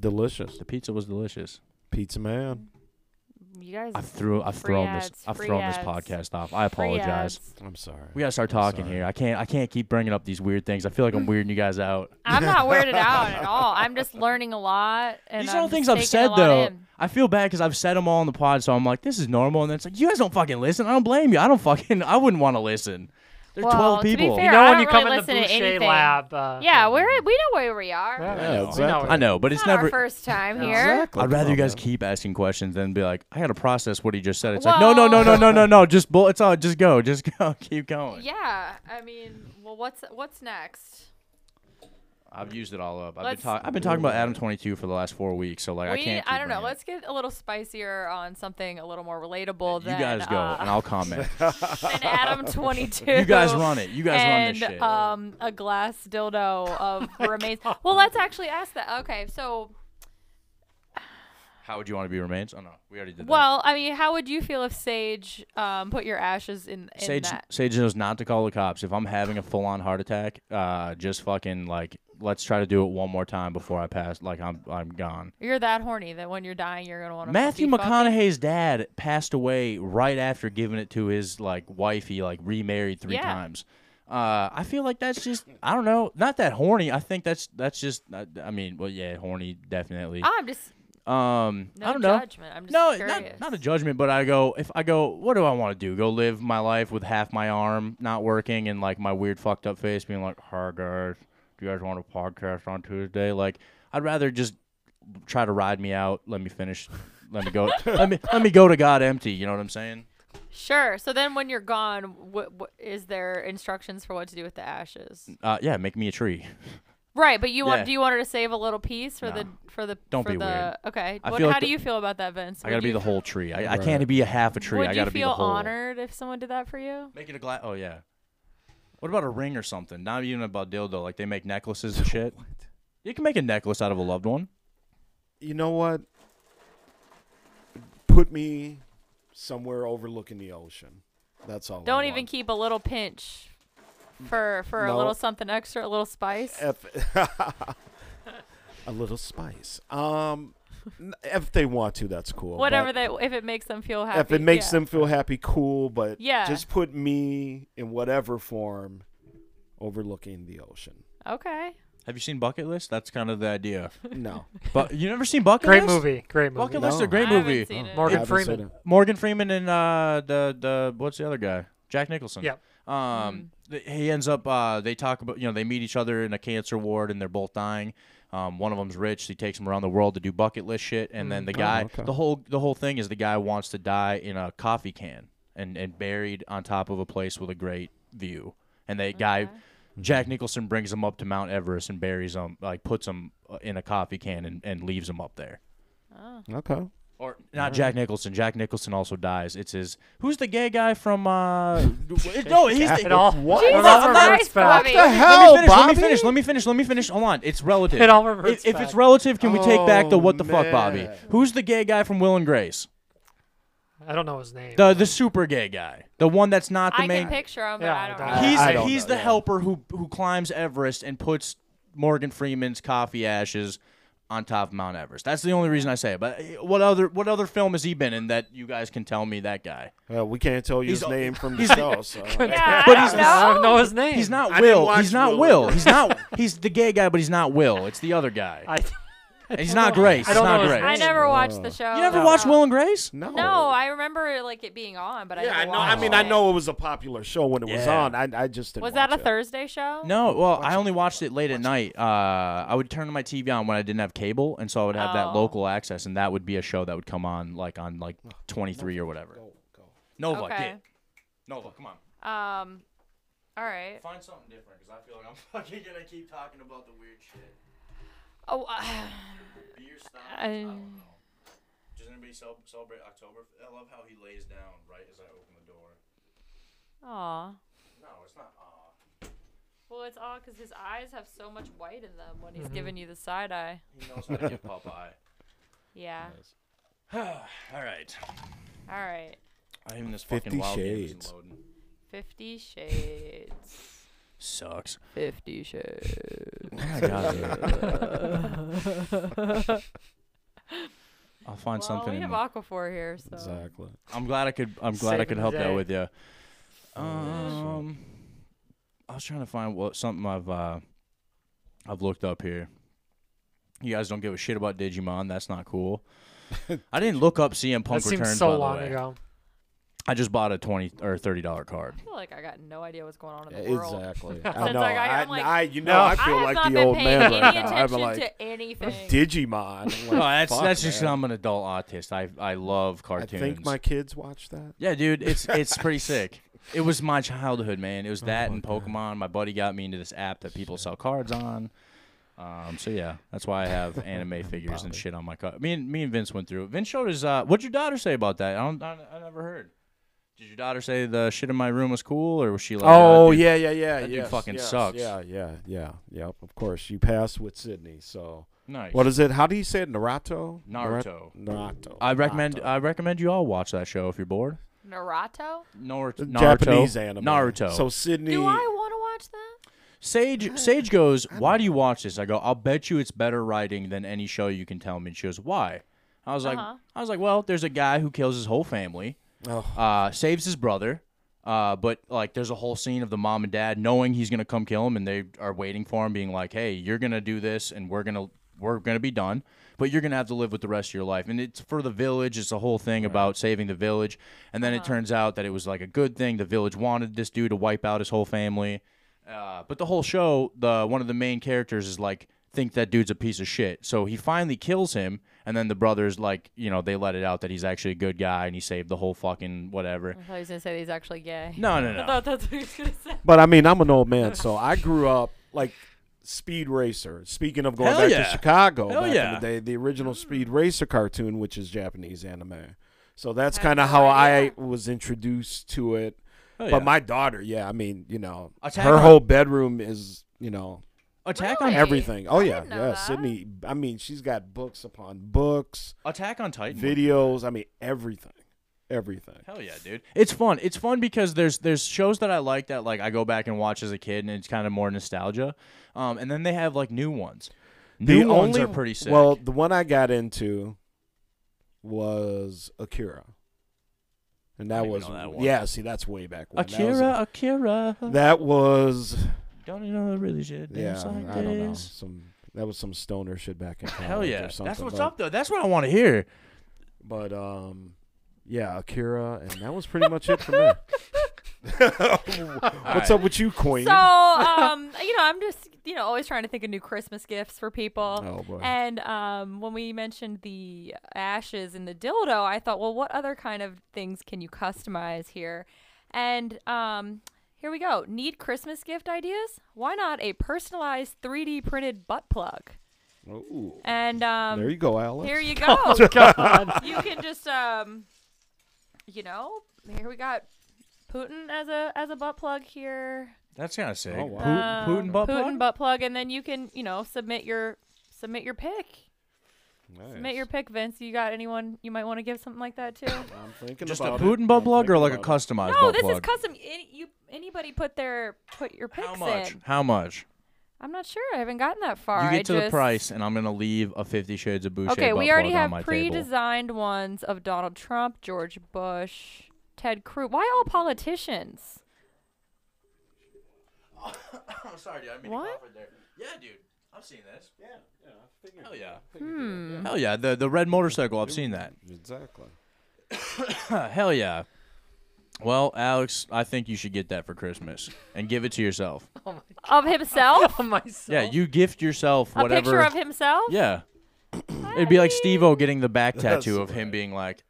[SPEAKER 13] delicious.
[SPEAKER 11] The pizza was delicious.
[SPEAKER 13] Pizza man.
[SPEAKER 10] You guys.
[SPEAKER 11] I've threw I've
[SPEAKER 10] free
[SPEAKER 11] thrown
[SPEAKER 10] ads,
[SPEAKER 11] this I've
[SPEAKER 10] free
[SPEAKER 11] thrown
[SPEAKER 10] ads.
[SPEAKER 11] this podcast off. I
[SPEAKER 10] Free
[SPEAKER 11] apologize.
[SPEAKER 10] ads.
[SPEAKER 13] I'm sorry.
[SPEAKER 11] We gotta start
[SPEAKER 13] I'm
[SPEAKER 11] talking here. I can't I can't keep bringing up these weird things. I feel like I'm weirding you guys out.
[SPEAKER 10] I'm not weirded out at all. I'm just learning a lot. And
[SPEAKER 11] These
[SPEAKER 10] I'm
[SPEAKER 11] are all things
[SPEAKER 10] just
[SPEAKER 11] I've
[SPEAKER 10] taking a
[SPEAKER 11] said
[SPEAKER 10] lot
[SPEAKER 11] though.
[SPEAKER 10] in.
[SPEAKER 11] I feel bad because I've said them all on the pod, so I'm like, this is normal. And then it's like, you guys don't fucking listen. I don't blame you. I don't fucking. I wouldn't want to listen. There's
[SPEAKER 10] well,
[SPEAKER 11] 12
[SPEAKER 10] To
[SPEAKER 11] people.
[SPEAKER 10] be fair,
[SPEAKER 12] You know
[SPEAKER 10] I
[SPEAKER 12] when
[SPEAKER 10] don't
[SPEAKER 12] you come
[SPEAKER 10] really
[SPEAKER 12] in the
[SPEAKER 10] listen to
[SPEAKER 12] Boucher
[SPEAKER 10] anything.
[SPEAKER 12] lab, uh,
[SPEAKER 10] yeah, we're we know where we are.
[SPEAKER 12] Yeah.
[SPEAKER 11] I know,
[SPEAKER 12] exactly.
[SPEAKER 11] I know, but it's,
[SPEAKER 10] It's not
[SPEAKER 11] never
[SPEAKER 10] our first time here.
[SPEAKER 11] I'd rather you
[SPEAKER 13] Come on,
[SPEAKER 11] guys keep asking questions than be like, I got to process what he just said. It's
[SPEAKER 10] Well-
[SPEAKER 11] like, no, no, no, no, no, no, no. Just bull. It's all. Just go. Just go. Keep going.
[SPEAKER 10] Yeah, I mean, well, what's what's next?
[SPEAKER 11] I've used it all up. I've been,
[SPEAKER 10] Mm. Let's-
[SPEAKER 11] talk- I've been talking about Adam 22 for the last four weeks, so like I
[SPEAKER 10] we,
[SPEAKER 11] can't.
[SPEAKER 10] I
[SPEAKER 11] keep
[SPEAKER 10] don't know.
[SPEAKER 11] bringing it.
[SPEAKER 10] Let's get a little spicier on something a little more relatable.
[SPEAKER 11] you
[SPEAKER 10] than,
[SPEAKER 11] guys go,
[SPEAKER 10] uh,
[SPEAKER 11] and I'll comment.
[SPEAKER 10] than Adam 22.
[SPEAKER 11] You guys run it. You guys run this
[SPEAKER 10] and,
[SPEAKER 11] shit. Oh
[SPEAKER 10] um, a glass dildo of remains. Well, let's actually ask that. Okay, so
[SPEAKER 11] How would you want to be remains? Oh no, we already did
[SPEAKER 10] well, I mean, how would you feel if Sage um, put your ashes in,
[SPEAKER 11] that.
[SPEAKER 10] in
[SPEAKER 11] Sage,
[SPEAKER 10] that?
[SPEAKER 11] Sage knows not to call the cops. If I'm having a full-on heart attack, uh, just fucking like let's try to do it one more time before I pass. Like I'm, I'm gone.
[SPEAKER 10] You're that horny that when you're dying, you're gonna want to.
[SPEAKER 11] Matthew
[SPEAKER 10] be fucking-
[SPEAKER 11] McConaughey's dad passed away right after giving it to his like wife. He like remarried three
[SPEAKER 10] Yeah.
[SPEAKER 11] times. Uh, I feel like that's just I don't know, not that horny. I think that's that's just I, I mean, well, yeah, horny definitely.
[SPEAKER 10] I'm just
[SPEAKER 11] um,
[SPEAKER 10] Ah, no
[SPEAKER 11] I don't know.
[SPEAKER 10] judgment. I'm just
[SPEAKER 11] no,
[SPEAKER 10] curious.
[SPEAKER 11] not, not a judgment, but I go if I go, what do I want to do? Go live my life with half my arm not working and like my weird fucked up face being like, "Hi guys, do you guys want a podcast on Tuesday?" Like, I'd rather just try to ride me out. Let me finish. Let me go. let me let me go to God empty. You know what I'm saying?
[SPEAKER 10] Sure. So then, when you're gone, what, what is there instructions for what to do with the ashes?
[SPEAKER 11] Uh, yeah, make me a tree.
[SPEAKER 10] Right, but you want
[SPEAKER 11] Yeah.
[SPEAKER 10] do you want her to save a little piece for the
[SPEAKER 11] No.
[SPEAKER 10] for the
[SPEAKER 11] Don't
[SPEAKER 10] for
[SPEAKER 11] be
[SPEAKER 10] the
[SPEAKER 11] weird.
[SPEAKER 10] okay?
[SPEAKER 11] I
[SPEAKER 10] What,
[SPEAKER 11] feel
[SPEAKER 10] how
[SPEAKER 11] like
[SPEAKER 10] do
[SPEAKER 11] the-
[SPEAKER 10] you feel about that, Vince?
[SPEAKER 11] I gotta
[SPEAKER 10] Would
[SPEAKER 11] be
[SPEAKER 10] you
[SPEAKER 11] the
[SPEAKER 10] f-
[SPEAKER 11] whole tree. I, I
[SPEAKER 13] Right.
[SPEAKER 11] can't be a half a tree.
[SPEAKER 10] Would
[SPEAKER 11] I
[SPEAKER 10] you
[SPEAKER 11] gotta be the
[SPEAKER 10] feel
[SPEAKER 11] whole.
[SPEAKER 10] honored if someone did that for you?
[SPEAKER 11] Make it a glass. Oh yeah. What about a ring or something? Not even about dildo. Like they make necklaces and shit. You can make a necklace out of a loved one.
[SPEAKER 13] You know what? Put me somewhere overlooking the ocean. That's all. I
[SPEAKER 10] Don't even
[SPEAKER 13] want.
[SPEAKER 10] keep a little pinch for for a
[SPEAKER 13] No.
[SPEAKER 10] little something extra, a little spice.
[SPEAKER 13] If- a little spice. Um, n- if they want to, that's cool.
[SPEAKER 10] Whatever
[SPEAKER 13] but
[SPEAKER 10] they if it makes them feel happy.
[SPEAKER 13] If it makes
[SPEAKER 10] yeah.
[SPEAKER 13] them feel happy, cool. But
[SPEAKER 10] Yeah.
[SPEAKER 13] just put me in whatever form, overlooking the ocean.
[SPEAKER 10] okay.
[SPEAKER 11] Have you seen Bucket List? That's kind of the idea.
[SPEAKER 13] No,
[SPEAKER 11] But you never seen Bucket
[SPEAKER 12] Great
[SPEAKER 11] List?
[SPEAKER 12] movie. Great movie.
[SPEAKER 11] Bucket List is a
[SPEAKER 13] No.
[SPEAKER 11] great
[SPEAKER 10] I haven't
[SPEAKER 11] movie.
[SPEAKER 10] seen it.
[SPEAKER 12] Morgan
[SPEAKER 13] Haven't
[SPEAKER 12] Freeman.
[SPEAKER 13] seen it.
[SPEAKER 11] Morgan Freeman and uh, the the what's the other guy? Jack Nicholson.
[SPEAKER 12] Yep.
[SPEAKER 11] Um, th- he ends up. Uh, they talk about you know they meet each other in a cancer ward and they're both dying. Um, one of them's rich. So he takes him around the world to do bucket list shit, and then the guy, the whole the whole thing is the guy wants to die in a coffee can and and buried on top of a place with a great view. And that guy, Jack Nicholson, brings him up to Mount Everest and buries him, like puts him uh, in a coffee can and, and leaves him up there.
[SPEAKER 13] Okay.
[SPEAKER 11] Or not
[SPEAKER 12] Mm-hmm.
[SPEAKER 11] Jack Nicholson. Jack Nicholson also dies. It's his. Who's the gay guy from? uh No, he's
[SPEAKER 12] It
[SPEAKER 11] the.
[SPEAKER 12] all.
[SPEAKER 13] What?
[SPEAKER 12] It
[SPEAKER 10] Jesus
[SPEAKER 12] all reverts
[SPEAKER 10] Christ,
[SPEAKER 12] back.
[SPEAKER 10] Bobby.
[SPEAKER 13] The
[SPEAKER 11] Let me
[SPEAKER 13] hell,
[SPEAKER 11] finish. Let me
[SPEAKER 13] Bobby?
[SPEAKER 11] finish. Let me finish. Let me finish. Hold on. It's relative.
[SPEAKER 12] It all
[SPEAKER 11] if,
[SPEAKER 12] reverts
[SPEAKER 11] if
[SPEAKER 12] back.
[SPEAKER 11] it's relative, can we take back the
[SPEAKER 13] Oh,
[SPEAKER 11] what the fuck, Bobby?
[SPEAKER 13] man.
[SPEAKER 11] Who's the gay guy from Will and Grace?
[SPEAKER 12] I don't know his name.
[SPEAKER 11] The the super gay guy. The one that's not the
[SPEAKER 10] I
[SPEAKER 11] main.
[SPEAKER 10] can picture them, but
[SPEAKER 12] Yeah,
[SPEAKER 10] I don't know.
[SPEAKER 12] I-
[SPEAKER 11] He's
[SPEAKER 13] I don't
[SPEAKER 11] he's
[SPEAKER 13] know,
[SPEAKER 11] the
[SPEAKER 13] yeah.
[SPEAKER 11] helper who who climbs Everest and puts Morgan Freeman's coffee ashes on top of Mount Everest. That's the only reason I say it. But eh, what other what other film has he been in that you guys can tell me that guy?
[SPEAKER 13] Uh, we can't tell you
[SPEAKER 11] He's
[SPEAKER 13] his
[SPEAKER 11] a-
[SPEAKER 13] name from the show. So.
[SPEAKER 10] Yeah, I
[SPEAKER 11] But
[SPEAKER 10] don't
[SPEAKER 11] he's the-
[SPEAKER 10] know.
[SPEAKER 12] I don't know his name.
[SPEAKER 11] He's not
[SPEAKER 13] I didn't
[SPEAKER 11] Will.
[SPEAKER 13] watch
[SPEAKER 11] He's not
[SPEAKER 13] Will.
[SPEAKER 11] Will. He's not. He's the gay guy, but he's not Will. It's the other guy.
[SPEAKER 12] I,
[SPEAKER 11] And he's not Grace.
[SPEAKER 12] I don't
[SPEAKER 11] He's
[SPEAKER 12] know
[SPEAKER 11] not
[SPEAKER 12] his
[SPEAKER 11] Grace.
[SPEAKER 10] I never watched the show.
[SPEAKER 11] You never
[SPEAKER 10] no.
[SPEAKER 11] watched Will and Grace?
[SPEAKER 13] No.
[SPEAKER 10] No, I remember like it being on, but I
[SPEAKER 13] Yeah,
[SPEAKER 10] never
[SPEAKER 13] I know. I
[SPEAKER 10] watched
[SPEAKER 13] mean, I
[SPEAKER 10] it.
[SPEAKER 13] know it was a popular show when it was
[SPEAKER 11] Yeah.
[SPEAKER 13] on. I, I just didn't
[SPEAKER 10] Was that a
[SPEAKER 13] watch it.
[SPEAKER 10] Thursday show?
[SPEAKER 11] No. Well, I only watched it late at night. Uh, I would turn my TV on when I didn't have cable, and so I would have that
[SPEAKER 10] Oh.
[SPEAKER 11] local access, and that would be a show that would come on like on like 23 or whatever. Nova,
[SPEAKER 10] Okay.
[SPEAKER 11] get Nova. Come on,
[SPEAKER 10] Um. All right.
[SPEAKER 11] find something different because I feel like I'm fucking gonna keep talking about the weird shit.
[SPEAKER 10] Oh, uh,
[SPEAKER 11] Beer style.
[SPEAKER 10] I don't
[SPEAKER 11] know. Does anybody celebrate October? I love how he lays down right as I open the door.
[SPEAKER 10] aw.
[SPEAKER 11] No, it's not. uh, Aw.
[SPEAKER 10] Well, it's all because his eyes have so much white in them when
[SPEAKER 11] Mm-hmm.
[SPEAKER 10] he's giving you the side eye.
[SPEAKER 11] He knows how to get Popeye.
[SPEAKER 10] Yeah.
[SPEAKER 11] All right.
[SPEAKER 10] All right.
[SPEAKER 11] I even this
[SPEAKER 13] Fifty
[SPEAKER 11] fucking wild game isn't
[SPEAKER 13] Shades.
[SPEAKER 11] loading.
[SPEAKER 10] Fifty Shades.
[SPEAKER 11] Sucks.
[SPEAKER 10] Fifty Shades.
[SPEAKER 11] Oh my god. dude. I'll find
[SPEAKER 10] Well,
[SPEAKER 11] something.
[SPEAKER 10] We
[SPEAKER 11] in
[SPEAKER 10] have
[SPEAKER 11] there.
[SPEAKER 10] Aquaphor here, so
[SPEAKER 13] Exactly.
[SPEAKER 11] I'm glad I could. I'm glad I
[SPEAKER 10] Saving
[SPEAKER 11] could
[SPEAKER 10] the
[SPEAKER 11] help
[SPEAKER 10] day.
[SPEAKER 11] that with you. Um, I was trying to find what something I've uh, I've looked up here. You guys don't give a shit about Digimon. That's not cool. I didn't look up CM Punk
[SPEAKER 12] that
[SPEAKER 11] Returns.
[SPEAKER 12] seems
[SPEAKER 11] by
[SPEAKER 12] so
[SPEAKER 11] the
[SPEAKER 12] long
[SPEAKER 11] way.
[SPEAKER 12] ago.
[SPEAKER 11] I just bought a twenty or thirty dollar card.
[SPEAKER 10] I feel like I got no idea what's going on in the world.
[SPEAKER 13] Exactly. I
[SPEAKER 10] Since
[SPEAKER 13] know.
[SPEAKER 10] I got-
[SPEAKER 13] I,
[SPEAKER 10] I'm like,
[SPEAKER 13] I- you know,
[SPEAKER 11] No.
[SPEAKER 13] I feel
[SPEAKER 10] I have
[SPEAKER 13] like
[SPEAKER 10] not
[SPEAKER 13] the
[SPEAKER 10] been
[SPEAKER 13] old
[SPEAKER 10] paying
[SPEAKER 13] man right
[SPEAKER 10] any
[SPEAKER 13] now. I'm
[SPEAKER 10] attention
[SPEAKER 13] like,
[SPEAKER 10] to anything.
[SPEAKER 13] Digimon. I'm like,
[SPEAKER 11] no, Oh, that's
[SPEAKER 13] fuck,
[SPEAKER 11] that's just 'cause
[SPEAKER 13] man.
[SPEAKER 11] I'm an adult autist. I I love
[SPEAKER 13] I
[SPEAKER 11] cartoons.
[SPEAKER 13] think my kids watch that.
[SPEAKER 11] Yeah, dude, it's it's pretty sick. It was my childhood, man. It
[SPEAKER 13] Oh
[SPEAKER 11] was that and Pokemon. My buddy got me into this app that people sell cards on. Um, so yeah, that's why I have anime figures and shit on my car. Me and me and Vince went through it. Vince showed his. Uh, what'd your daughter say about that? I don't. I, I never heard. Did your daughter say the shit in my room was cool, or was she like?
[SPEAKER 13] oh
[SPEAKER 11] "God, dude,
[SPEAKER 13] yeah, yeah, yeah.
[SPEAKER 11] That
[SPEAKER 13] yes,
[SPEAKER 11] dude fucking
[SPEAKER 13] yes,
[SPEAKER 11] sucks.
[SPEAKER 13] Yeah, yeah, yeah, yeah. Of course, you passed with Sydney. So
[SPEAKER 11] Nice.
[SPEAKER 13] What is it? How do you say it? Naruto.
[SPEAKER 11] Naruto.
[SPEAKER 13] Naruto.
[SPEAKER 11] I recommend. I recommend you all watch that show if you're bored.
[SPEAKER 10] Naruto?
[SPEAKER 11] Naruto. Naruto.
[SPEAKER 13] uh, Japanese anime.
[SPEAKER 11] Naruto.
[SPEAKER 13] So Sydney.
[SPEAKER 10] Do I want to watch that?
[SPEAKER 11] Sage Sage goes, "Why do you watch this?" I go, "I'll bet you it's better writing than any show you can tell me." And she goes, "Why?" I was like,
[SPEAKER 10] Uh-huh.
[SPEAKER 11] "I was like, well, there's a guy who kills his whole family,
[SPEAKER 13] Oh.
[SPEAKER 11] uh, saves his brother, uh, but like there's a whole scene of the mom and dad knowing he's gonna come kill him, and they are waiting for him, being like, "Hey, you're gonna do this, and we're gonna we're gonna be done." But you're gonna have to live with the rest of your life, and it's for the village. It's a whole thing about saving the village, and then it turns out that it was like a good thing. The village wanted this dude to wipe out his whole family, uh, but the whole show, the one of the main characters is like think that dude's a piece of shit. So he finally kills him, and then the brothers like you know they let it out that he's actually a good guy and he saved the whole fucking whatever.
[SPEAKER 10] I thought he was gonna say that he's actually gay.
[SPEAKER 11] No, no,
[SPEAKER 10] I
[SPEAKER 11] no.
[SPEAKER 10] thought that's what he was gonna say.
[SPEAKER 13] But I mean, I'm an old man, so I grew up like Speed Racer. Speaking of going
[SPEAKER 11] Hell
[SPEAKER 13] back
[SPEAKER 11] yeah.
[SPEAKER 13] to Chicago,
[SPEAKER 11] Hell
[SPEAKER 13] back in
[SPEAKER 11] yeah.
[SPEAKER 13] the day, the original Speed Racer cartoon, which is Japanese anime. So that's kind of how I was introduced to it.
[SPEAKER 11] Hell
[SPEAKER 13] But
[SPEAKER 11] yeah.
[SPEAKER 13] my daughter, yeah, I mean, you know,
[SPEAKER 11] Attack
[SPEAKER 13] her
[SPEAKER 11] on-
[SPEAKER 13] whole bedroom is, you know,
[SPEAKER 11] Attack on
[SPEAKER 13] everything. Oh yeah, yeah, Sydney. I mean, she's got books upon books,
[SPEAKER 11] Attack on Titan.
[SPEAKER 13] videos. I mean, everything, everything.
[SPEAKER 11] Hell yeah, dude. It's fun. It's fun because there's there's shows that I like that like I go back and watch as a kid and it's kind of more nostalgia. Um, and then they have like new ones. New ones are pretty sick.
[SPEAKER 13] Well, the one I got into was Akira, and
[SPEAKER 11] I
[SPEAKER 13] that
[SPEAKER 11] don't even
[SPEAKER 13] was
[SPEAKER 11] know that one.
[SPEAKER 13] yeah. See, that's way back when.
[SPEAKER 11] Akira, Akira.
[SPEAKER 13] That was,
[SPEAKER 11] Don't you know the really shit?
[SPEAKER 13] that
[SPEAKER 11] Dance
[SPEAKER 13] was yeah.
[SPEAKER 11] like
[SPEAKER 13] I don't know
[SPEAKER 11] this.
[SPEAKER 13] some. That was some stoner shit back in college.
[SPEAKER 11] Hell
[SPEAKER 13] or
[SPEAKER 11] yeah. That's
[SPEAKER 13] something,
[SPEAKER 11] what's
[SPEAKER 13] but-
[SPEAKER 11] up though. That's what I want to hear.
[SPEAKER 13] But um, yeah, Akira, and that was pretty much it for me. What's up with you, Queen?
[SPEAKER 10] So, um, you know, I'm just, you know, always trying to think of new Christmas gifts for people.
[SPEAKER 13] Oh, boy.
[SPEAKER 10] And um, when we mentioned the ashes and the dildo, I thought, well, what other kind of things can you customize here? And um, here we go. Need Christmas gift ideas? Why not a personalized 3D printed butt plug?
[SPEAKER 13] Ooh.
[SPEAKER 10] And um,
[SPEAKER 13] there you go, Alex.
[SPEAKER 10] Here you go. You can just um, you know, here we got Putin as a as a butt plug here.
[SPEAKER 11] That's kind of sick.
[SPEAKER 13] Oh, wow.
[SPEAKER 10] Um,
[SPEAKER 11] Putin butt plug?
[SPEAKER 10] Putin butt plug, and then you can you know submit your submit your pick. Submit your pick, Vince. You got anyone you might want to give something like that to?
[SPEAKER 13] I'm thinking
[SPEAKER 11] Just a
[SPEAKER 13] about
[SPEAKER 11] Putin
[SPEAKER 13] it.
[SPEAKER 11] butt
[SPEAKER 13] I'm
[SPEAKER 11] plug or
[SPEAKER 13] thinking
[SPEAKER 11] like a
[SPEAKER 13] about it.
[SPEAKER 11] customized
[SPEAKER 10] no,
[SPEAKER 11] butt
[SPEAKER 10] this
[SPEAKER 11] plug?
[SPEAKER 10] is custom. Any, you anybody put their put your picks
[SPEAKER 11] How much?
[SPEAKER 10] in?
[SPEAKER 11] How much?
[SPEAKER 10] I'm not sure. I haven't gotten that far.
[SPEAKER 11] you
[SPEAKER 10] I
[SPEAKER 11] get to
[SPEAKER 10] just,
[SPEAKER 11] the price, and I'm gonna leave a Fifty Shades of Boucher
[SPEAKER 10] Okay,
[SPEAKER 11] butt
[SPEAKER 10] we already
[SPEAKER 11] plug on
[SPEAKER 10] have
[SPEAKER 11] my table.
[SPEAKER 10] pre-designed ones of Donald Trump, George Bush, Ted Cruz. Why all politicians?
[SPEAKER 11] I'm Oh, sorry, dude. I mean
[SPEAKER 10] What?
[SPEAKER 11] there. Yeah, dude. I've seen this. Yeah, yeah. Hell yeah. Hell yeah. The the red motorcycle. I've seen that.
[SPEAKER 13] Exactly.
[SPEAKER 11] Hell yeah. Well, Alex, I think you should get that for Christmas and give it to yourself.
[SPEAKER 10] Of himself?
[SPEAKER 11] Yeah, you gift yourself
[SPEAKER 10] A
[SPEAKER 11] whatever.
[SPEAKER 10] picture of himself?
[SPEAKER 11] Yeah. It'd be like Steve-O getting the back tattoo of him being like,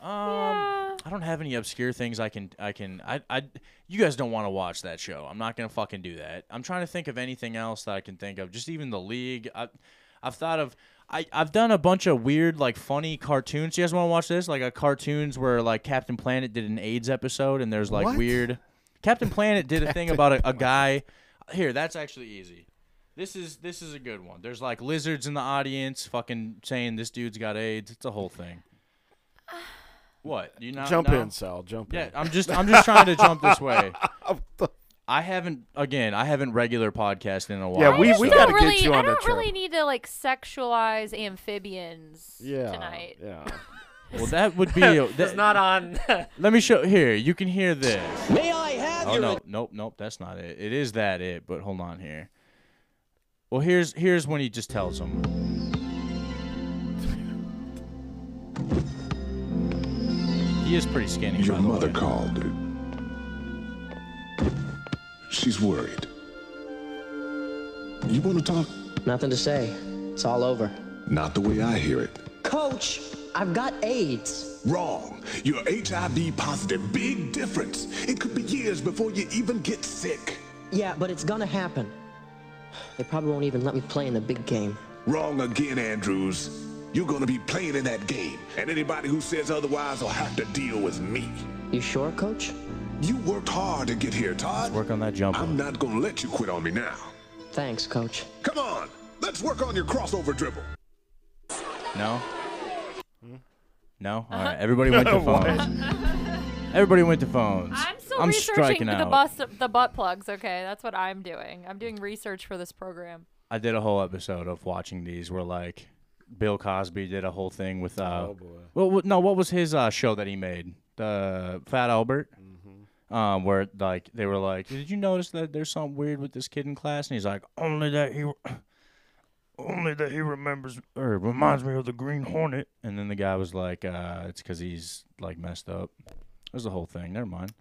[SPEAKER 11] um, I don't have any obscure things I can I can I I you guys don't want to watch that show. I'm not gonna fucking do that. I'm trying to think of anything else that I can think of. Just even the league. I I've thought of I, I've done a bunch of weird, like funny cartoons. You guys want to watch this? Like a cartoons where like Captain Planet did an AIDS episode, and there's like
[SPEAKER 13] What?
[SPEAKER 11] weird. Captain Planet did a thing about a, a guy. Here, that's actually easy. This is this is a good one. There's like lizards in the audience, fucking saying this dude's got AIDS. It's a whole thing. What? You not
[SPEAKER 13] Jump
[SPEAKER 11] no?
[SPEAKER 13] in, Sal. Jump
[SPEAKER 11] Yeah,
[SPEAKER 13] in.
[SPEAKER 11] I'm just I'm just trying to jump this way. I haven't again. I haven't regular podcasted in a while.
[SPEAKER 13] Yeah, we-
[SPEAKER 11] so-
[SPEAKER 13] we
[SPEAKER 10] I
[SPEAKER 13] gotta
[SPEAKER 10] don't
[SPEAKER 13] get
[SPEAKER 10] really,
[SPEAKER 13] you
[SPEAKER 10] I
[SPEAKER 13] on
[SPEAKER 10] don't
[SPEAKER 13] the
[SPEAKER 10] really need to like sexualize amphibians
[SPEAKER 11] Yeah,
[SPEAKER 10] tonight.
[SPEAKER 13] Yeah.
[SPEAKER 11] Well, that would be. That,
[SPEAKER 12] It's not on. Oh
[SPEAKER 11] Let me show here. You can hear this.
[SPEAKER 12] May I have
[SPEAKER 11] oh,
[SPEAKER 12] your
[SPEAKER 11] no,
[SPEAKER 12] ad-
[SPEAKER 11] nope, nope. That's not it. It is that it, but hold on here. Well, here's here's when he just tells him. He is pretty skinny.
[SPEAKER 1] Your
[SPEAKER 11] by the
[SPEAKER 1] mother
[SPEAKER 11] way.
[SPEAKER 1] called. She's worried. You want to talk?
[SPEAKER 8] Nothing to say. It's all over.
[SPEAKER 1] Not the way I hear it.
[SPEAKER 8] Coach, I've got AIDS.
[SPEAKER 1] Wrong. You're HIV positive. Big difference. It could be years before you even get sick.
[SPEAKER 8] Yeah, but it's gonna happen. They probably won't even let me play in the big game.
[SPEAKER 1] Wrong again, Andrews. You're going to be playing in that game, and anybody who says otherwise will have to deal with me.
[SPEAKER 8] You sure, coach?
[SPEAKER 1] You worked hard to get here, Todd.
[SPEAKER 11] Work on that jumper.
[SPEAKER 1] I'm not going to let you quit on me now.
[SPEAKER 8] Thanks, coach.
[SPEAKER 1] Come on, let's work on your crossover dribble.
[SPEAKER 11] No. No. All right. Everybody went to phones. Everybody went to phones.
[SPEAKER 10] I'm still
[SPEAKER 11] I'm
[SPEAKER 10] researching
[SPEAKER 11] striking
[SPEAKER 10] the
[SPEAKER 11] out.
[SPEAKER 10] bus, the butt plugs. Okay, that's what I'm doing. I'm doing research for this program.
[SPEAKER 11] I did a whole episode of watching these where like Bill Cosby did a whole thing with uh
[SPEAKER 13] Oh, boy.
[SPEAKER 11] well what- no what was his uh show that he made the Fat Albert
[SPEAKER 13] Mm-hmm.
[SPEAKER 11] um where like they were like did you notice that there's something weird with this kid in class and he's like only that he only that he remembers or reminds me of the Green Hornet and then the guy was like uh it's because he's like messed up there's the whole thing never mind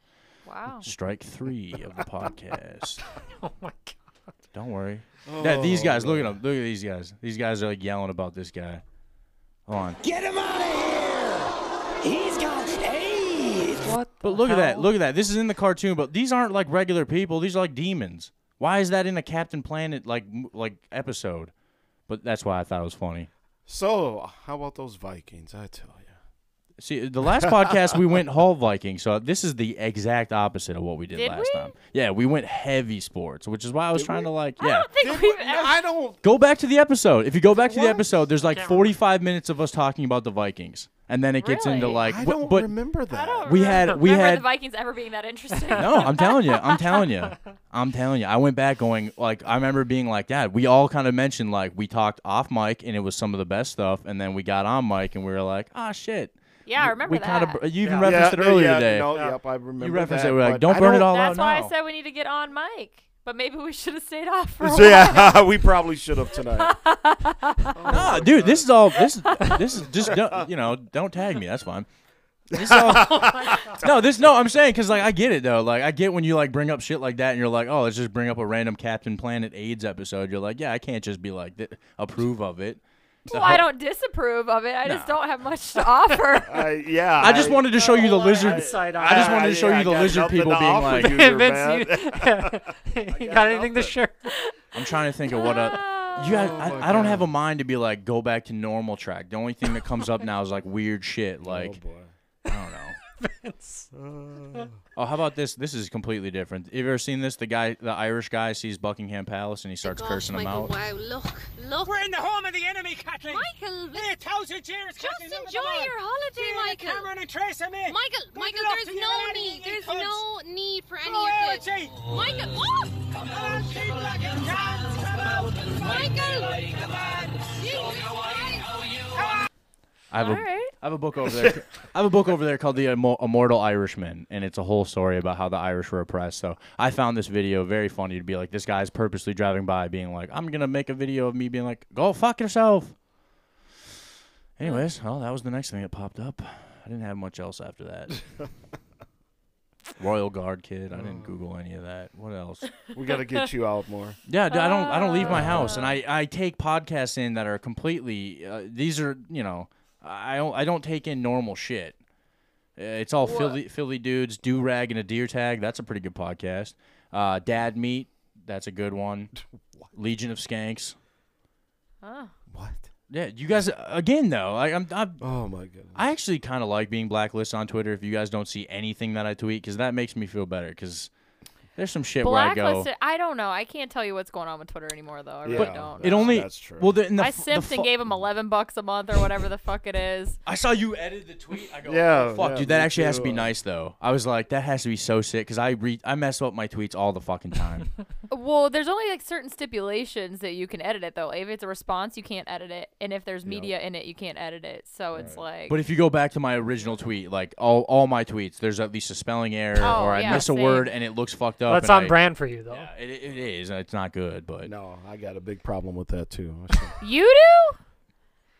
[SPEAKER 10] Wow.
[SPEAKER 11] strike three of the podcast
[SPEAKER 12] oh my god.
[SPEAKER 11] don't worry. yeah, these
[SPEAKER 12] Oh,
[SPEAKER 11] guys. Look at them. Look at these guys. These guys are like yelling about this guy. Hold on.
[SPEAKER 3] Get him out of here! He's got AIDS!
[SPEAKER 10] What?
[SPEAKER 11] But look at that. Look at that. This is in the cartoon, but these aren't like regular people. These are like demons. Why is that in a Captain Planet like m- like episode? But that's why I thought it was funny.
[SPEAKER 13] So, how about those Vikings? I tell you.
[SPEAKER 11] See, the last podcast we went Hall Viking, so this is the exact opposite of what we did,
[SPEAKER 13] Did
[SPEAKER 11] last
[SPEAKER 13] we?
[SPEAKER 11] time. Yeah, we went heavy sports, which is why I was trying to like yeah.
[SPEAKER 13] Did we- no, I don't.
[SPEAKER 11] Go back to the episode. If you go back to the episode, there's like 45 minutes of us talking about the Vikings, and then it gets into like.
[SPEAKER 13] I
[SPEAKER 11] wh-
[SPEAKER 13] don't
[SPEAKER 11] but
[SPEAKER 13] remember that.
[SPEAKER 11] we had we
[SPEAKER 10] Remember the
[SPEAKER 11] had.
[SPEAKER 10] Vikings ever being that interesting?
[SPEAKER 11] No, I'm telling you, I'm telling you, I'm telling you. I went back going like I remember being like, Dad, we all kind of mentioned like we talked off mic and it was some of the best stuff, and then we got on mic and we were like, ah shit.
[SPEAKER 10] Yeah, I remember
[SPEAKER 11] we
[SPEAKER 10] that.
[SPEAKER 11] kind of you even
[SPEAKER 13] Yeah.
[SPEAKER 11] referenced it
[SPEAKER 13] Yeah,
[SPEAKER 11] earlier
[SPEAKER 13] yeah,
[SPEAKER 11] today.
[SPEAKER 13] no, yep, I remember
[SPEAKER 11] You referenced
[SPEAKER 13] that,
[SPEAKER 11] it. We were like,
[SPEAKER 13] but
[SPEAKER 11] don't
[SPEAKER 13] I
[SPEAKER 11] burn it
[SPEAKER 13] don't-
[SPEAKER 11] all
[SPEAKER 10] That's
[SPEAKER 11] out
[SPEAKER 10] why
[SPEAKER 11] now.
[SPEAKER 10] I said we need to get on mic. But maybe we should have stayed off for a
[SPEAKER 13] So, yeah, we probably should have tonight.
[SPEAKER 10] Uh-huh.
[SPEAKER 11] Nah, Ah, dude, this is all this. This is just don't, you know, don't tag me. That's fine. This is
[SPEAKER 10] Oh
[SPEAKER 11] all, no, this no. I'm saying because like I get it though. Like I get when you like bring up shit like that and you're like, oh, let's just bring up a random Captain Planet AIDS episode. You're like, yeah, I can't just be like th- approve of it. The
[SPEAKER 10] Well, I
[SPEAKER 11] whole-
[SPEAKER 10] don't disapprove of it. I just don't have much to offer.
[SPEAKER 13] I, yeah.
[SPEAKER 11] I just wanted to show you the lizard. I,
[SPEAKER 12] insight on
[SPEAKER 11] just
[SPEAKER 12] that.
[SPEAKER 11] wanted to show
[SPEAKER 12] Yeah, I
[SPEAKER 11] you the
[SPEAKER 12] got
[SPEAKER 11] lizard
[SPEAKER 12] nothing
[SPEAKER 11] people
[SPEAKER 12] to
[SPEAKER 11] being
[SPEAKER 12] offer
[SPEAKER 11] like,
[SPEAKER 12] you here, Vince, man. you- you got anything to share?
[SPEAKER 11] I'm trying to think of what a. You guys, I, I don't have a mind to be like go back to normal track. The only thing that comes up now is like weird shit. Like, I
[SPEAKER 13] Oh,
[SPEAKER 11] don't know. Oh, how about this? This is completely different. Have you ever seen this? The guy, the Irish guy, sees Buckingham Palace and he starts cursing him out.
[SPEAKER 14] Wow, look, look. We're in the home of the enemy, Kathleen. Michael, a thousand cheers, Just enjoy your holiday, Michael. Cameron and Tracer, mate.
[SPEAKER 15] Michael,
[SPEAKER 14] Good
[SPEAKER 15] Michael,
[SPEAKER 14] luck to
[SPEAKER 15] there's
[SPEAKER 14] you
[SPEAKER 15] no
[SPEAKER 14] and
[SPEAKER 15] need.
[SPEAKER 14] any
[SPEAKER 15] There's
[SPEAKER 14] cunts.
[SPEAKER 15] no need for any
[SPEAKER 14] Go away
[SPEAKER 15] of
[SPEAKER 14] with
[SPEAKER 15] this.
[SPEAKER 14] ye.
[SPEAKER 15] Michael, oh!
[SPEAKER 14] Come on, people, I can dance. Come on,
[SPEAKER 15] Michael.
[SPEAKER 14] Like a man. Show me what I owe you.
[SPEAKER 11] I have a, I
[SPEAKER 14] Alright.
[SPEAKER 11] have a book over there. I have a book over there called The Immo- Immortal Irishman, and it's a whole story about how the Irish were oppressed. So I found this video very funny to be like, this guy's purposely driving by, being like, I'm gonna make a video of me being like, go fuck yourself. Anyways, well, that was the next thing that popped up. I didn't have much else after that. Royal Guard kid. I didn't Google any of that. What else?
[SPEAKER 13] We got to get you out more.
[SPEAKER 11] Yeah, d- I don't. I don't leave my house,
[SPEAKER 10] Ah.
[SPEAKER 11] and I, I take podcasts in that are completely. Uh, these are you know, I don't I don't take in normal shit. Uh, It's all
[SPEAKER 16] Wha-
[SPEAKER 11] Philly Philly dudes, do rag and a deer tag. That's a pretty good podcast. Uh, Dad meat, that's a good one. Legion of Skanks.
[SPEAKER 10] Oh.
[SPEAKER 11] Yeah, you guys again though. I, I'm, I'm. Oh my god. I actually kind of like being blacklisted on Twitter. If you guys don't see anything that I tweet, because that makes me feel better. Because There's some shit where I go.
[SPEAKER 10] Blacklisted. I don't know. I can't tell you what's going on with Twitter anymore, though. I really
[SPEAKER 11] but
[SPEAKER 10] don't.
[SPEAKER 11] it only well. The, and the
[SPEAKER 10] I
[SPEAKER 11] f- the
[SPEAKER 10] simped
[SPEAKER 11] fu-
[SPEAKER 10] and gave him eleven bucks a month or whatever the fuck it is.
[SPEAKER 11] I saw you edit the tweet. I go, "Oh,
[SPEAKER 13] Yeah,
[SPEAKER 11] Fuck,
[SPEAKER 13] yeah,
[SPEAKER 11] dude, that
[SPEAKER 13] me
[SPEAKER 11] actually has to
[SPEAKER 13] too.
[SPEAKER 11] be nice though. I was like, that has to be so sick because I re- I mess up my tweets all the fucking time.
[SPEAKER 10] Well, there's only like certain stipulations that you can edit it though. If it's a response, you can't edit it, and if there's media in it, you can't edit it. So it's like.
[SPEAKER 11] but if you go back to my original tweet, like all all my tweets, there's at least a spelling error
[SPEAKER 10] Oh,
[SPEAKER 11] or I
[SPEAKER 10] yeah,
[SPEAKER 11] miss a
[SPEAKER 10] same.
[SPEAKER 11] word and it looks fucked up.
[SPEAKER 12] That's
[SPEAKER 11] and
[SPEAKER 12] on
[SPEAKER 11] I-
[SPEAKER 12] brand for you, though.
[SPEAKER 11] Yeah, it, it is. and It's not good, but
[SPEAKER 13] no, I got a big problem with that too.
[SPEAKER 10] you do?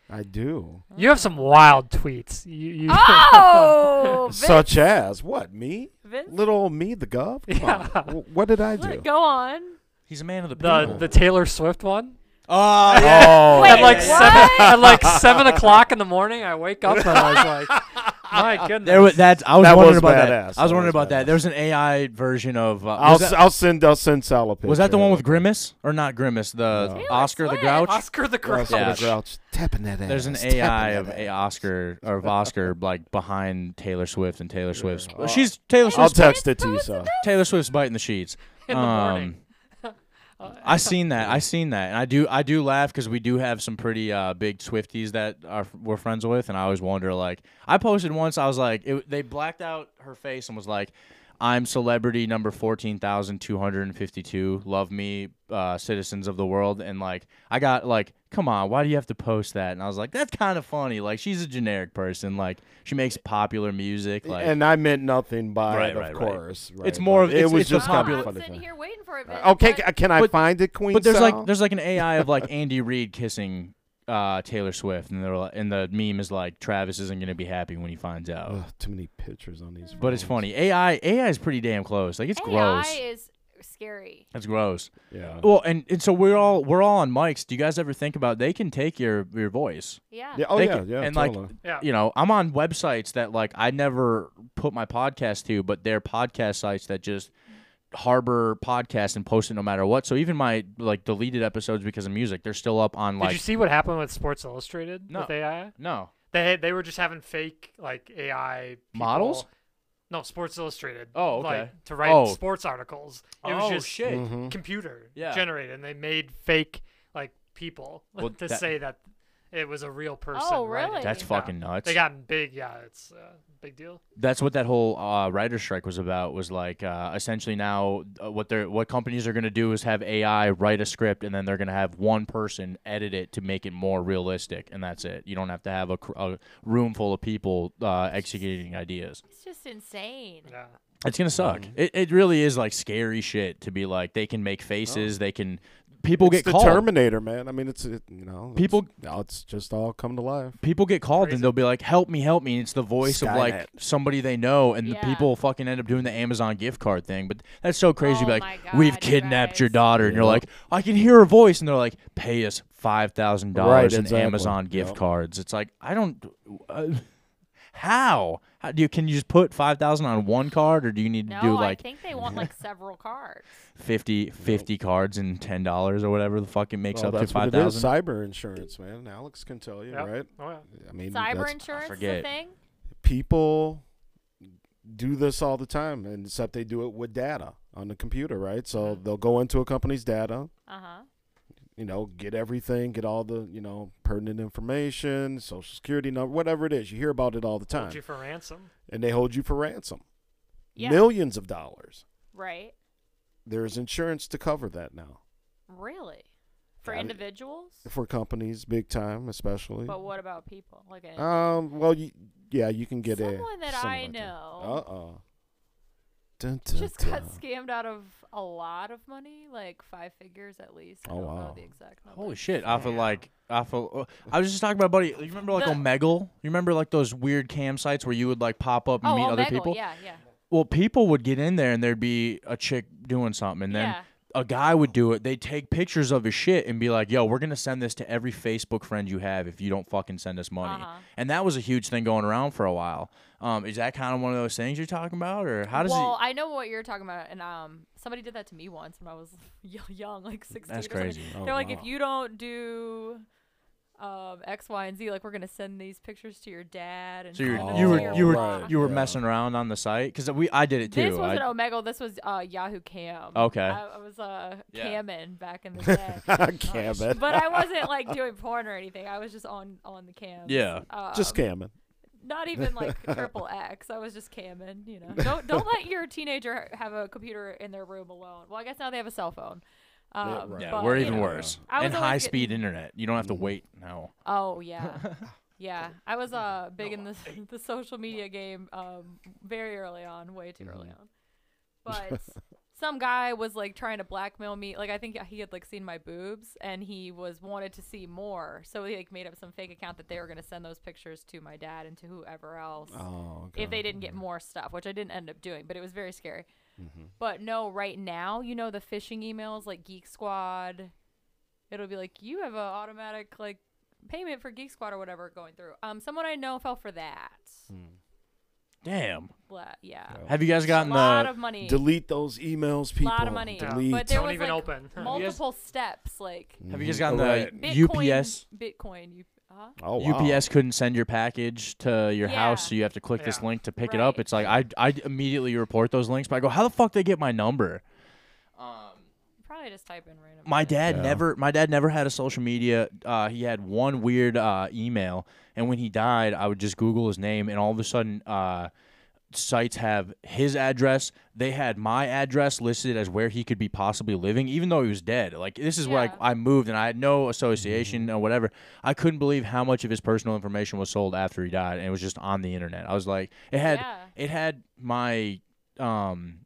[SPEAKER 13] I do.
[SPEAKER 12] You have some wild tweets. You, you
[SPEAKER 10] Ah! Oh,
[SPEAKER 13] Such
[SPEAKER 12] Vince.
[SPEAKER 13] as what me,
[SPEAKER 10] Vince?
[SPEAKER 13] little old me, the gov. Come on. W- What did I do?
[SPEAKER 10] Go on.
[SPEAKER 11] He's a man of the
[SPEAKER 12] the the Taylor Swift one.
[SPEAKER 11] Oh,
[SPEAKER 13] yeah.
[SPEAKER 12] at
[SPEAKER 13] Wait,
[SPEAKER 12] like
[SPEAKER 13] what?
[SPEAKER 12] seven at like seven o'clock in the morning, I wake up and I was like, my goodness.
[SPEAKER 11] There was that. I was
[SPEAKER 13] That
[SPEAKER 11] wondering
[SPEAKER 13] was
[SPEAKER 11] about
[SPEAKER 13] badass.
[SPEAKER 11] that. I was
[SPEAKER 13] That
[SPEAKER 11] wondering
[SPEAKER 13] was
[SPEAKER 11] about that. There was an AI version of. Uh,
[SPEAKER 13] I'll,
[SPEAKER 11] was
[SPEAKER 13] s
[SPEAKER 11] that,
[SPEAKER 13] will send I'll send Sal a picture.
[SPEAKER 11] was that the one with Grimace or not Grimace? The Oscar the Grouch.
[SPEAKER 12] Oscar the Grouch.
[SPEAKER 13] Oscar the Grouch tapping that ass.
[SPEAKER 11] There's an
[SPEAKER 13] tapping
[SPEAKER 11] AI
[SPEAKER 13] that
[SPEAKER 11] of a Oscar or of Oscar like behind Taylor Swift and Taylor Swift's.
[SPEAKER 13] Oh.
[SPEAKER 11] She's Taylor Swift's.
[SPEAKER 13] I'll text it to you, Sal.
[SPEAKER 11] Taylor Swift's biting the sheets.
[SPEAKER 12] In the morning.
[SPEAKER 11] Um, I seen that. I seen that, and I do. I do laugh because we do have some pretty uh, big Swifties that are we're friends with, and I always wonder. Like, I posted once. I was like, it, they blacked out her face and was like, "I'm celebrity number fourteen thousand two hundred and fifty-two. Love me, uh, citizens of the world." And like, I got like, "Come on, why do you have to post that?" And I was like, "That's kind of funny. Like, she's a generic person. Like, she makes popular music. Like,
[SPEAKER 13] and I meant nothing by
[SPEAKER 11] Right,
[SPEAKER 13] it, of
[SPEAKER 11] right, right.
[SPEAKER 13] course.
[SPEAKER 11] It's
[SPEAKER 13] Right.
[SPEAKER 11] more of-
[SPEAKER 13] it
[SPEAKER 11] it's-
[SPEAKER 13] was
[SPEAKER 11] it's a
[SPEAKER 13] just kind of
[SPEAKER 11] popular-
[SPEAKER 13] a
[SPEAKER 11] I'm
[SPEAKER 13] funny
[SPEAKER 10] sitting
[SPEAKER 13] thing.
[SPEAKER 10] here waiting for it,
[SPEAKER 13] Uh, Okay, ca- can I find it, Queen?
[SPEAKER 11] But there's
[SPEAKER 13] Sal?
[SPEAKER 11] like there's like an AI of like Andy Reid kissing uh, Taylor Swift, and they're like, and the meme is like Travis isn't gonna be happy when he finds out.
[SPEAKER 13] Ugh, too many pictures on these.
[SPEAKER 11] But it's
[SPEAKER 13] phones.
[SPEAKER 11] funny. AI AI is pretty damn close. Like it's gross.
[SPEAKER 10] AI is scary.
[SPEAKER 11] That's gross.
[SPEAKER 13] Yeah.
[SPEAKER 11] Well, and, and so we're all we're all on mics. Do you guys ever think about they can take your your voice?
[SPEAKER 10] Yeah.
[SPEAKER 13] Yeah, oh,
[SPEAKER 11] They
[SPEAKER 13] yeah,
[SPEAKER 11] can-
[SPEAKER 13] yeah,
[SPEAKER 11] And like
[SPEAKER 13] totally.
[SPEAKER 12] Yeah.
[SPEAKER 11] you know, I'm on websites that like I never put my podcast to, but they're podcast sites that just harbor podcasts and post it no matter what. So even my like deleted episodes because of music, they're still up on like
[SPEAKER 12] Did you see what happened with Sports Illustrated
[SPEAKER 11] No.
[SPEAKER 12] with AI?
[SPEAKER 11] No.
[SPEAKER 12] They they were just having fake like AI people-
[SPEAKER 11] Models?
[SPEAKER 12] No, Sports Illustrated.
[SPEAKER 11] Oh, okay.
[SPEAKER 12] Like, to write
[SPEAKER 11] Oh.
[SPEAKER 12] sports articles. It
[SPEAKER 11] Oh,
[SPEAKER 12] was just
[SPEAKER 11] shit.
[SPEAKER 12] Mm-hmm.
[SPEAKER 11] Mhm.
[SPEAKER 12] computer
[SPEAKER 11] Yeah.
[SPEAKER 12] generated, and they made fake like people
[SPEAKER 11] Well,
[SPEAKER 12] to
[SPEAKER 11] that-
[SPEAKER 12] say that it was a real person.
[SPEAKER 10] Oh,
[SPEAKER 12] writing
[SPEAKER 10] really?
[SPEAKER 12] it.
[SPEAKER 11] That's
[SPEAKER 12] Yeah.
[SPEAKER 11] fucking nuts.
[SPEAKER 12] They gotten big. Yeah, it's a big deal.
[SPEAKER 11] that's what that whole uh, writer strike was about. Was like uh, essentially now uh, what they're what companies are going to do is have AI write a script and then they're going to have one person edit it to make it more realistic, and that's it. You don't have to have a, cr- a room full of people uh, executing ideas.
[SPEAKER 10] It's just insane.
[SPEAKER 12] Yeah.
[SPEAKER 11] It's gonna suck.
[SPEAKER 13] Mm.
[SPEAKER 11] It, it really is like scary shit to be like they can make faces, they can people
[SPEAKER 13] Oh. It's
[SPEAKER 11] get
[SPEAKER 13] the
[SPEAKER 11] called.
[SPEAKER 13] Terminator, man. I mean, it's it, you know, it's-
[SPEAKER 11] People-
[SPEAKER 13] now it's just all come to life.
[SPEAKER 11] people get called and they'll be like, "Help me, help me!" And it's the voice of
[SPEAKER 13] Skynet.
[SPEAKER 11] like somebody they know, and the people fucking end up doing the Amazon gift card thing. But that's so crazy.
[SPEAKER 10] Oh
[SPEAKER 11] Be like, "We've kidnapped your daughter," and you're like, "I can hear her voice," and they're like, "Pay us five thousand
[SPEAKER 13] Right,
[SPEAKER 11] dollars in
[SPEAKER 13] exactly.
[SPEAKER 11] Amazon gift
[SPEAKER 13] Yep.
[SPEAKER 11] cards." It's like, I don't. Uh, how? How do you? Can you just put five thousand on one card, or do you need to
[SPEAKER 10] No,
[SPEAKER 11] do
[SPEAKER 10] I
[SPEAKER 11] like
[SPEAKER 10] think they want like several cards.
[SPEAKER 11] 50, 50 cards and ten dollars or whatever the fuck it makes
[SPEAKER 13] Well,
[SPEAKER 11] up
[SPEAKER 13] that's
[SPEAKER 11] to five
[SPEAKER 13] what it is.
[SPEAKER 11] thousand?
[SPEAKER 13] Cyber insurance, man. Alex can tell you,
[SPEAKER 12] Yep.
[SPEAKER 13] right?
[SPEAKER 12] Oh, yeah.
[SPEAKER 13] I mean,
[SPEAKER 10] Cyber
[SPEAKER 13] that's-
[SPEAKER 10] insurance is a
[SPEAKER 11] forget.
[SPEAKER 10] thing.
[SPEAKER 13] people do this all the time, and except they do it with data on the computer, right? So
[SPEAKER 10] Mm-hmm.
[SPEAKER 13] they'll go into a company's data,
[SPEAKER 10] Uh huh.
[SPEAKER 13] you know, get everything, get all the you know pertinent information, social security number, whatever it is. You hear about it all the time,
[SPEAKER 12] Hold you for ransom.
[SPEAKER 13] and they hold you for ransom,
[SPEAKER 10] Yeah.
[SPEAKER 13] millions of dollars.
[SPEAKER 10] Right.
[SPEAKER 13] There's insurance to cover that now
[SPEAKER 10] Really? For
[SPEAKER 13] Yeah, I mean-
[SPEAKER 10] individuals?
[SPEAKER 13] for companies, big time, especially.
[SPEAKER 10] But what about people? Like an
[SPEAKER 13] Um. Well, you, yeah, you can get a
[SPEAKER 10] Someone that I know.
[SPEAKER 13] Uh oh. Dun, dun,
[SPEAKER 10] just got
[SPEAKER 11] uh,
[SPEAKER 13] dun.
[SPEAKER 10] scammed out of a lot of money, like five figures at least. I
[SPEAKER 11] Oh,
[SPEAKER 10] don't know
[SPEAKER 11] wow.
[SPEAKER 10] the exact number.
[SPEAKER 11] Holy shit! Off of like off of, oh, I was just talking about buddy. You remember like
[SPEAKER 10] The-
[SPEAKER 11] Omegle? You remember like those weird cam sites where you would like pop up and
[SPEAKER 10] Oh,
[SPEAKER 11] meet other
[SPEAKER 10] Omegle,
[SPEAKER 11] people?
[SPEAKER 10] yeah, yeah.
[SPEAKER 11] Well, people would get in there and there'd be a chick doing something, and then.
[SPEAKER 10] Yeah.
[SPEAKER 11] A guy would do it. They'd take pictures of his shit and be like, yo, we're going to send this to every Facebook friend you have if you don't fucking send us money.
[SPEAKER 10] Uh-huh.
[SPEAKER 11] And that was a huge thing going around for a while. Um, is that kind of one of those things you're talking about? Or how does it?
[SPEAKER 10] well, I know what you're talking about, and um, somebody did that to me once when I was y- young, like sixteen.
[SPEAKER 11] That's
[SPEAKER 10] or something.
[SPEAKER 11] crazy.
[SPEAKER 10] They're
[SPEAKER 11] Oh,
[SPEAKER 10] like,
[SPEAKER 11] wow.
[SPEAKER 10] if you don't do um, X, Y, and Z. Like we're gonna send these pictures to your dad. And
[SPEAKER 11] So you
[SPEAKER 10] send
[SPEAKER 11] you
[SPEAKER 10] them to
[SPEAKER 11] were
[SPEAKER 10] your
[SPEAKER 11] you were
[SPEAKER 10] mom."
[SPEAKER 11] you were messing around on the site because we I did it too.
[SPEAKER 10] This wasn't
[SPEAKER 11] I-
[SPEAKER 10] Omega. This was uh, Yahoo Cam.
[SPEAKER 11] Okay.
[SPEAKER 10] I, I was uh,
[SPEAKER 11] Yeah.
[SPEAKER 10] camming back in the day.
[SPEAKER 13] Camming.
[SPEAKER 10] Oh, But I wasn't like doing porn or anything. I was just on on the Uh, cam.
[SPEAKER 13] Yeah. Just
[SPEAKER 10] um,
[SPEAKER 13] camming.
[SPEAKER 10] Not even like triple X. I was just camming. You know, don't don't let your teenager have a computer in their room alone. Well, I guess now they have a cell phone. Um,
[SPEAKER 11] yeah,
[SPEAKER 10] but,
[SPEAKER 11] we're
[SPEAKER 10] you
[SPEAKER 11] even
[SPEAKER 10] know,
[SPEAKER 11] worse.
[SPEAKER 10] I was
[SPEAKER 11] And
[SPEAKER 10] always
[SPEAKER 11] high
[SPEAKER 10] getting-
[SPEAKER 11] speed internet. You don't have to wait now.
[SPEAKER 10] Oh yeah, yeah. I was uh big in the the social media game um very early on, way too early on.
[SPEAKER 11] Mm-hmm.
[SPEAKER 10] But some guy was like trying to blackmail me. Like I think he had like seen my boobs and he was wanted to see more. So he like made up some fake account that they were gonna send those pictures to my dad and to whoever else
[SPEAKER 13] Oh,
[SPEAKER 10] if they didn't get more stuff, which I didn't end up doing. But it was very scary. But no, right now, you know the phishing emails like Geek Squad. It'll be like you have a automatic like payment for Geek Squad or whatever going through. Um, someone I know fell for that.
[SPEAKER 11] Damn.
[SPEAKER 10] Bla- Mm. yeah.
[SPEAKER 11] Have you guys gotten uh,
[SPEAKER 10] a lot
[SPEAKER 11] the-
[SPEAKER 10] of money?
[SPEAKER 13] Delete those emails, people.
[SPEAKER 10] lot of money.
[SPEAKER 13] Delete.
[SPEAKER 10] But there
[SPEAKER 12] Don't
[SPEAKER 10] was
[SPEAKER 12] even
[SPEAKER 10] like
[SPEAKER 12] open. Have you guys-
[SPEAKER 10] multiple steps. Like
[SPEAKER 11] Have you guys gotten the
[SPEAKER 10] Bitcoin,
[SPEAKER 11] UPS?
[SPEAKER 10] Bitcoin. You, uh, huh?
[SPEAKER 13] Oh,
[SPEAKER 11] UPS couldn't send your package to your house, so you have to click this link to pick it up. It's like I I immediately report those links, but I go, how the fuck they get my number?
[SPEAKER 10] Probably just type in random.
[SPEAKER 11] My dad
[SPEAKER 10] Yeah.
[SPEAKER 11] never my dad never had a social media. Uh, he had one weird uh, email, and when he died, I would just Google his name, and all of a sudden. Uh, Sites have his address. They had my address listed as where he could be possibly living, even though he was dead. Like this is where I, I moved, and I had no association or whatever. I couldn't believe how much of his personal information was sold after he died, and it was just on the internet. I was like, it had it had my um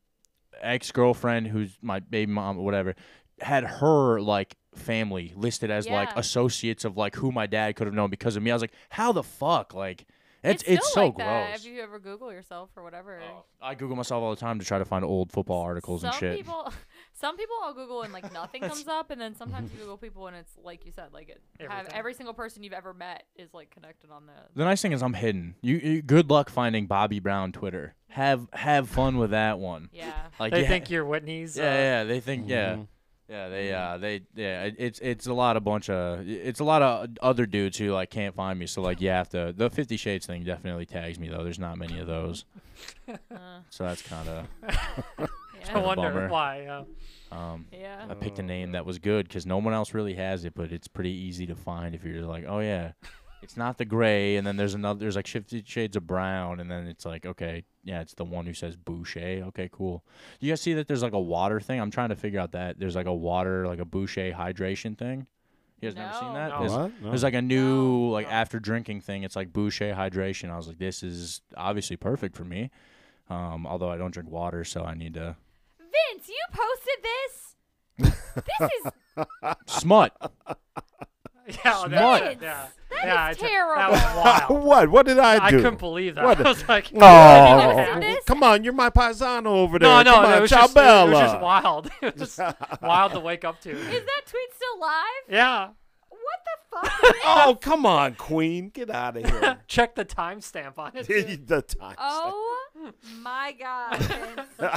[SPEAKER 11] ex girlfriend, who's my baby mom or whatever, had her like family listed as like
[SPEAKER 10] Yeah.
[SPEAKER 11] associates of like who my dad could have known because of me. I was like, how the fuck? Like, it's it's,
[SPEAKER 10] still
[SPEAKER 11] so
[SPEAKER 10] like
[SPEAKER 11] gross.
[SPEAKER 10] That if you ever Google yourself or whatever.
[SPEAKER 11] I Google myself all the time to try to find old football articles
[SPEAKER 10] some
[SPEAKER 11] and shit.
[SPEAKER 10] people, some people I'll Google and like nothing comes up, and then sometimes you Google people and it's like you said, like it have
[SPEAKER 12] Everything.
[SPEAKER 10] every single person you've ever met is like connected on the.
[SPEAKER 11] The nice thing is I'm hidden. You, you good luck finding Bobby Brown Twitter. Have have fun with that one.
[SPEAKER 10] Yeah.
[SPEAKER 11] Like
[SPEAKER 12] They
[SPEAKER 11] you ha-
[SPEAKER 12] think you're Whitney's,
[SPEAKER 11] Yeah,
[SPEAKER 12] uh,
[SPEAKER 11] yeah. They think yeah,
[SPEAKER 12] Mhm.
[SPEAKER 11] yeah. They uh they yeah. it- It's it's a lot of bunch of it's a lot of other dudes who like can't find me. So like you have to the Fifty Shades thing definitely tags me though. There's not many of those. So that's kind of.
[SPEAKER 12] uh, I wonder why, uh, yeah.
[SPEAKER 11] Um,
[SPEAKER 12] Yeah.
[SPEAKER 11] I picked a name that was good because no one else really has it, but it's pretty easy to find if you're just like, oh yeah, it's not the gray, and then there's another, there's like shifted shades of brown, and then it's like, okay, yeah, it's the one who says Boucher. Okay, cool. You guys see that there's like a water thing? I'm trying to figure out that there's like a water, like a Boucher hydration thing. You guys never seen that?
[SPEAKER 12] No.
[SPEAKER 11] There's,
[SPEAKER 12] What? No.
[SPEAKER 11] there's like a new like after drinking thing. It's like Boucher hydration. I was like, this is obviously perfect for me. Um, although I don't drink water, so I need to
[SPEAKER 10] Vince, you posted this. this is
[SPEAKER 11] smut.
[SPEAKER 12] Yeah,
[SPEAKER 11] Smut.
[SPEAKER 12] that's it,
[SPEAKER 10] Vince,
[SPEAKER 12] yeah.
[SPEAKER 10] that
[SPEAKER 12] yeah,
[SPEAKER 10] is
[SPEAKER 12] I took- That
[SPEAKER 10] terrible.
[SPEAKER 12] was wild.
[SPEAKER 13] what? What did I
[SPEAKER 12] I
[SPEAKER 13] do?
[SPEAKER 12] couldn't believe that.
[SPEAKER 13] What
[SPEAKER 12] I was like,
[SPEAKER 13] oh,
[SPEAKER 12] Have you ever seen
[SPEAKER 13] come on, you're my paisano over there.
[SPEAKER 12] No, no,
[SPEAKER 13] come on,
[SPEAKER 12] it, was
[SPEAKER 13] ciao
[SPEAKER 12] just, it was
[SPEAKER 13] bella.
[SPEAKER 12] just wild. It was just wild to wake up to.
[SPEAKER 10] Is that tweet still live?
[SPEAKER 12] Yeah.
[SPEAKER 10] What the fuck?
[SPEAKER 13] Oh, come on, Queen, get out of here.
[SPEAKER 12] Check the timestamp on it. too.
[SPEAKER 13] the time.
[SPEAKER 10] Oh my god. Vince.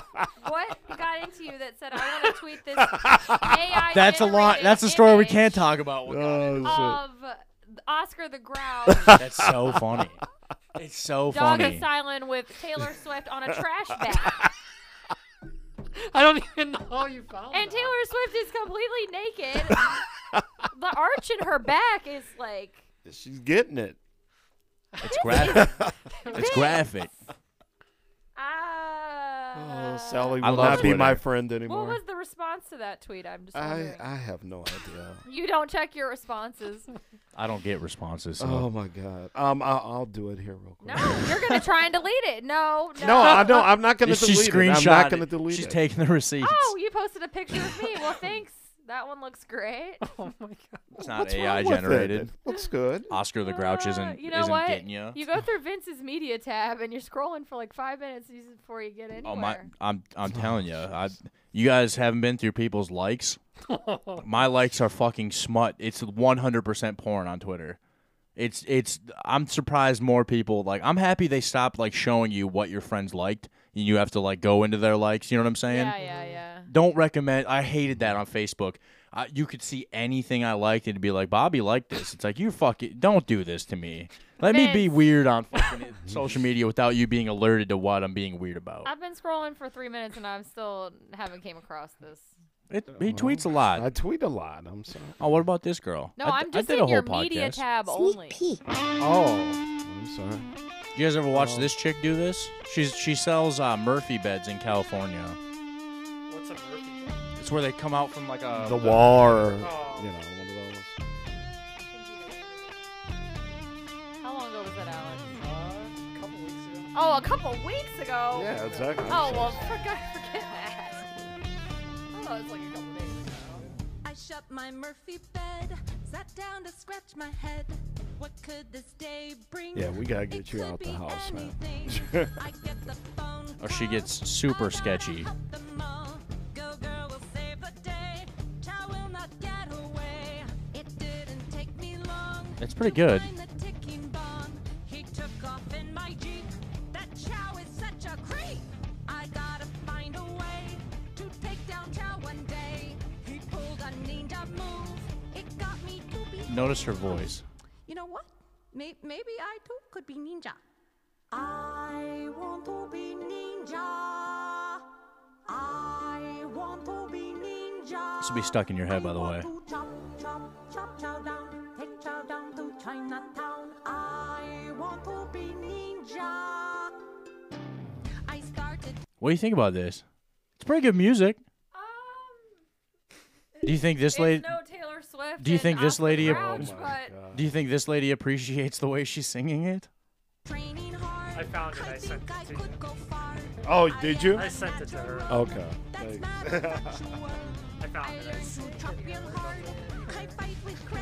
[SPEAKER 10] what got into you that said I want to tweet this AI
[SPEAKER 11] That's a lot. That's a story we can't talk about.
[SPEAKER 13] Oh,
[SPEAKER 10] of Oscar the Grouch
[SPEAKER 11] That's so funny. It's so
[SPEAKER 10] Dog
[SPEAKER 11] funny.
[SPEAKER 10] Asylum with Taylor Swift on a trash bag.
[SPEAKER 12] I don't even know how you found
[SPEAKER 10] and Taylor Swift is completely naked. the arch in her back is like
[SPEAKER 13] She's getting it.
[SPEAKER 11] It's graphic. it's graphic.
[SPEAKER 13] Oh, Sally will
[SPEAKER 11] I love
[SPEAKER 13] not be my
[SPEAKER 11] Twitter.
[SPEAKER 13] friend anymore.
[SPEAKER 10] uh, What was the response to that tweet? I'm just
[SPEAKER 13] I,
[SPEAKER 10] wondering.
[SPEAKER 13] I have no idea.
[SPEAKER 10] you don't check your responses.
[SPEAKER 11] I don't get responses. So.
[SPEAKER 13] Oh my god. Um, I'll, I'll do it here real quick.
[SPEAKER 10] No, you're gonna try and delete it. No, no.
[SPEAKER 13] No, I don't. I'm not gonna
[SPEAKER 11] She
[SPEAKER 13] delete it. I'm
[SPEAKER 11] screenshot
[SPEAKER 13] not gonna
[SPEAKER 11] it.
[SPEAKER 13] delete
[SPEAKER 11] She's
[SPEAKER 13] it.
[SPEAKER 11] taking the receipts.
[SPEAKER 10] Oh, you posted a picture of me. Well, thanks. That one looks great.
[SPEAKER 12] Oh my god.
[SPEAKER 11] It's not
[SPEAKER 13] What's wrong
[SPEAKER 11] AI
[SPEAKER 13] with it?
[SPEAKER 11] generated.
[SPEAKER 13] It Looks good.
[SPEAKER 11] Oscar the Grouch isn't
[SPEAKER 10] Uh, You know
[SPEAKER 11] isn't
[SPEAKER 10] what?
[SPEAKER 11] getting you.
[SPEAKER 10] You go through Vince's media tab and you're scrolling for like five minutes before you get anywhere.
[SPEAKER 11] Oh my! I'm I'm telling you, I you guys haven't been through people's likes. my likes are fucking smut. It's 100% porn on Twitter. It's it's. I'm surprised more people like. I'm happy they stopped like showing you what your friends liked, and you have to like go into their likes. You know what I'm saying?
[SPEAKER 10] Yeah, yeah, yeah.
[SPEAKER 11] Don't recommend. I hated that on Facebook. I, you could see anything I liked, and it'd be like, Bobby liked this. It's like, you fucking don't do this to me. Let me be
[SPEAKER 10] Vince.
[SPEAKER 11] weird on fucking social media without you being alerted to what I'm being weird about.
[SPEAKER 10] I've been scrolling for three minutes and I'm still haven't came across this.
[SPEAKER 11] It, he tweets a lot.
[SPEAKER 13] I tweet a lot. I'm sorry.
[SPEAKER 11] Oh, what about this girl?
[SPEAKER 10] No,
[SPEAKER 11] I,
[SPEAKER 10] I'm just
[SPEAKER 11] I did
[SPEAKER 10] in
[SPEAKER 11] a whole
[SPEAKER 10] your
[SPEAKER 11] podcast.
[SPEAKER 10] media tab only.
[SPEAKER 13] Oh, I'm sorry.
[SPEAKER 11] You guys ever watch this chick do this? She's she sells uh, Murphy beds in California.
[SPEAKER 12] What's a Murphy?
[SPEAKER 11] It's where they come out from like uh, a
[SPEAKER 13] The wall or, you know,
[SPEAKER 12] Oh.
[SPEAKER 13] one of those.
[SPEAKER 10] How long ago was that, Alex?
[SPEAKER 12] a Uh, couple weeks ago.
[SPEAKER 10] Oh, a couple weeks ago.
[SPEAKER 13] Yeah, exactly.
[SPEAKER 10] Oh well, forget, forget that. I thought it was like a couple days ago.
[SPEAKER 15] I shut my Murphy bed, sat down to scratch my head. What could this day bring?
[SPEAKER 13] Yeah, we gotta get you out the house, man.
[SPEAKER 11] or she gets super sketchy. It's pretty good.
[SPEAKER 15] He took off in my Jeep. That chow is such a creep. I gotta find a way to take down chow one day. He pulled a ninja move. It got me to be.
[SPEAKER 11] Notice her voice.
[SPEAKER 15] You know what? May- maybe I too could be ninja. I want to be ninja. I want to be ninja.
[SPEAKER 11] This will be stuck in your head, by the way.
[SPEAKER 15] Chop, chop, chop chow down. Take chow down to Chinatown. I want to be ninja. I started
[SPEAKER 11] What do you think about this? It's pretty good music. Do you think this
[SPEAKER 10] Um, It's
[SPEAKER 11] lady?
[SPEAKER 10] no Taylor Swift.
[SPEAKER 11] Do you think
[SPEAKER 10] and
[SPEAKER 11] this
[SPEAKER 10] Oscar
[SPEAKER 11] lady?
[SPEAKER 13] Oh,
[SPEAKER 11] Oh
[SPEAKER 10] Grouch, but
[SPEAKER 11] do you think this lady appreciates the way she's singing it?
[SPEAKER 15] training hard.
[SPEAKER 12] I found it. I sent it to you.
[SPEAKER 13] Oh, did you?
[SPEAKER 12] I sent it to her.
[SPEAKER 13] Okay.
[SPEAKER 12] I found it. I sent it.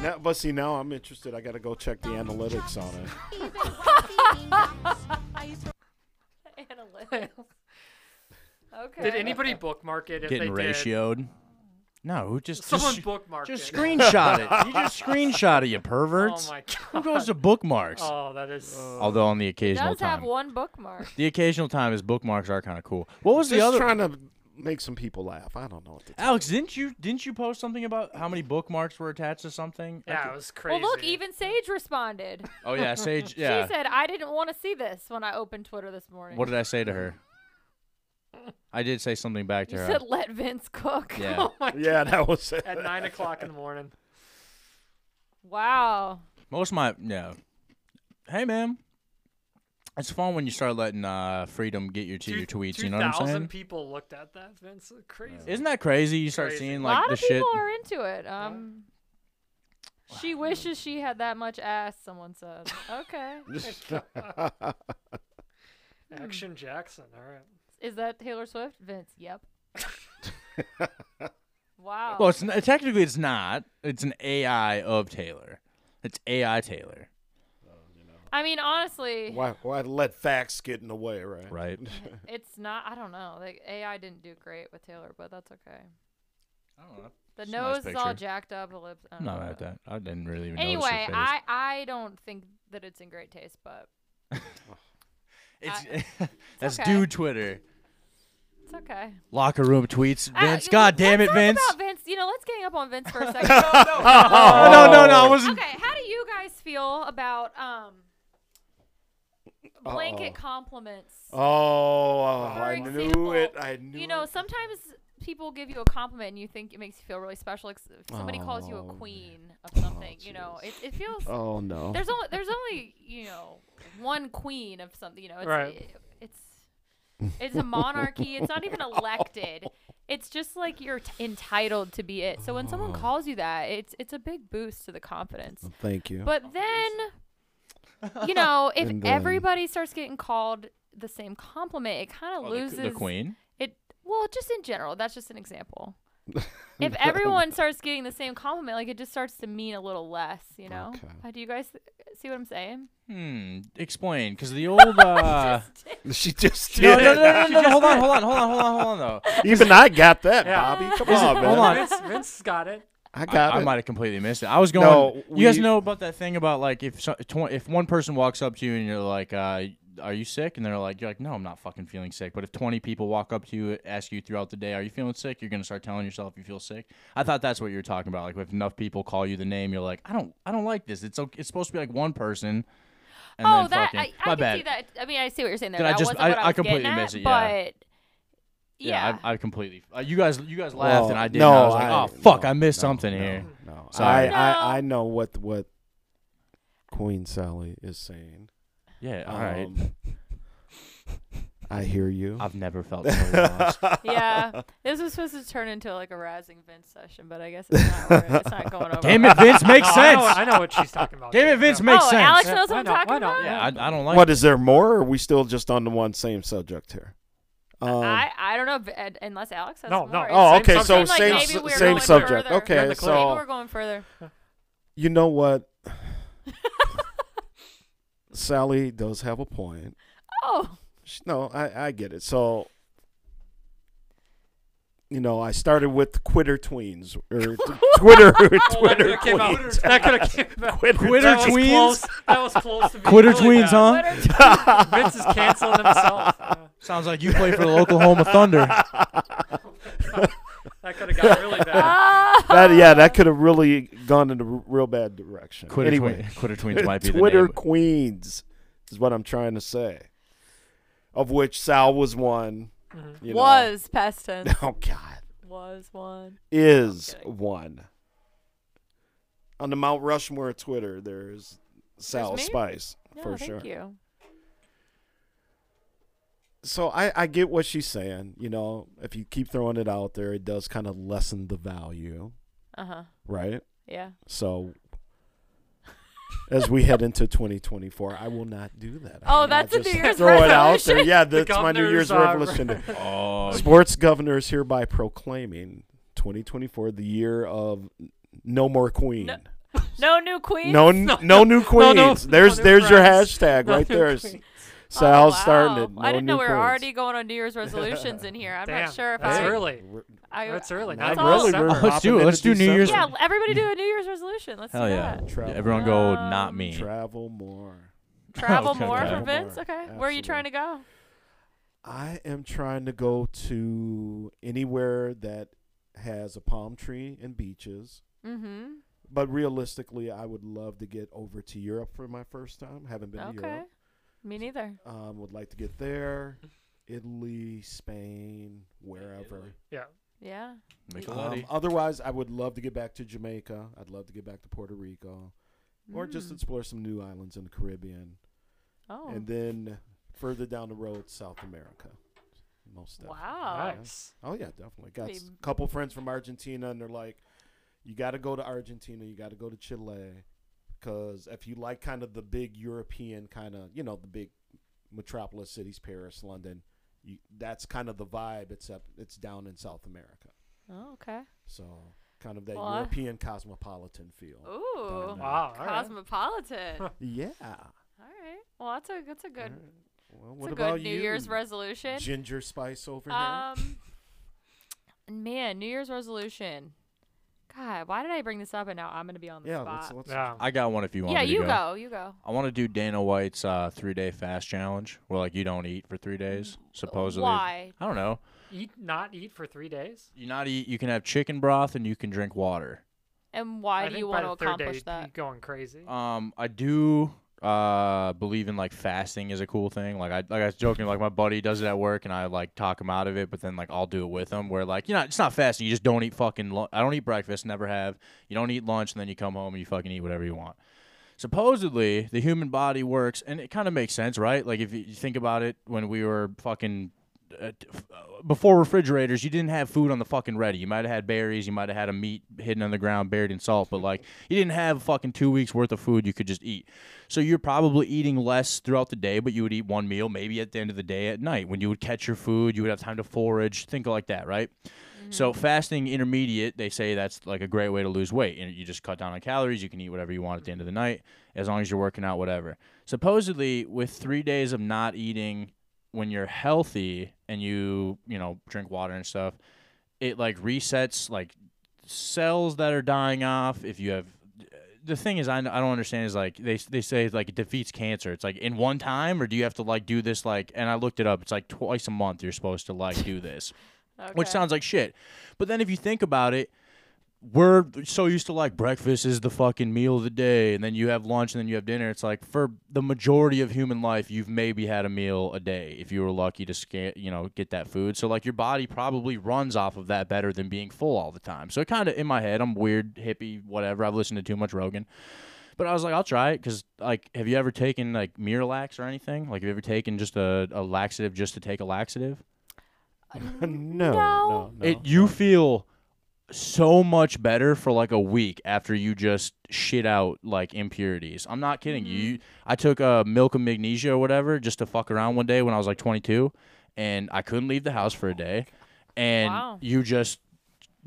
[SPEAKER 13] Now, but see, now I'm interested. I gotta go check the analytics on it.
[SPEAKER 10] analytics. Okay.
[SPEAKER 12] Did anybody bookmark it? If
[SPEAKER 11] Getting
[SPEAKER 12] they did,
[SPEAKER 11] ratioed. No, who just
[SPEAKER 12] Someone
[SPEAKER 11] just,
[SPEAKER 12] bookmarked
[SPEAKER 11] Just
[SPEAKER 12] it.
[SPEAKER 11] screenshot it. You just screenshot it, you perverts.
[SPEAKER 12] Oh my
[SPEAKER 11] Who goes to
[SPEAKER 12] God.
[SPEAKER 11] bookmarks?
[SPEAKER 12] Oh, that is.
[SPEAKER 11] Although on the
[SPEAKER 10] It
[SPEAKER 11] occasional
[SPEAKER 10] does have
[SPEAKER 11] time,
[SPEAKER 10] one bookmark.
[SPEAKER 11] the occasional time is bookmarks are kind of cool. What was the
[SPEAKER 13] Just
[SPEAKER 11] other?
[SPEAKER 13] trying to make some people laugh. I don't know. What to
[SPEAKER 11] Alex, didn't you didn't you post something about how many bookmarks were attached to something? I
[SPEAKER 12] Yeah,
[SPEAKER 11] could-
[SPEAKER 12] it was crazy.
[SPEAKER 10] Well, look, even Sage responded.
[SPEAKER 11] Oh yeah, Sage. Yeah.
[SPEAKER 10] She said, "I didn't want to see this when I opened Twitter this morning."
[SPEAKER 11] what did I say to her? I did say something back to
[SPEAKER 10] You
[SPEAKER 11] her.
[SPEAKER 10] said, "Let Vince cook."
[SPEAKER 11] Yeah.
[SPEAKER 12] Oh my
[SPEAKER 13] Yeah, that was it.
[SPEAKER 12] At nine o'clock in the morning.
[SPEAKER 10] Wow.
[SPEAKER 11] Most of my yeah. Hey, ma'am. It's fun when you start letting uh, freedom get you to your tweets. you know what I'm
[SPEAKER 12] 2,000
[SPEAKER 11] saying?
[SPEAKER 12] people looked at that. Vince, crazy.
[SPEAKER 11] Isn't that crazy? You start seeing
[SPEAKER 10] a
[SPEAKER 11] like
[SPEAKER 10] lot
[SPEAKER 11] the
[SPEAKER 10] of people
[SPEAKER 11] shit.
[SPEAKER 10] are into it. Um, she wishes she had that much ass. Someone said, "Okay,
[SPEAKER 12] Action Jackson. All right.
[SPEAKER 10] is that Taylor Swift?" Vince, "Yep." wow.
[SPEAKER 11] Well, it's n- technically it's not. It's an AI of Taylor. It's AI Taylor.
[SPEAKER 10] I mean, honestly,
[SPEAKER 13] Why, why let facts get in the way, right?
[SPEAKER 11] Right.
[SPEAKER 10] it's not. I don't know. Like AI didn't do great with Taylor, but that's okay.
[SPEAKER 11] I don't know.
[SPEAKER 10] The
[SPEAKER 11] It's a nice
[SPEAKER 10] nose is all
[SPEAKER 11] picture.
[SPEAKER 10] jacked up. The lips. I
[SPEAKER 11] I'm
[SPEAKER 10] don't
[SPEAKER 11] not
[SPEAKER 10] know.
[SPEAKER 11] mad at that. I didn't really even notice her
[SPEAKER 10] Anyway,
[SPEAKER 11] face.
[SPEAKER 10] I I don't think that it's in great taste, but
[SPEAKER 11] It's,
[SPEAKER 10] it's
[SPEAKER 11] that's
[SPEAKER 10] okay.
[SPEAKER 11] dude Twitter.
[SPEAKER 10] it's okay.
[SPEAKER 11] Locker room tweets.
[SPEAKER 10] Ah,
[SPEAKER 11] Vince,
[SPEAKER 10] you-
[SPEAKER 11] god damn it,
[SPEAKER 10] let's
[SPEAKER 11] Vince.
[SPEAKER 10] Talk about Vince. You know, let's gang up on Vince for a second. no,
[SPEAKER 11] no, Oh, no, no, no, I wasn't.
[SPEAKER 10] Okay, how do you guys feel about um blanket
[SPEAKER 13] Uh-oh.
[SPEAKER 10] compliments?
[SPEAKER 13] Oh,
[SPEAKER 10] For
[SPEAKER 13] I
[SPEAKER 10] example,
[SPEAKER 13] knew it. I knew
[SPEAKER 10] You know,
[SPEAKER 13] it.
[SPEAKER 10] sometimes people give you a compliment and you think it makes you feel really special. Like if somebody calls you a queen of something, you know, it, it feels.
[SPEAKER 13] Oh, no.
[SPEAKER 10] There's only there's only you know one queen of something. You know, it's
[SPEAKER 13] Right.
[SPEAKER 10] it- it's it's a monarchy. it's not even elected. It's just like you're t- entitled to be it. So when
[SPEAKER 13] Oh.
[SPEAKER 10] someone calls you that, it's it's a big boost to the confidence.
[SPEAKER 13] Thank you.
[SPEAKER 10] But then, you know, if
[SPEAKER 13] And then-
[SPEAKER 10] everybody starts getting called the same compliment, it kind of
[SPEAKER 11] Oh, the
[SPEAKER 10] loses
[SPEAKER 11] qu- the queen?
[SPEAKER 10] It well, just in general. That's just an example. If everyone starts getting the same compliment, like it just starts to mean a little less, you know. Uh, do you guys see what I'm saying?
[SPEAKER 11] Hmm. Explain, because the old. Uh...
[SPEAKER 13] she just
[SPEAKER 11] no,
[SPEAKER 13] did
[SPEAKER 11] no,
[SPEAKER 13] it.
[SPEAKER 11] no, no,
[SPEAKER 13] She
[SPEAKER 11] no, no,
[SPEAKER 13] just
[SPEAKER 11] Hold on,
[SPEAKER 13] did.
[SPEAKER 11] hold on, hold on, hold on, hold on, though.
[SPEAKER 13] Even I got that, Bobby. Come
[SPEAKER 11] Is it-
[SPEAKER 13] on, man.
[SPEAKER 11] hold on.
[SPEAKER 12] Vince, Vince got it.
[SPEAKER 13] I got
[SPEAKER 11] I,
[SPEAKER 13] it.
[SPEAKER 11] might have completely missed it. I was going.
[SPEAKER 13] No,
[SPEAKER 11] you guys
[SPEAKER 13] we-
[SPEAKER 11] know about that thing about like if so, tw- if one person walks up to you and you're like, uh, are you sick? And they're like, you're like, no, I'm not fucking feeling sick. But if 20 people walk up to you, ask you throughout the day, are you feeling sick? You're gonna start telling yourself you feel sick. I thought that's what you were talking about. Like if enough people call you the name, you're like, I don't, I don't like this. It's okay. It's supposed to be like one person. And
[SPEAKER 10] oh,
[SPEAKER 11] then
[SPEAKER 10] that
[SPEAKER 11] fucking,
[SPEAKER 10] I, I
[SPEAKER 11] my
[SPEAKER 10] can
[SPEAKER 11] bad.
[SPEAKER 10] see that. I mean, I see what you're saying there.
[SPEAKER 11] Did I
[SPEAKER 10] that
[SPEAKER 11] just-
[SPEAKER 10] wasn't
[SPEAKER 11] I-
[SPEAKER 10] what I,
[SPEAKER 11] I
[SPEAKER 10] was
[SPEAKER 11] completely
[SPEAKER 10] getting at,
[SPEAKER 11] missed it, yeah.
[SPEAKER 10] But
[SPEAKER 11] Yeah,
[SPEAKER 10] yeah,
[SPEAKER 11] I, I completely. Uh, you guys, you guys laughed
[SPEAKER 13] Well,
[SPEAKER 11] and I didn't.
[SPEAKER 13] no,
[SPEAKER 11] I was like,
[SPEAKER 13] I-
[SPEAKER 11] oh fuck, I missed something here.
[SPEAKER 13] No,
[SPEAKER 11] Sorry.
[SPEAKER 13] I, I I know what what Queen Sally is saying.
[SPEAKER 11] Yeah,
[SPEAKER 13] Um,
[SPEAKER 11] all right.
[SPEAKER 13] I hear you.
[SPEAKER 11] I've never felt so lost.
[SPEAKER 10] yeah. This was supposed to turn into like a rousing Vince session, but I guess it's not. wor- it's not going over.
[SPEAKER 11] Damn it, Vince makes
[SPEAKER 12] No, Oh, I
[SPEAKER 11] sense.
[SPEAKER 12] know- I know what she's talking about,
[SPEAKER 11] Damn it,
[SPEAKER 12] too.
[SPEAKER 11] Vince
[SPEAKER 12] Yeah.
[SPEAKER 11] makes
[SPEAKER 10] Oh,
[SPEAKER 11] sense.
[SPEAKER 10] Alex knows
[SPEAKER 12] Why
[SPEAKER 10] what I'm
[SPEAKER 12] not? Why
[SPEAKER 10] talking
[SPEAKER 12] not?
[SPEAKER 10] about.
[SPEAKER 11] Yeah, I, I don't like.
[SPEAKER 13] What is there more? Or are we still just on the one same subject here? Um,
[SPEAKER 10] I, I don't know if- and- unless Alex has
[SPEAKER 12] No,
[SPEAKER 10] more.
[SPEAKER 12] no.
[SPEAKER 10] It
[SPEAKER 13] Oh,
[SPEAKER 10] seemed-
[SPEAKER 13] okay, so
[SPEAKER 10] seemed like
[SPEAKER 13] same
[SPEAKER 10] maybe
[SPEAKER 13] s-
[SPEAKER 10] we're
[SPEAKER 13] same
[SPEAKER 10] going
[SPEAKER 13] subject.
[SPEAKER 10] further.
[SPEAKER 13] Okay,
[SPEAKER 10] Maybe
[SPEAKER 13] so-
[SPEAKER 10] we're going further.
[SPEAKER 13] you know what? Sally does have a point.
[SPEAKER 10] Oh,
[SPEAKER 13] Sh- No, I, I get it. So, you know, I started with quitter tweens or t- Twitter Twitter
[SPEAKER 12] Oh, that could've came out-
[SPEAKER 13] tweens.
[SPEAKER 12] that could've came out.
[SPEAKER 11] Quitter
[SPEAKER 12] That was
[SPEAKER 11] tweens?
[SPEAKER 12] close. That was close to being
[SPEAKER 11] Quitter
[SPEAKER 12] really
[SPEAKER 11] tweens,
[SPEAKER 12] bad.
[SPEAKER 11] huh? Quitter
[SPEAKER 12] Vince is canceling himself. Uh,
[SPEAKER 11] Sounds like you play for the Oklahoma Thunder.
[SPEAKER 12] that could have got really bad.
[SPEAKER 13] That- yeah, that could have really gone in a r- real bad direction.
[SPEAKER 11] Quitter
[SPEAKER 13] anyway,
[SPEAKER 11] tween- quitter tweens might be the
[SPEAKER 13] Twitter
[SPEAKER 11] name.
[SPEAKER 13] queens is what I'm trying to say. Of which Sal was one.
[SPEAKER 12] Mm-hmm.
[SPEAKER 13] you know.
[SPEAKER 10] was past tense.
[SPEAKER 13] Oh God,
[SPEAKER 10] Was one.
[SPEAKER 13] is one. On the Mount Rushmore of Twitter, there's Sal
[SPEAKER 10] me?
[SPEAKER 13] Spice
[SPEAKER 10] No,
[SPEAKER 13] for
[SPEAKER 10] thank
[SPEAKER 13] sure.
[SPEAKER 10] you.
[SPEAKER 13] So I, I get what she's saying. You know, if you keep throwing it out there, it does kind of lessen the value,
[SPEAKER 10] Uh huh.
[SPEAKER 13] right?
[SPEAKER 10] Yeah.
[SPEAKER 13] So as we head into 2024, I will not do that. I
[SPEAKER 10] Oh,
[SPEAKER 13] will not
[SPEAKER 10] that's a
[SPEAKER 13] just
[SPEAKER 10] New Year's
[SPEAKER 13] throw it out there.
[SPEAKER 10] resolution.
[SPEAKER 13] Yeah,
[SPEAKER 10] The
[SPEAKER 13] that's my New Year's
[SPEAKER 10] governor's, uh,
[SPEAKER 13] revolution.
[SPEAKER 11] Oh.
[SPEAKER 13] Sports governors hereby proclaiming 2024 the year of no more queen.
[SPEAKER 10] No new queen.
[SPEAKER 13] No, n- no, new queens. there's
[SPEAKER 10] no new
[SPEAKER 13] there's your
[SPEAKER 10] friends.
[SPEAKER 13] hashtag
[SPEAKER 10] No
[SPEAKER 13] right
[SPEAKER 10] new
[SPEAKER 13] there.
[SPEAKER 10] queens.
[SPEAKER 13] Sal
[SPEAKER 10] Oh,
[SPEAKER 13] starting it.
[SPEAKER 10] wow. I
[SPEAKER 13] no
[SPEAKER 10] didn't know
[SPEAKER 13] new
[SPEAKER 10] we were
[SPEAKER 13] queens.
[SPEAKER 10] already going on New Year's resolutions in here. I'm
[SPEAKER 12] Damn,
[SPEAKER 10] not sure if
[SPEAKER 12] that's
[SPEAKER 10] I.
[SPEAKER 12] early.
[SPEAKER 10] I,
[SPEAKER 12] That's early.
[SPEAKER 13] Not
[SPEAKER 12] That's all.
[SPEAKER 13] really, we're
[SPEAKER 11] Let's
[SPEAKER 13] hopping
[SPEAKER 11] do it.
[SPEAKER 13] into
[SPEAKER 11] Let's do New Year's.
[SPEAKER 10] Yeah, everybody do a New Year's resolution. Let's
[SPEAKER 11] Hell
[SPEAKER 10] do
[SPEAKER 11] yeah.
[SPEAKER 10] that.
[SPEAKER 13] Travel.
[SPEAKER 11] Everyone go, not me.
[SPEAKER 13] Travel more.
[SPEAKER 10] Travel
[SPEAKER 11] Okay.
[SPEAKER 10] more for
[SPEAKER 11] Travel
[SPEAKER 10] Vince.
[SPEAKER 13] more.
[SPEAKER 10] Okay, where are you trying to go?
[SPEAKER 13] I am trying to go to anywhere that has a palm tree and beaches.
[SPEAKER 10] Mm-hmm.
[SPEAKER 13] But realistically, I would love to get over to Europe for my first time. Haven't been to
[SPEAKER 10] Okay.
[SPEAKER 13] Europe.
[SPEAKER 10] Me neither.
[SPEAKER 13] Um, would like to get there, Italy, Spain, wherever.
[SPEAKER 12] Yeah.
[SPEAKER 10] Yeah.
[SPEAKER 13] Um, otherwise, I would love to get back to Jamaica. I'd love to get back to Puerto Rico, or just
[SPEAKER 10] Mm.
[SPEAKER 13] explore some new islands in the Caribbean,
[SPEAKER 10] Oh.
[SPEAKER 13] and then further down the road, South America. Most definitely.
[SPEAKER 10] Wow.
[SPEAKER 12] Nice.
[SPEAKER 13] Oh yeah, definitely. Got
[SPEAKER 10] Be-
[SPEAKER 13] s- a couple friends from Argentina, and they're like, "You got to go to Argentina. You got to go to Chile, because if you like kind of the big European kind of, you know, the big metropolis cities, Paris, London, you, that's kind of the vibe. Except it's down in South America,
[SPEAKER 10] Oh, okay.
[SPEAKER 13] so kind of that
[SPEAKER 10] Well, I-
[SPEAKER 13] European cosmopolitan feel. down
[SPEAKER 10] Ooh.
[SPEAKER 13] there.
[SPEAKER 12] Wow, all right.
[SPEAKER 10] Cosmopolitan. all
[SPEAKER 13] Yeah.
[SPEAKER 10] right. Well, that's a that's a good
[SPEAKER 13] Well,
[SPEAKER 10] that's
[SPEAKER 13] what
[SPEAKER 10] a
[SPEAKER 13] about
[SPEAKER 10] good New
[SPEAKER 13] you?
[SPEAKER 10] Year's resolution.
[SPEAKER 13] Ginger spice over
[SPEAKER 10] Um, man, New Year's resolution. God, why did I bring this up? And now I'm gonna be on the
[SPEAKER 13] here. Yeah.
[SPEAKER 10] spot.
[SPEAKER 13] Let's, let's
[SPEAKER 11] I got one if you want
[SPEAKER 10] yeah,
[SPEAKER 11] me to
[SPEAKER 10] you
[SPEAKER 11] go.
[SPEAKER 10] go. You go.
[SPEAKER 11] I want to do Dana White's uh, three day fast challenge where, like, you don't eat for three days, supposedly.
[SPEAKER 10] Why?
[SPEAKER 11] I don't know.
[SPEAKER 12] Eat not eat for three days.
[SPEAKER 11] You not eat, you can have chicken broth and you can drink water.
[SPEAKER 10] And why
[SPEAKER 12] I
[SPEAKER 10] do
[SPEAKER 12] think
[SPEAKER 10] you
[SPEAKER 12] by
[SPEAKER 10] want to
[SPEAKER 12] the third day,
[SPEAKER 10] accomplish
[SPEAKER 12] you'd be
[SPEAKER 10] that?
[SPEAKER 12] Going crazy.
[SPEAKER 11] Um, I do uh believe in like fasting is a cool thing. Like I like I was joking, like my buddy does it at work, and I like talk him out of it, but then like I'll do it with him. Where like you know it's not fasting. You just don't eat fucking. Lu- I don't eat breakfast. Never have. You don't eat lunch, and then you come home and you fucking eat whatever you want. Supposedly, the human body works, and it kind of makes sense, right? Like if you you think about it, when we were fucking uh, t- f- uh, before refrigerators, you didn't have food on the fucking ready. You might have had berries, you might have had a meat hidden on the ground, buried in salt, but like you didn't have fucking two weeks worth of food you could just eat. So you're probably eating less throughout the day, but you would eat one meal maybe at the end of the day at night when you would catch your food, you would have time to forage, think like that, right? So fasting intermediate, they say that's like a great way to lose weight, and you just cut down on calories. You can eat whatever you want at the end of the night, as long as you're working out, whatever. Supposedly, with three days of not eating, when you're healthy and you you know drink water and stuff, it like resets like cells that are dying off. If you have, the thing is, I, I don't understand is like they they say like it defeats cancer. It's like in one time, or do you have to like do this like? And I looked it up. It's like twice a month you're supposed to like do this, which
[SPEAKER 16] Okay.
[SPEAKER 11] sounds like shit. But then if you think about it, we're so used to like breakfast is the fucking meal of the day, and then you have lunch, and then you have dinner. It's like for the majority of human life, you've maybe had a meal a day if you were lucky to scan, you know, get that food. So like your body probably runs off of that better than being full all the time. So it kind of in my head, I'm weird, hippie, whatever. I've listened to too much Rogan. But I was like, I'll try it because, like, have you ever taken like Miralax or anything? Like, have you ever taken just a, a laxative just to take a laxative?
[SPEAKER 13] no, no, no.
[SPEAKER 11] It you feel so much better for like a week after you just shit out like impurities. I'm not kidding you. I took uh, milk and magnesia or whatever just to fuck around one day when I was like 22, and I couldn't leave the house for a day, and
[SPEAKER 16] Wow.
[SPEAKER 11] you just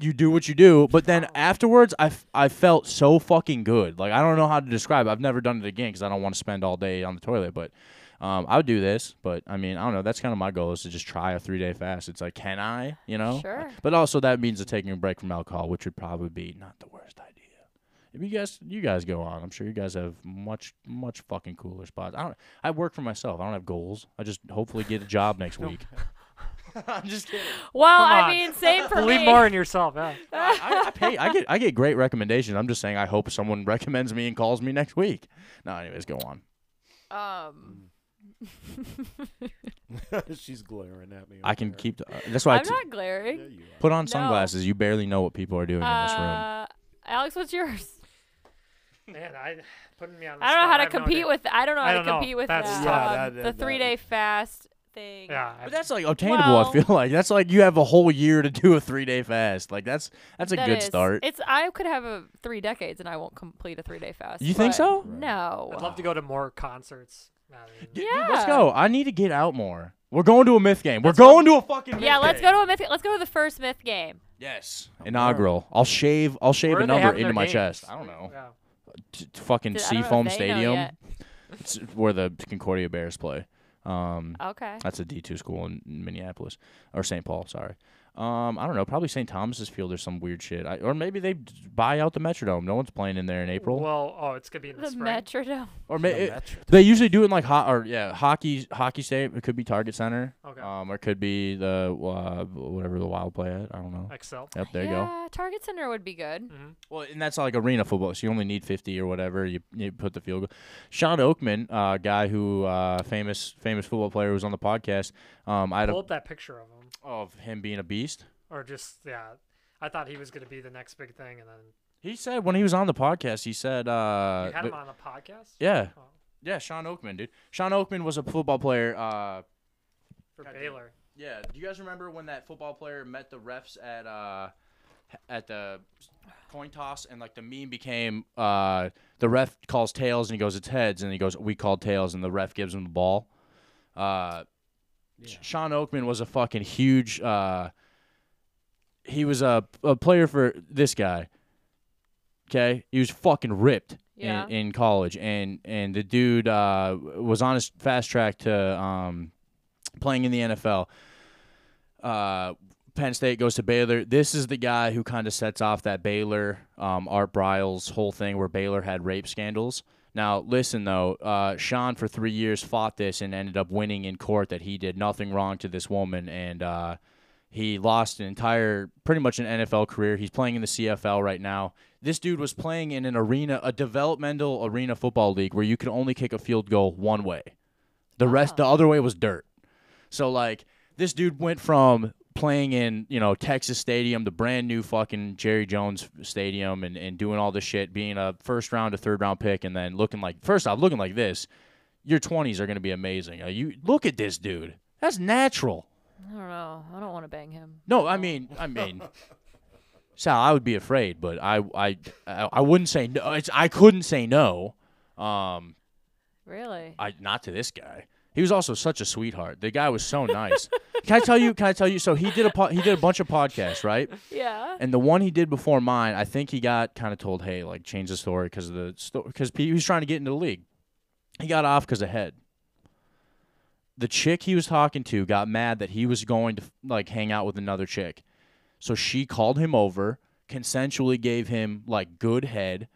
[SPEAKER 11] you do what you do but then afterwards I, f- I felt so fucking good like i don't know how to describe it. i've never done it again because i don't want to spend all day on the toilet but um, i would do this but i mean i don't know that's kind of my goal is to just try a three day fast it's like can i you know
[SPEAKER 16] Sure.
[SPEAKER 11] but also that means that taking a break from alcohol which would probably be not the worst idea if you guys you guys go on i'm sure you guys have much much fucking cooler spots i don't i work for myself i don't have goals i just hopefully get a job next week I'm just kidding.
[SPEAKER 10] Well,
[SPEAKER 12] Come
[SPEAKER 10] I
[SPEAKER 12] on.
[SPEAKER 10] mean, same for
[SPEAKER 12] Believe
[SPEAKER 10] me.
[SPEAKER 12] more in yourself. Yeah.
[SPEAKER 11] I, I pay. I get I get great recommendations. I'm just saying I hope someone recommends me and calls me next week. No, anyways, go on.
[SPEAKER 10] Um,
[SPEAKER 13] She's glaring at me.
[SPEAKER 11] I can keep. The, uh, that's why I
[SPEAKER 10] I'm
[SPEAKER 11] t-
[SPEAKER 10] not glaring. Yeah, you are.
[SPEAKER 11] Put on
[SPEAKER 10] No.
[SPEAKER 11] sunglasses. You barely know what people are doing in this room.
[SPEAKER 10] uh, Alex, what's yours?
[SPEAKER 12] Man, I putting me on. The
[SPEAKER 10] I don't know
[SPEAKER 12] spot.
[SPEAKER 10] how to
[SPEAKER 12] have no
[SPEAKER 10] compete
[SPEAKER 12] idea.
[SPEAKER 10] with. I don't know how
[SPEAKER 12] I
[SPEAKER 10] to
[SPEAKER 12] don't know.
[SPEAKER 10] compete with
[SPEAKER 12] That's
[SPEAKER 10] that.
[SPEAKER 12] tough.
[SPEAKER 10] um,
[SPEAKER 12] Yeah, that-
[SPEAKER 10] the
[SPEAKER 12] that-
[SPEAKER 10] three day fast thing.
[SPEAKER 12] Yeah,
[SPEAKER 11] But that's like obtainable. I feel like that's like you have a whole year to do a three day fast. Like that's that's a
[SPEAKER 10] That
[SPEAKER 11] good
[SPEAKER 10] is-
[SPEAKER 11] start.
[SPEAKER 10] It's I could have a three decades and I won't complete a three day fast.
[SPEAKER 11] You think
[SPEAKER 10] but
[SPEAKER 11] so?
[SPEAKER 10] No.
[SPEAKER 12] I'd love to go to more concerts.
[SPEAKER 11] Dude,
[SPEAKER 10] yeah.
[SPEAKER 11] Let's go. I need to get out more. We're going to a myth game. We're going to a fucking myth
[SPEAKER 10] Yeah, let's
[SPEAKER 11] game.
[SPEAKER 10] go to a myth. Let's go to the first myth game.
[SPEAKER 11] Yes. inaugural. I'll shave. I'll shave
[SPEAKER 12] Where
[SPEAKER 11] a
[SPEAKER 12] are they
[SPEAKER 11] number
[SPEAKER 12] having
[SPEAKER 11] into
[SPEAKER 12] their
[SPEAKER 11] my
[SPEAKER 12] games?
[SPEAKER 11] chest. I don't know.
[SPEAKER 12] Yeah.
[SPEAKER 11] T- t- fucking
[SPEAKER 10] Dude, I don't know if
[SPEAKER 11] Seafoam
[SPEAKER 10] they know
[SPEAKER 11] Stadium,
[SPEAKER 10] yet.
[SPEAKER 11] it's where the Concordia Bears play. Um,
[SPEAKER 10] Okay.
[SPEAKER 11] That's a D two school in Minneapolis or St. Paul. Sorry. Um, I don't know. Probably St. Thomas's Field or some weird shit. I, or maybe they d- buy out the Metrodome. No one's playing in there in April.
[SPEAKER 12] Well, oh, it's gonna be in the,
[SPEAKER 10] The
[SPEAKER 12] spring.
[SPEAKER 10] Metrodome.
[SPEAKER 11] Or may, it- they usually do it in like hot or yeah hockey hockey state. It could be Target Center.
[SPEAKER 12] Okay.
[SPEAKER 11] Um, or it could be the uh, whatever the Wild play at. I don't know.
[SPEAKER 12] Excel.
[SPEAKER 11] Yep. There you go.
[SPEAKER 10] yeah, Target Center would be good.
[SPEAKER 11] Well, and that's like arena football. So you only need 50 or whatever. You, you put the field goal. Sean Oakman, uh, guy who uh, famous famous football player who was on the podcast. Um, I had
[SPEAKER 12] Pull
[SPEAKER 11] a,
[SPEAKER 12] up that picture of him,
[SPEAKER 11] of him being a beast.
[SPEAKER 12] or just yeah. I thought he was gonna be the next big thing, and then
[SPEAKER 11] He said when he was on the podcast, he said uh,
[SPEAKER 12] you had him
[SPEAKER 11] the-
[SPEAKER 12] on Oh. a podcast.
[SPEAKER 11] Yeah, yeah, Sean Oakman, dude. Sean Oakman was a football player. Uh,
[SPEAKER 12] for Baylor.
[SPEAKER 11] Yeah. Do you guys remember when that football player met the refs at uh, at the coin toss and like the meme became uh, the ref calls tails and he goes it's heads and he goes we called tails and the ref gives him the ball. Uh, Sean Oakman was a fucking huge. Uh, he was a, a player for this guy. Okay, he was fucking ripped
[SPEAKER 16] Yeah.
[SPEAKER 11] in, in college, and and the dude uh, was on his fast track to um, playing in the NFL. Uh, Penn State goes to Baylor. This is the guy who kind of sets off that Baylor um, Art Briles whole thing where Baylor had rape scandals. Now, listen though, uh, Sean for three years fought this and ended up winning in court that he did nothing wrong to this woman, and uh, he lost an entire, pretty much an NFL career. He's playing in the CFL right now. This dude was playing in an arena, a developmental arena football league where you could only kick a field goal one way. The rest, the other way was dirt. So like this dude went from playing in you know Texas Stadium, the brand new fucking Jerry Jones Stadium, and and doing all this shit, being a first round to third round pick, and then looking like first off looking like this. Your twenties are gonna be amazing. Uh, you look at this dude. That's natural.
[SPEAKER 10] I don't know. I don't want to bang him.
[SPEAKER 11] No, I mean, I mean, Sal, I would be afraid, but I, I, I I wouldn't say no. It's, I couldn't say no. Um,
[SPEAKER 10] Really?
[SPEAKER 11] I not to this guy. He was also such a sweetheart. The guy was so nice. can I tell you? Can I tell you? So he did a po- he did a bunch of podcasts, right?
[SPEAKER 10] Yeah.
[SPEAKER 11] And the one he did before mine, I think he got kind of told, "Hey, like change the story because of the story because he was trying to get into the league. He got off because of head. The chick he was talking to got mad that he was going to like hang out with another chick, so she called him over, consensually gave him like good head,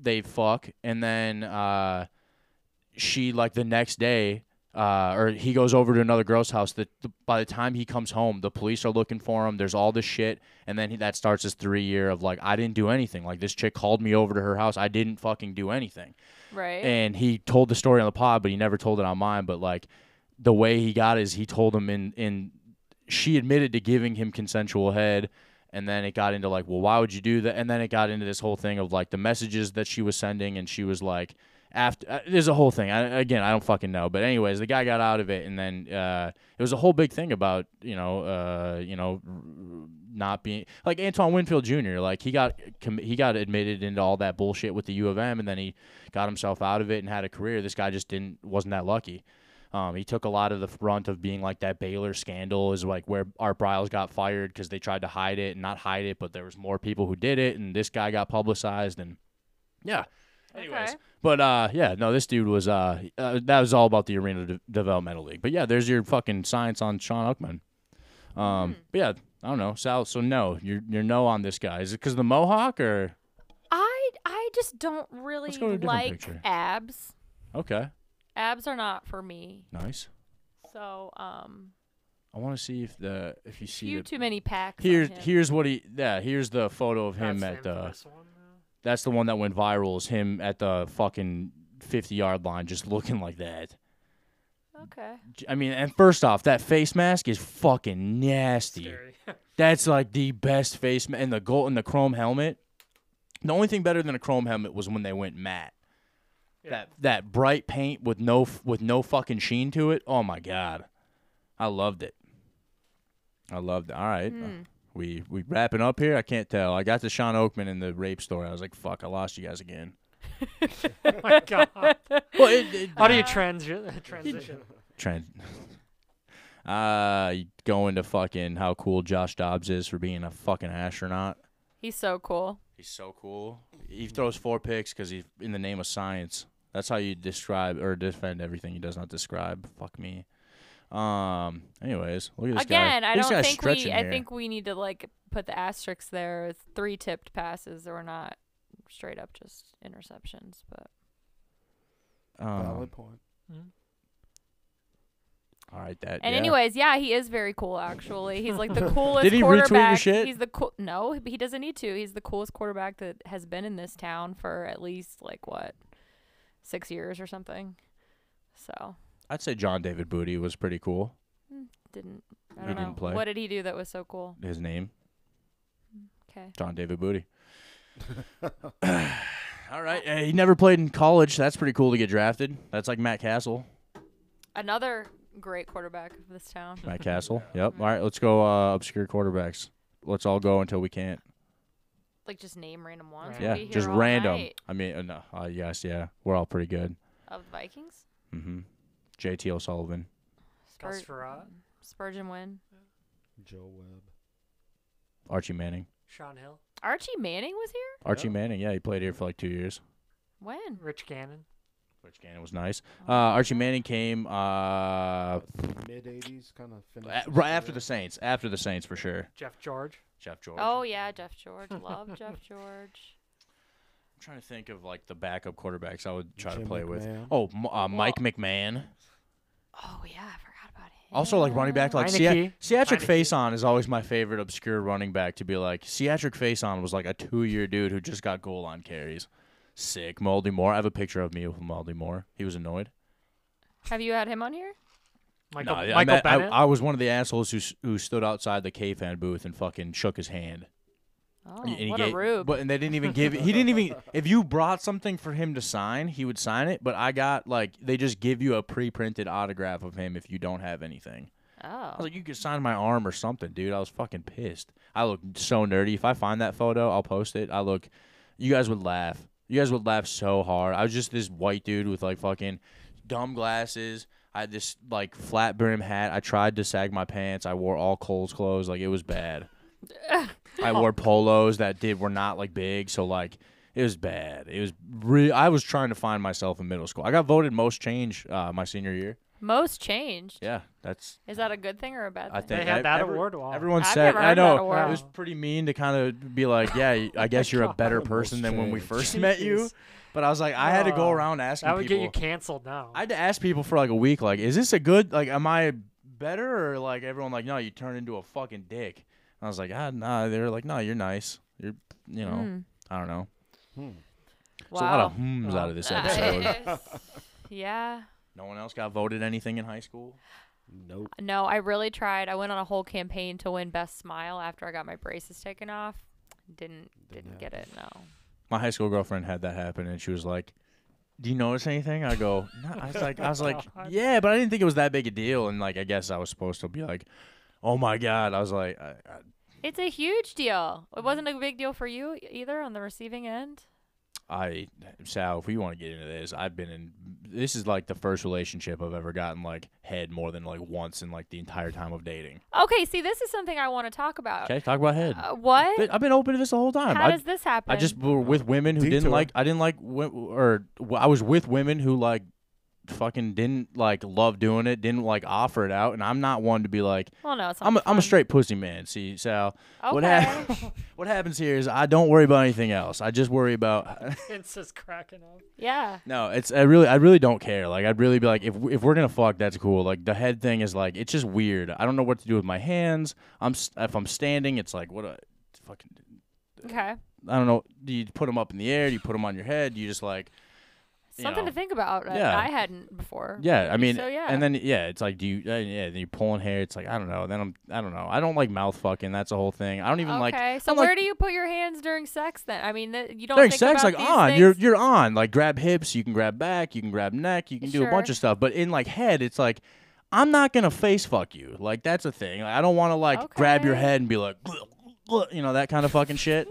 [SPEAKER 11] they fuck, and then uh, she like the next day, uh, or he goes over to another girl's house. That the, by the time he comes home, the police are looking for him. There's all this shit, and then he, that starts his three year of like I didn't do anything. Like this chick called me over to her house. I didn't fucking do anything.
[SPEAKER 10] Right.
[SPEAKER 11] And he told the story on the pod, but he never told it on mine. But like the way he got is he told him in in she admitted to giving him consensual head and then it got into like well why would you do that and then it got into this whole thing of like the messages that she was sending and she was like after uh, there's a whole thing I, again i don't fucking know but anyways the guy got out of it and then uh, it was a whole big thing about you know uh, you know r- not being like antoine winfield jr like he got com- he got admitted into all that bullshit with the u of m and then he got himself out of it and had a career this guy just didn't wasn't that lucky um, he took a lot of the brunt of being like that Baylor scandal is like where Art Briles got fired because they tried to hide it and not hide it, but there was more people who did it, and this guy got publicized and yeah.
[SPEAKER 10] Anyways,
[SPEAKER 11] But uh, yeah, no, this dude was uh, uh that was all about the Arena De- Developmental League. But yeah, there's your fucking science on Sean Uckman. Um, but yeah, I don't know, Sal. So no, you're you're no on this guy. Is it because the mohawk or
[SPEAKER 10] I I just don't really
[SPEAKER 11] go to a different
[SPEAKER 10] like
[SPEAKER 11] picture.
[SPEAKER 10] abs.
[SPEAKER 11] okay,
[SPEAKER 10] Abs are not for me.
[SPEAKER 11] nice.
[SPEAKER 10] So um,
[SPEAKER 11] I want to see if the if you see
[SPEAKER 10] few
[SPEAKER 11] the-
[SPEAKER 10] too many packs. on
[SPEAKER 11] Here's
[SPEAKER 10] him.
[SPEAKER 11] here's what he yeah here's the photo of him at the. that's the one that went viral. Is him at the fucking fifty yard line, just looking like that.
[SPEAKER 10] Okay.
[SPEAKER 11] J- I mean, and first off, that face mask is fucking nasty. that's like the best face ma- and the gold and the chrome helmet. The only thing better than a chrome helmet was when they went matte. That that bright paint with no f- with no fucking sheen to it. Oh my god, I loved it. I loved it. All right.
[SPEAKER 10] Hmm.
[SPEAKER 11] We we wrapping up here. I can't tell. I got to Sean Oakman in the rape story. I was like, "Fuck! I lost you guys again."
[SPEAKER 12] Oh my God.
[SPEAKER 11] Well, it- it-
[SPEAKER 12] How do you transi- transition?
[SPEAKER 11] Trent. Uh, going to fucking how cool Josh Dobbs is for being a fucking astronaut.
[SPEAKER 10] He's so cool.
[SPEAKER 11] He's so cool. He throws four picks because he's in the name of science. That's how you describe or defend everything he does not describe. Fuck me. Um. Anyways, look at this guy.
[SPEAKER 10] Again, I
[SPEAKER 11] Look at this
[SPEAKER 10] don't
[SPEAKER 11] guy
[SPEAKER 10] think we.
[SPEAKER 11] stretching
[SPEAKER 10] I
[SPEAKER 11] here.
[SPEAKER 10] think we need to like put the asterisks there. It's three tipped passes or not straight up just interceptions, but
[SPEAKER 11] Um,
[SPEAKER 13] Valid point.
[SPEAKER 11] all right, that.
[SPEAKER 10] And
[SPEAKER 11] yeah.
[SPEAKER 10] anyways, yeah, he is very cool. Actually, he's like the coolest.
[SPEAKER 11] Did he retweet your
[SPEAKER 10] quarterback.
[SPEAKER 11] shit?
[SPEAKER 10] He's the cool. No, he doesn't need to. He's the coolest quarterback that has been in this town for at least like what six years or something. So
[SPEAKER 11] I'd say John David Booty was pretty cool.
[SPEAKER 10] mm, didn't. I
[SPEAKER 11] He
[SPEAKER 10] don't know.
[SPEAKER 11] didn't play?
[SPEAKER 10] What did he do that was so cool?
[SPEAKER 11] His name,
[SPEAKER 10] Okay.
[SPEAKER 11] John David Booty. all right, uh, he never played in college. That's pretty cool to get drafted. That's like Matt Castle.
[SPEAKER 10] Another great quarterback of this town.
[SPEAKER 11] Matt Castle. Yep. All right, let's go uh, obscure quarterbacks. Let's all go until we can't.
[SPEAKER 10] Like just name random ones. We'll
[SPEAKER 11] Yeah,
[SPEAKER 10] be here
[SPEAKER 11] just
[SPEAKER 10] all
[SPEAKER 11] random.
[SPEAKER 10] night.
[SPEAKER 11] I mean, uh, no, uh, yes, yeah, we're all pretty good.
[SPEAKER 10] Of the Vikings.
[SPEAKER 11] Mm-hmm. J.T. O'Sullivan.
[SPEAKER 10] Spur- Spurgeon win.
[SPEAKER 13] Joe Webb.
[SPEAKER 11] Archie Manning.
[SPEAKER 12] Sean Hill.
[SPEAKER 10] Archie Manning was here.
[SPEAKER 11] Archie Manning, yeah, he played here for like two years.
[SPEAKER 10] When?
[SPEAKER 12] Rich Gannon.
[SPEAKER 11] Rich Gannon was nice.
[SPEAKER 10] Oh.
[SPEAKER 11] Uh, Archie Manning came uh,
[SPEAKER 13] Mid 80s, kind of finished.
[SPEAKER 11] a- right after the Saints. After the Saints, for sure.
[SPEAKER 12] Jeff George.
[SPEAKER 11] Jeff George.
[SPEAKER 10] Oh yeah, Jeff George. Love Jeff George.
[SPEAKER 11] I'm trying to think of like the backup quarterbacks I would try
[SPEAKER 13] Jim
[SPEAKER 11] to play with.
[SPEAKER 13] McMahon.
[SPEAKER 11] Oh, M- uh, Mike McMahon.
[SPEAKER 10] Oh yeah, I forgot about him.
[SPEAKER 11] Also, like running back, like Cia-
[SPEAKER 12] Heineke.
[SPEAKER 11] Ciatric Faceon is always my favorite obscure running back to be like. Ciatric Faceon was like a two-year dude who just got goal line carries. Sick, Moldy Moore. I have a picture of me with Moldy Moore. He was annoyed.
[SPEAKER 10] Have you had him on here?
[SPEAKER 12] Michael,
[SPEAKER 11] I- I
[SPEAKER 12] Michael
[SPEAKER 11] met- I,
[SPEAKER 12] Bennett.
[SPEAKER 11] I, was one of the assholes who s- who stood outside the K fan booth and fucking shook his hand.
[SPEAKER 10] Oh,
[SPEAKER 11] And he
[SPEAKER 10] what a
[SPEAKER 11] gave-
[SPEAKER 10] rube.
[SPEAKER 11] But and they didn't even give. He didn't even. If you brought something for him to sign, he would sign it. But I got like they just give you a pre-printed autograph of him if you don't have anything.
[SPEAKER 10] Oh.
[SPEAKER 11] I was like, you could sign my arm or something, dude. I was fucking pissed. I look so nerdy. If I find that photo, I'll post it. I look, you guys would laugh. You guys would laugh so hard. I was just this white dude with like fucking dumb glasses. I had this like flat brim hat. I tried to sag my pants. I wore all Cole's clothes. Like it was bad. I wore polos that did were not like big, so like it was bad. It was re- I was trying to find myself in middle school. I got voted most change uh, my senior year.
[SPEAKER 10] Most changed.
[SPEAKER 11] Yeah, that's.
[SPEAKER 10] Is that a good thing or a bad thing?
[SPEAKER 11] I think
[SPEAKER 12] had
[SPEAKER 11] I-
[SPEAKER 12] that
[SPEAKER 11] every-
[SPEAKER 12] award while-
[SPEAKER 11] Everyone
[SPEAKER 10] I've
[SPEAKER 11] said,
[SPEAKER 10] never
[SPEAKER 11] "I
[SPEAKER 10] heard
[SPEAKER 11] know."
[SPEAKER 10] that award.
[SPEAKER 11] It was pretty mean to kind of be like, "Yeah, I guess you're a better person than when we first met you."
[SPEAKER 12] Jeez.
[SPEAKER 11] But I was like, I had to go
[SPEAKER 12] Uh,
[SPEAKER 11] around asking
[SPEAKER 12] That would
[SPEAKER 11] people.
[SPEAKER 12] get you canceled now.
[SPEAKER 11] I had to ask people for like a week, like, "Is this a good? Like, am I better?" Or like everyone like, "No, you turned into a fucking dick." And I was like, "Ah, nah." They were like, "No, you're nice. You're, you know,
[SPEAKER 10] Hmm.
[SPEAKER 11] I don't know." There's a lot of
[SPEAKER 10] Wow.
[SPEAKER 11] hmms out of this
[SPEAKER 10] Uh,
[SPEAKER 11] episode.
[SPEAKER 10] it's- yeah.
[SPEAKER 11] no one else got voted anything in high school. Nope.
[SPEAKER 10] No, I really tried. I went on a whole campaign to win best smile after I got my braces taken off. Didn't didn't get it. No.
[SPEAKER 11] my high school girlfriend had that happen, and she was like, "Do you notice anything?" I go, no. I was like, "I was like, yeah," but I didn't think it was that big a deal. And like, I guess I was supposed to be like, "Oh my god!" I was like, I, I,
[SPEAKER 10] It's a huge deal. It wasn't a big deal for you e- either on the receiving end.
[SPEAKER 11] I Sal, if we want to get into this, I've been in. This is like the first relationship I've ever gotten like head more than like once in like the entire time of dating.
[SPEAKER 10] Okay, see, this is something I want to talk about.
[SPEAKER 11] Okay, talk about head.
[SPEAKER 10] Uh, what?
[SPEAKER 11] Th- I've been open to this the whole time.
[SPEAKER 10] How
[SPEAKER 11] I,
[SPEAKER 10] does this happen?
[SPEAKER 11] I just were with women who didn't
[SPEAKER 13] Detour.
[SPEAKER 11] like. I didn't like, wi- or w- I was with women who like, fucking didn't like love doing it. Didn't like offer it out, and I'm not one to be like.
[SPEAKER 10] Well, no, it's not
[SPEAKER 11] I'm a, I'm a straight pussy man. See, Sal. What,
[SPEAKER 10] Okay.
[SPEAKER 11] hap- what happens here is I don't worry about anything else. I just worry about.
[SPEAKER 12] it's just cracking up.
[SPEAKER 10] Yeah.
[SPEAKER 11] No, it's I really I really don't care. Like I'd really be like if if we're gonna fuck, that's cool. Like the head thing is like it's just weird. I don't know what to do with my hands. I'm s- if I'm standing, it's like what a fucking
[SPEAKER 10] Okay.
[SPEAKER 11] I don't know. Do you put them up in the air? Do you put them on your head? Do you just like you
[SPEAKER 10] Something
[SPEAKER 11] know.
[SPEAKER 10] to think about. that
[SPEAKER 11] Yeah.
[SPEAKER 10] I hadn't before.
[SPEAKER 11] Yeah, I mean,
[SPEAKER 10] So yeah.
[SPEAKER 11] and then yeah, it's like do you uh, yeah, then you're pulling hair. It's like I don't know. Then I'm I don't know. I don't like mouth fucking. That's a whole thing. I don't even like
[SPEAKER 10] okay. So
[SPEAKER 11] I'm like-
[SPEAKER 10] where do you put your hands during sex then? I mean, th- you don't
[SPEAKER 11] during
[SPEAKER 10] think
[SPEAKER 11] sex,
[SPEAKER 10] about
[SPEAKER 11] like
[SPEAKER 10] these
[SPEAKER 11] on
[SPEAKER 10] things?
[SPEAKER 11] you're you're on. Like grab hips, you can grab back, you can grab neck, you can do a bunch
[SPEAKER 10] Sure.
[SPEAKER 11] of stuff. But in like head, it's like I'm not gonna face fuck you. Like that's a thing. Like, I don't want to like grab your head and be like, you know that kind of fucking shit.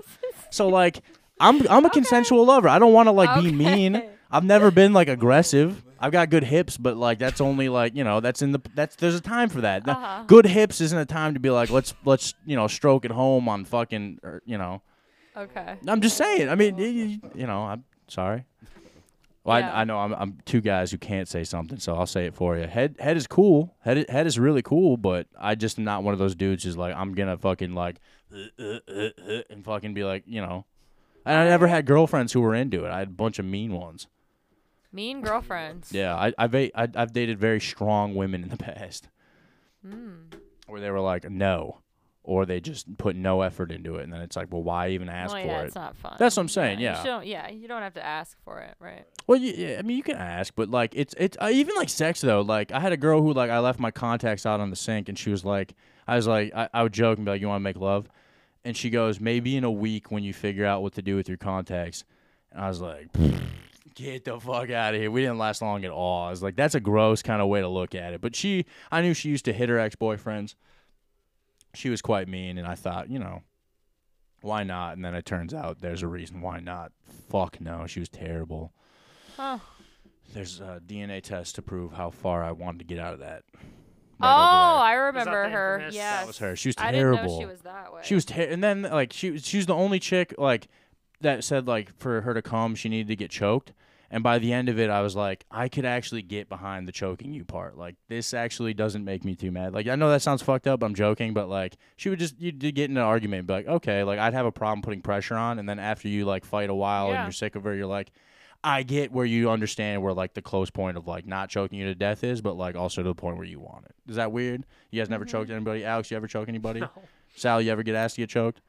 [SPEAKER 11] so like I'm I'm a consensual lover. I don't want to like be mean. I've never been like aggressive. I've got good hips, but like that's only like you know that's in the that's there's a time for that. Th-
[SPEAKER 10] Uh-huh.
[SPEAKER 11] Good hips isn't a time to be like let's let's you know stroke at home on fucking or, you know.
[SPEAKER 10] Okay.
[SPEAKER 11] I'm just saying. I mean, y- y- you know, I'm sorry. Well,
[SPEAKER 10] Yeah.
[SPEAKER 11] I, I know I'm, I'm two guys who can't say something, so I'll say it for you. Head head is cool. Head i- head is really cool, but I just am not one of those dudes who's like I'm gonna fucking like uh, uh, uh, uh, and fucking be like you know. And I never had girlfriends who were into it. I had a bunch of mean ones.
[SPEAKER 10] Mean girlfriends.
[SPEAKER 11] Yeah, I, I've a- I, I've dated very strong women in the past
[SPEAKER 10] Mm.
[SPEAKER 11] where they were like no, or they just put no effort into it, and then it's like, well, why even ask
[SPEAKER 10] well,
[SPEAKER 11] for
[SPEAKER 10] Oh, yeah,
[SPEAKER 11] it?
[SPEAKER 10] It's not fun.
[SPEAKER 11] That's what I'm saying.
[SPEAKER 10] You
[SPEAKER 11] Yeah.
[SPEAKER 10] don't- yeah. You don't have to ask for it, right?
[SPEAKER 11] Well, you, yeah, I mean, you can ask, but like, it's it's uh, even like sex though. Like, I had a girl who like I left my contacts out on the sink, and she was like, I was like, I, I would joke and be like, "You want to make love?" And she goes, "Maybe in a week when you figure out what to do with your contacts." And I was like, "Get the fuck out of here!" We didn't last long at all. I was like, "That's a gross kind of way to look at it." But she, I knew she used to hit her ex boyfriends. She was quite mean, and I thought, you know, why not? And then it turns out there's a reason why not. Fuck no, she was terrible.
[SPEAKER 10] Huh.
[SPEAKER 11] There's a DNA test to prove how far I wanted to get out of that.
[SPEAKER 10] oh, I
[SPEAKER 12] Was that
[SPEAKER 10] remember
[SPEAKER 12] the
[SPEAKER 10] her.
[SPEAKER 12] infamous-
[SPEAKER 10] Yes.
[SPEAKER 11] That was her. She was
[SPEAKER 10] I
[SPEAKER 11] terrible.
[SPEAKER 10] didn't know she was that way.
[SPEAKER 11] She was ter- and then like she was- she was the only chick like that said like for her to come she needed to get choked. And by the end of it, I was like, I could actually get behind the choking you part. Like this actually doesn't make me too mad. Like I know that sounds fucked up. I'm joking, but like she would just you'd get in an argument, and be like, okay, like I'd have a problem putting pressure on. And then after you like fight a while
[SPEAKER 16] Yeah.
[SPEAKER 11] and you're sick of her, you're like. I get where you understand where like the close point of like not choking you to death is, but like also to the point where you want it. Is that weird? You guys never choked anybody? Alex, you ever choke anybody? Sal, you ever get asked to get choked?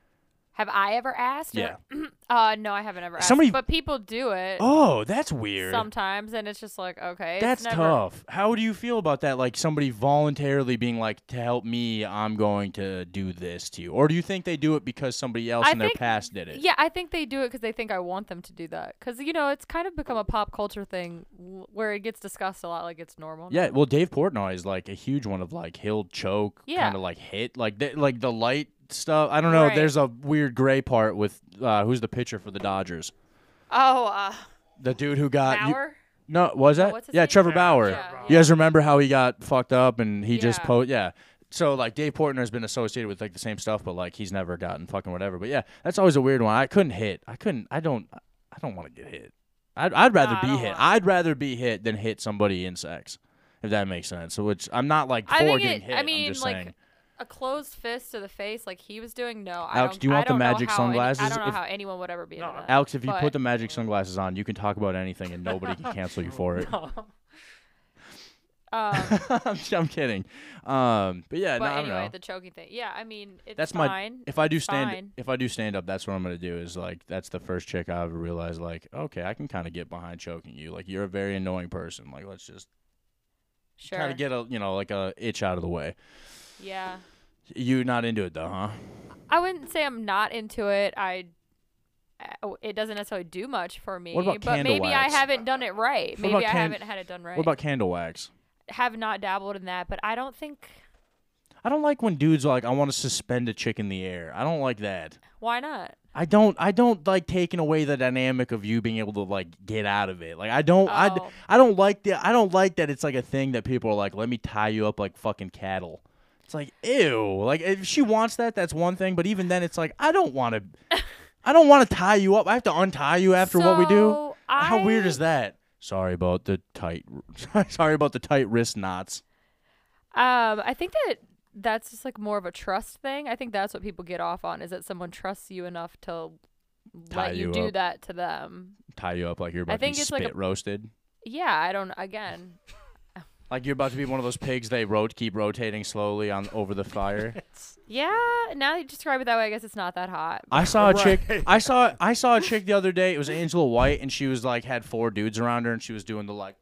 [SPEAKER 10] Have I ever asked? or-
[SPEAKER 11] Yeah.
[SPEAKER 10] uh, no, I haven't ever asked.
[SPEAKER 11] Somebody-
[SPEAKER 10] But people do it.
[SPEAKER 11] Oh, that's weird.
[SPEAKER 10] Sometimes, and it's just like, okay. it's
[SPEAKER 11] That's
[SPEAKER 10] never-
[SPEAKER 11] tough. How do you feel about that? Like somebody voluntarily being like, "To help me, I'm going to do this to you," or do you think they do it because somebody else
[SPEAKER 10] I
[SPEAKER 11] in their
[SPEAKER 10] think-
[SPEAKER 11] past did it?
[SPEAKER 10] Yeah, I think they do it because they think I want them to do that. Because you know, it's kind of become a pop culture thing w- where it gets discussed a lot, like it's normal.
[SPEAKER 11] Yeah, well, Dave Portnoy is like a huge one of like he'll choke,
[SPEAKER 10] Yeah.
[SPEAKER 11] kind of like hit, like th- like the light stuff. I don't know.
[SPEAKER 10] Right.
[SPEAKER 11] There's a weird gray part with uh, who's the pitcher for the Dodgers?
[SPEAKER 10] Oh, uh,
[SPEAKER 11] The dude who got Uh, you-
[SPEAKER 10] Bauer?
[SPEAKER 11] no, was that?
[SPEAKER 10] what's his
[SPEAKER 11] yeah,
[SPEAKER 10] name?
[SPEAKER 11] Trevor
[SPEAKER 10] Yeah,
[SPEAKER 11] Bauer.
[SPEAKER 10] Trevor Bauer.
[SPEAKER 11] You guys remember how he got fucked up and he just
[SPEAKER 10] Yeah.
[SPEAKER 11] po yeah. So like Dave Portner's been associated with like the same stuff, but like he's never gotten fucking whatever. But yeah, that's always a weird one. I couldn't hit. I couldn't. I don't. I don't want to get hit. I'd, I'd rather be hit. I'd rather be hit than hit somebody in sex. if that makes sense. So Which I'm not like for
[SPEAKER 10] I think
[SPEAKER 11] getting
[SPEAKER 10] it,
[SPEAKER 11] hit.
[SPEAKER 10] I
[SPEAKER 11] I'm
[SPEAKER 10] mean,
[SPEAKER 11] just
[SPEAKER 10] like
[SPEAKER 11] saying.
[SPEAKER 10] a closed fist to the face, like he was doing. No, I
[SPEAKER 11] Alex,
[SPEAKER 10] don't,
[SPEAKER 11] do you want
[SPEAKER 10] I
[SPEAKER 11] the
[SPEAKER 10] don't know
[SPEAKER 11] magic
[SPEAKER 10] how any- I
[SPEAKER 11] sunglasses?
[SPEAKER 10] don't know
[SPEAKER 11] If-
[SPEAKER 10] how anyone would ever be. into that,
[SPEAKER 11] Alex, if you put
[SPEAKER 10] uh, but-
[SPEAKER 11] the magic sunglasses on, you can talk about anything and nobody can cancel you for it.
[SPEAKER 10] No. Um,
[SPEAKER 11] I'm, I'm kidding. Um, but yeah,
[SPEAKER 10] but
[SPEAKER 11] no, I don't
[SPEAKER 10] anyway,
[SPEAKER 11] know.
[SPEAKER 10] the choking thing. Yeah, I mean, it's
[SPEAKER 11] that's
[SPEAKER 10] fine.
[SPEAKER 11] my if I do
[SPEAKER 10] It's
[SPEAKER 11] stand
[SPEAKER 10] fine.
[SPEAKER 11] if I do stand up, that's what I'm gonna do. Is like that's the first chick I ever realized. Like, okay, I can kind of get behind choking you. Like you're a very annoying person. Like let's just
[SPEAKER 10] Sure.
[SPEAKER 11] kind of get a you know like a itch out of the way.
[SPEAKER 10] yeah.
[SPEAKER 11] You not into it though, huh?
[SPEAKER 10] I wouldn't say I'm not into it. I uh, it doesn't necessarily do much for me,
[SPEAKER 11] What about
[SPEAKER 10] but
[SPEAKER 11] candle
[SPEAKER 10] maybe
[SPEAKER 11] wax?
[SPEAKER 10] I haven't done it right.
[SPEAKER 11] What
[SPEAKER 10] maybe
[SPEAKER 11] about
[SPEAKER 10] I
[SPEAKER 11] can-
[SPEAKER 10] haven't had it done right.
[SPEAKER 11] What about candle wax?
[SPEAKER 10] have not dabbled in that, but I don't think
[SPEAKER 11] I don't like when dudes are like I want to suspend a chick in the air. I don't like that.
[SPEAKER 10] why not?
[SPEAKER 11] I don't I don't like taking away the dynamic of you being able to like get out of it. Like I don't I d-
[SPEAKER 10] Oh.
[SPEAKER 11] I don't like that I don't like that it's like a thing that people are like let me tie you up like fucking cattle. It's like ew. Like if she wants that that's one thing, but even then it's like I don't want to I don't want to tie you up. I have to untie you after what we do.
[SPEAKER 10] So,
[SPEAKER 11] How weird
[SPEAKER 10] I-
[SPEAKER 11] is that? Sorry about the tight sorry about the tight wrist knots.
[SPEAKER 10] Um, I think that that's just like more of a trust thing. I think that's what people get off on is that someone trusts you enough to
[SPEAKER 11] Tie
[SPEAKER 10] let you,
[SPEAKER 11] you
[SPEAKER 10] do
[SPEAKER 11] up.
[SPEAKER 10] that to them.
[SPEAKER 11] Tie you up like you're about
[SPEAKER 10] I
[SPEAKER 11] to be
[SPEAKER 10] think it's
[SPEAKER 11] spit
[SPEAKER 10] like a-
[SPEAKER 11] roasted.
[SPEAKER 10] Yeah, I don't. Again,
[SPEAKER 11] Like you're about to be one of those pigs they rot keep rotating slowly on over the fire.
[SPEAKER 10] yeah. Now that you describe it that way, I guess it's not that hot.
[SPEAKER 11] I saw a
[SPEAKER 10] Right.
[SPEAKER 11] chick. I saw I saw a chick the other day. It was Angela White, and she was like had four dudes around her, and she was doing the like.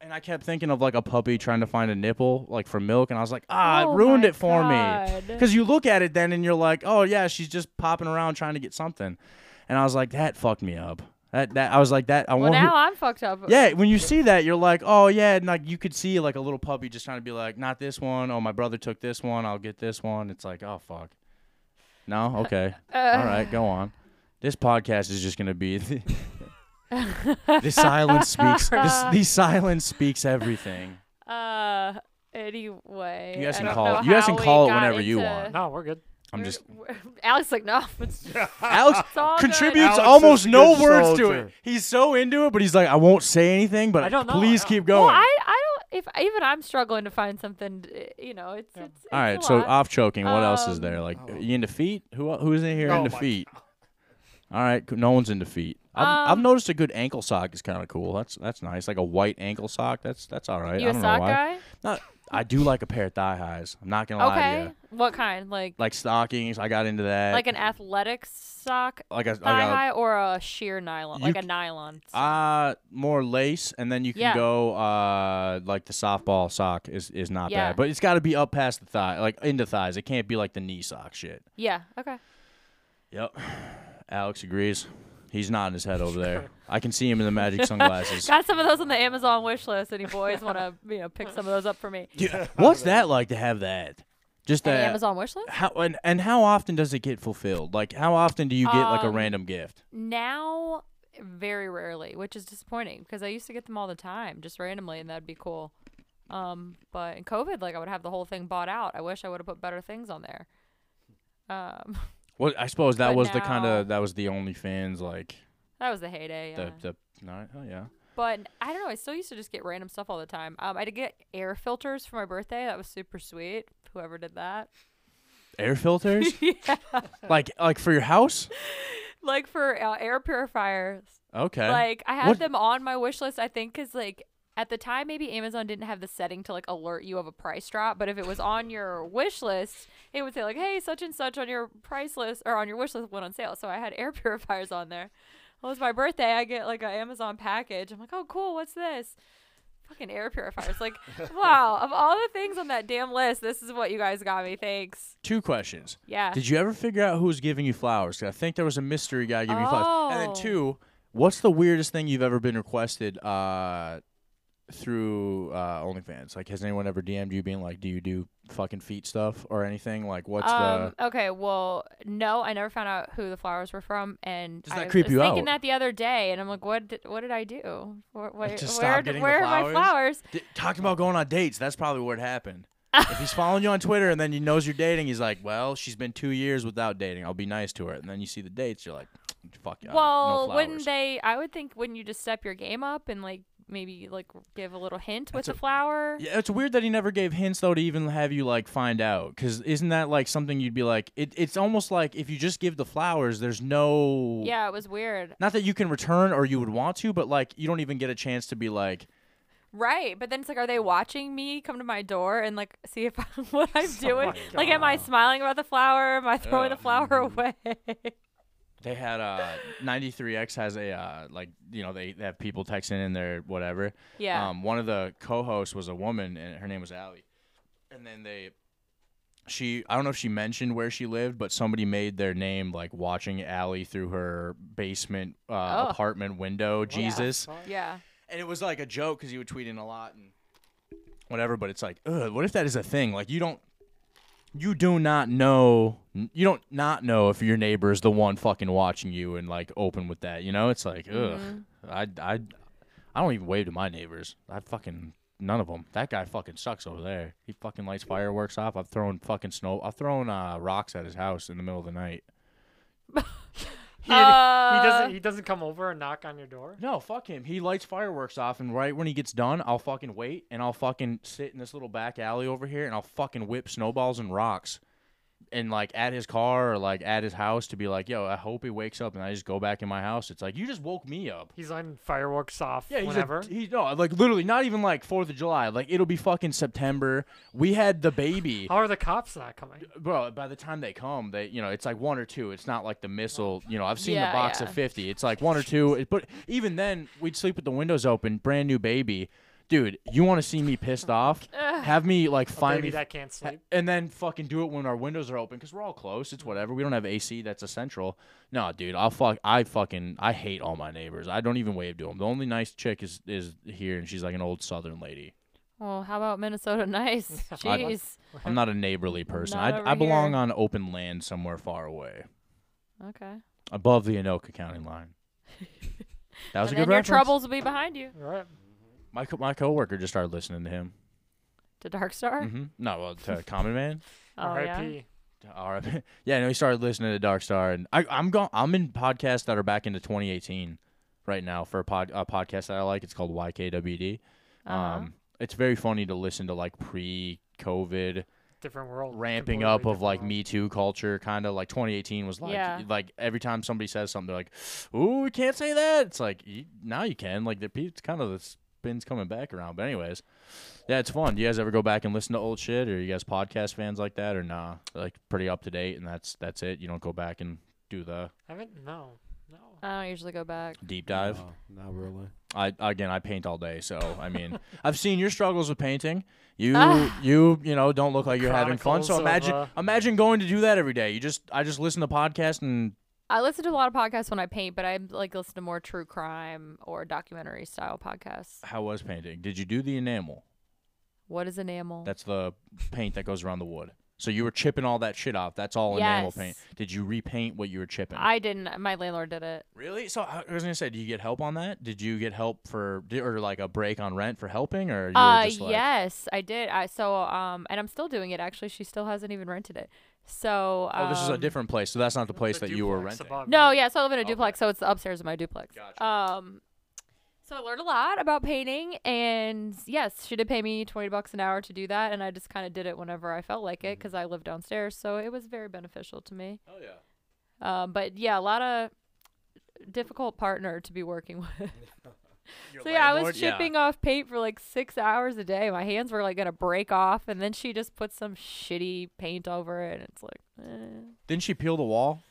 [SPEAKER 11] And I kept thinking of like a puppy trying to find a nipple like for milk, and I was like, ah,
[SPEAKER 10] Oh
[SPEAKER 11] it ruined
[SPEAKER 10] my
[SPEAKER 11] it for me.
[SPEAKER 10] God.
[SPEAKER 11] Because you look at it then, and you're like, oh yeah, she's just popping around trying to get something, and I was like, that fucked me up. That that I was like that. I
[SPEAKER 10] Well,
[SPEAKER 11] want.
[SPEAKER 10] now I'm fucked up.
[SPEAKER 11] Yeah, when you see that, you're like, oh yeah, and like you could see like a little puppy just trying to be like, not this one. Oh, my brother took this one. I'll get this one. It's like, oh fuck. No, okay, all right, go on. This podcast is just gonna be the, the silence speaks. This, the silence speaks everything.
[SPEAKER 10] Uh. Anyway,
[SPEAKER 11] You guys
[SPEAKER 10] I
[SPEAKER 11] can
[SPEAKER 10] don't
[SPEAKER 11] call.
[SPEAKER 10] know
[SPEAKER 11] It, you guys
[SPEAKER 10] how
[SPEAKER 11] can
[SPEAKER 10] we
[SPEAKER 11] call it
[SPEAKER 10] got
[SPEAKER 11] whenever you
[SPEAKER 10] into-
[SPEAKER 11] want.
[SPEAKER 12] No, we're good.
[SPEAKER 11] I'm just.
[SPEAKER 10] Alex like no. It's,
[SPEAKER 11] Alex
[SPEAKER 10] it's all good.
[SPEAKER 11] contributes almost no
[SPEAKER 13] good
[SPEAKER 11] words to
[SPEAKER 13] soldier.
[SPEAKER 11] it. He's so into it, but he's like, I won't say anything. But
[SPEAKER 12] I don't know,
[SPEAKER 11] please keep going.
[SPEAKER 10] Well, I, I don't. If even I'm struggling to find something, d- you know, it's it's.
[SPEAKER 11] All right,
[SPEAKER 10] a
[SPEAKER 11] so uh,
[SPEAKER 10] lot.
[SPEAKER 11] off choking. What else is there?
[SPEAKER 10] Um,
[SPEAKER 11] Like you into feet? Who el- who's in here
[SPEAKER 10] Oh
[SPEAKER 11] into
[SPEAKER 10] my
[SPEAKER 11] feet? All right, c- no one's into feet. I've, I've
[SPEAKER 10] Um,
[SPEAKER 11] noticed a good ankle sock is kind of cool. That's that's nice, like a white ankle sock. That's that's all right.
[SPEAKER 10] You
[SPEAKER 11] I
[SPEAKER 10] a
[SPEAKER 11] don't
[SPEAKER 10] sock
[SPEAKER 11] know why.
[SPEAKER 10] guy?
[SPEAKER 11] Not, I do like a pair of thigh highs. I'm not gonna lie to
[SPEAKER 10] Okay.
[SPEAKER 11] you.
[SPEAKER 10] What kind? Like
[SPEAKER 11] Like stockings, I got into that.
[SPEAKER 10] like an athletic sock,
[SPEAKER 11] Like a- like
[SPEAKER 10] thigh
[SPEAKER 11] a-
[SPEAKER 10] high, or a sheer nylon,
[SPEAKER 11] You
[SPEAKER 10] like a
[SPEAKER 11] c-
[SPEAKER 10] nylon.
[SPEAKER 11] uh more lace, and then you can
[SPEAKER 10] Yeah.
[SPEAKER 11] go uh like the softball sock is is not
[SPEAKER 10] Yeah.
[SPEAKER 11] bad, but it's got to be up past the thigh, like into thighs. It can't be like the knee sock shit.
[SPEAKER 10] Yeah. Okay.
[SPEAKER 11] Yep. Alex agrees. He's nodding his head over there. I can see him in the magic sunglasses.
[SPEAKER 10] Got some of those on the Amazon wish list. Any boys want to you know pick some of those up for me?
[SPEAKER 11] Yeah. What's that like to have that? Just
[SPEAKER 10] An
[SPEAKER 11] that
[SPEAKER 10] Amazon wish list?
[SPEAKER 11] How and, and how often does it get fulfilled? Like how often do you get like a
[SPEAKER 10] Um,
[SPEAKER 11] random gift?
[SPEAKER 10] Now, very rarely, which is disappointing because I used to get them all the time, just randomly, and that'd be cool. Um, but in COVID, like I would have the whole thing bought out. I wish I would have put better things on there. Um,
[SPEAKER 11] Well, I suppose that
[SPEAKER 10] but
[SPEAKER 11] was the kind
[SPEAKER 10] now-
[SPEAKER 11] of that was the OnlyFans like
[SPEAKER 10] that was the heyday. Yeah.
[SPEAKER 11] the the no, oh yeah.
[SPEAKER 10] But I don't know. I still used to just get random stuff all the time. Um, I did get air filters for my birthday. That was super sweet. Whoever did that,
[SPEAKER 11] Air filters? Like like for your house?
[SPEAKER 10] like for uh, air purifiers.
[SPEAKER 11] Okay.
[SPEAKER 10] Like I had
[SPEAKER 11] What-
[SPEAKER 10] them on my wish list. I think because like at the time maybe Amazon didn't have the setting to like alert you of a price drop, but if it was on your wish list, it would say like, "Hey, such and such on your price list or on your wish list went on sale." So I had air purifiers on there. Well, it's my birthday. I get like an Amazon package. I'm like, "Oh, cool. What's this?" Fucking air purifiers. Like, wow. Of all the things on that damn list, this is what you guys got me. Thanks.
[SPEAKER 11] Two questions.
[SPEAKER 10] Yeah.
[SPEAKER 11] Did you ever figure out who was giving you flowers? 'Cause I think there was a mystery guy giving you flowers. And
[SPEAKER 10] Oh.
[SPEAKER 11] then two, what's the weirdest thing you've ever been requested uh, through uh, OnlyFans? Like, has anyone ever DM'd you being like, "Do you do fucking feet stuff or anything?" Like, what's
[SPEAKER 10] um,
[SPEAKER 11] the
[SPEAKER 10] Okay, well, no, I never found out who the flowers were from, and
[SPEAKER 11] Does that
[SPEAKER 10] I
[SPEAKER 11] creep
[SPEAKER 10] was
[SPEAKER 11] you
[SPEAKER 10] thinking
[SPEAKER 11] out?
[SPEAKER 10] that the other day, and I'm like, what? Did, what did I do? Where, where,
[SPEAKER 11] to
[SPEAKER 10] where,
[SPEAKER 11] stop
[SPEAKER 10] did-
[SPEAKER 11] getting
[SPEAKER 10] where
[SPEAKER 11] the
[SPEAKER 10] are my
[SPEAKER 11] flowers?
[SPEAKER 10] flowers?
[SPEAKER 11] Di- talking about going on dates. That's probably where it happened. if he's following you on Twitter and then he knows you're dating, he's like, "Well, she's been two years without dating. I'll be nice to her." And then you see the dates, you're like, "Fuck yeah." no
[SPEAKER 10] well, wouldn't
[SPEAKER 11] flowers."
[SPEAKER 10] they? I would think wouldn't you just step your game up and like maybe like give a little hint with
[SPEAKER 11] That's
[SPEAKER 10] the
[SPEAKER 11] a-
[SPEAKER 10] flower.
[SPEAKER 11] Yeah, it's weird that he never gave hints though to even have you like find out because isn't that like something you'd be like? It, it's almost like if you just give the flowers, there's no.
[SPEAKER 10] Yeah, it was weird.
[SPEAKER 11] Not that you can return or you would want to, but like you don't even get a chance to be like,
[SPEAKER 10] Right, but then it's like, are they watching me come to my door and like see if what I'm doing?
[SPEAKER 11] Oh my Mm-hmm.
[SPEAKER 10] Like, am I smiling about the flower? Am I throwing
[SPEAKER 11] Ugh.
[SPEAKER 10] the flower away?
[SPEAKER 11] They had uh 93X has a uh like you know they, they have people texting in their whatever.
[SPEAKER 10] Yeah.
[SPEAKER 11] Um one of the co-hosts was a woman and her name was Allie. And then they she I don't know if she mentioned where she lived, but somebody made their name like watching Allie through her basement uh,
[SPEAKER 10] Oh.
[SPEAKER 11] apartment window. Jesus.
[SPEAKER 10] yeah.
[SPEAKER 11] And it was like a joke cuz he would tweet in a lot and whatever, but it's like, ugh, what if that is a thing? Like you don't you do not know you don't not know if your neighbor is the one fucking watching you and like open with that, you know? It's like, ugh.
[SPEAKER 10] Mhm.
[SPEAKER 11] I I I don't even wave to my neighbors. I fucking none of them. That guy fucking sucks over there. He fucking lights fireworks off. I've thrown fucking snow. I've thrown uh, rocks at his house in the middle of the night.
[SPEAKER 12] He, he
[SPEAKER 10] Uh,
[SPEAKER 12] doesn't. He doesn't come over and knock on your door.
[SPEAKER 11] No, fuck him. He lights fireworks off, and right when he gets done, I'll fucking wait and I'll fucking sit in this little back alley over here and I'll fucking whip snowballs and rocks and like at his car or like at his house to be like, yo, I hope he wakes up. And I just go back in my house. It's like, you just woke me up.
[SPEAKER 12] He's on fireworks off
[SPEAKER 11] Yeah, he's
[SPEAKER 12] whenever.
[SPEAKER 11] a, he, no, like literally, not even like Fourth of July. Like it'll be fucking September. We had the baby,
[SPEAKER 12] How are the cops not coming?
[SPEAKER 11] bro. By the time they come, they you know it's like one or two. It's not like the missile. You know, I've seen
[SPEAKER 12] Yeah,
[SPEAKER 11] the box
[SPEAKER 12] yeah.
[SPEAKER 11] of fifty. It's like one or two. It- but even then, we'd sleep with the windows open, brand new baby. Dude, you want to see me pissed off? Have me like find
[SPEAKER 12] baby
[SPEAKER 11] me-
[SPEAKER 12] that can't sleep.
[SPEAKER 11] and then fucking do it when our windows are open because we're all close. It's whatever. We don't have AC. That's essential. No, dude. I'll fuck. I fucking. I hate all my neighbors. I don't even wave to them. The only nice chick is is here, and she's like an old Southern lady.
[SPEAKER 10] Well, how about Minnesota Nice?
[SPEAKER 11] I-
[SPEAKER 10] Jeez.
[SPEAKER 11] I'm not a neighborly person.
[SPEAKER 10] Not
[SPEAKER 11] I,
[SPEAKER 10] over
[SPEAKER 11] I belong
[SPEAKER 10] here.
[SPEAKER 11] on open land somewhere far away,
[SPEAKER 10] Okay.
[SPEAKER 11] above the Anoka County line. That was
[SPEAKER 10] and
[SPEAKER 11] a
[SPEAKER 10] then
[SPEAKER 11] good
[SPEAKER 10] your
[SPEAKER 11] reference.
[SPEAKER 10] troubles will be behind you.
[SPEAKER 12] Right.
[SPEAKER 11] My co- my coworker just started listening to him.
[SPEAKER 10] To Dark Star.
[SPEAKER 11] hmm No, well, to Common Man.
[SPEAKER 10] Oh yeah.
[SPEAKER 12] R.I.P.
[SPEAKER 11] All right. Yeah, no, he started listening to Dark Star, and I, I'm going. I'm in podcasts that are back into 2018 right now for a pod a podcast that I like. It's called YKWd.
[SPEAKER 10] Uh-huh.
[SPEAKER 11] Um, it's very funny to listen to like pre-COVID
[SPEAKER 12] Different world.
[SPEAKER 11] ramping
[SPEAKER 12] completely
[SPEAKER 11] up
[SPEAKER 12] different
[SPEAKER 11] of like
[SPEAKER 12] world.
[SPEAKER 11] Me Too culture, kind of like 2018 was like
[SPEAKER 12] Yeah.
[SPEAKER 11] like every time somebody says something, they're like, "Ooh, we can't say that." It's like y now you can. Like the pe- it's kind of the spins coming back around. But anyways, yeah, it's fun. Do you guys ever go back and listen to old shit, or you guys podcast fans like that, or nah? Like pretty up to date, and that's that's it. You don't go back and do the
[SPEAKER 12] I haven't. No. No.
[SPEAKER 10] I don't usually go back.
[SPEAKER 11] deep dive.
[SPEAKER 13] not really.
[SPEAKER 11] I again, I paint all day, so I mean, I've seen your struggles with painting. You,
[SPEAKER 10] Ah.
[SPEAKER 11] you, you know, don't look like you're having fun. So
[SPEAKER 12] Chronicles of,
[SPEAKER 11] imagine,
[SPEAKER 12] uh,
[SPEAKER 11] imagine going to do that every day. You just, I just listen to podcasts and
[SPEAKER 10] I listen to a lot of podcasts when I paint, but I like listen to more true crime or documentary style podcasts.
[SPEAKER 11] how was painting? Did you do the enamel?
[SPEAKER 10] What is enamel?
[SPEAKER 11] That's the paint that goes around the wood. So you were chipping all that shit off. That's all enamel
[SPEAKER 10] Yes.
[SPEAKER 11] paint. Did you repaint what you were chipping?
[SPEAKER 10] I didn't. My landlord did it.
[SPEAKER 11] really? So I I was gonna say, do you get help on that? Did you get help for, di- or like a break on rent for helping, or you were
[SPEAKER 10] Uh,
[SPEAKER 11] just like,
[SPEAKER 10] yes, I did. I so um, and I'm still doing it. Actually, she still hasn't even rented it. So um,
[SPEAKER 11] oh, this is a different place. So that's not the place that you were renting.
[SPEAKER 10] No, yeah, so I live in a duplex, so it's the upstairs of my duplex. Um, so I learned a lot about painting, and yes, she did pay me twenty bucks an hour to do that, and I just kind of did it whenever I felt like
[SPEAKER 11] Mm-hmm.
[SPEAKER 10] it because I lived downstairs, so it was very beneficial to me.
[SPEAKER 11] Oh yeah.
[SPEAKER 10] Um, but yeah, a lot of difficult partner to be working with. so yeah, I
[SPEAKER 11] landlord?
[SPEAKER 10] was
[SPEAKER 11] Yeah.
[SPEAKER 10] chipping off paint for like six hours a day. My hands were like gonna break off, and then she just put some shitty paint over it, and it's like, eh.
[SPEAKER 11] Didn't she peel the wall?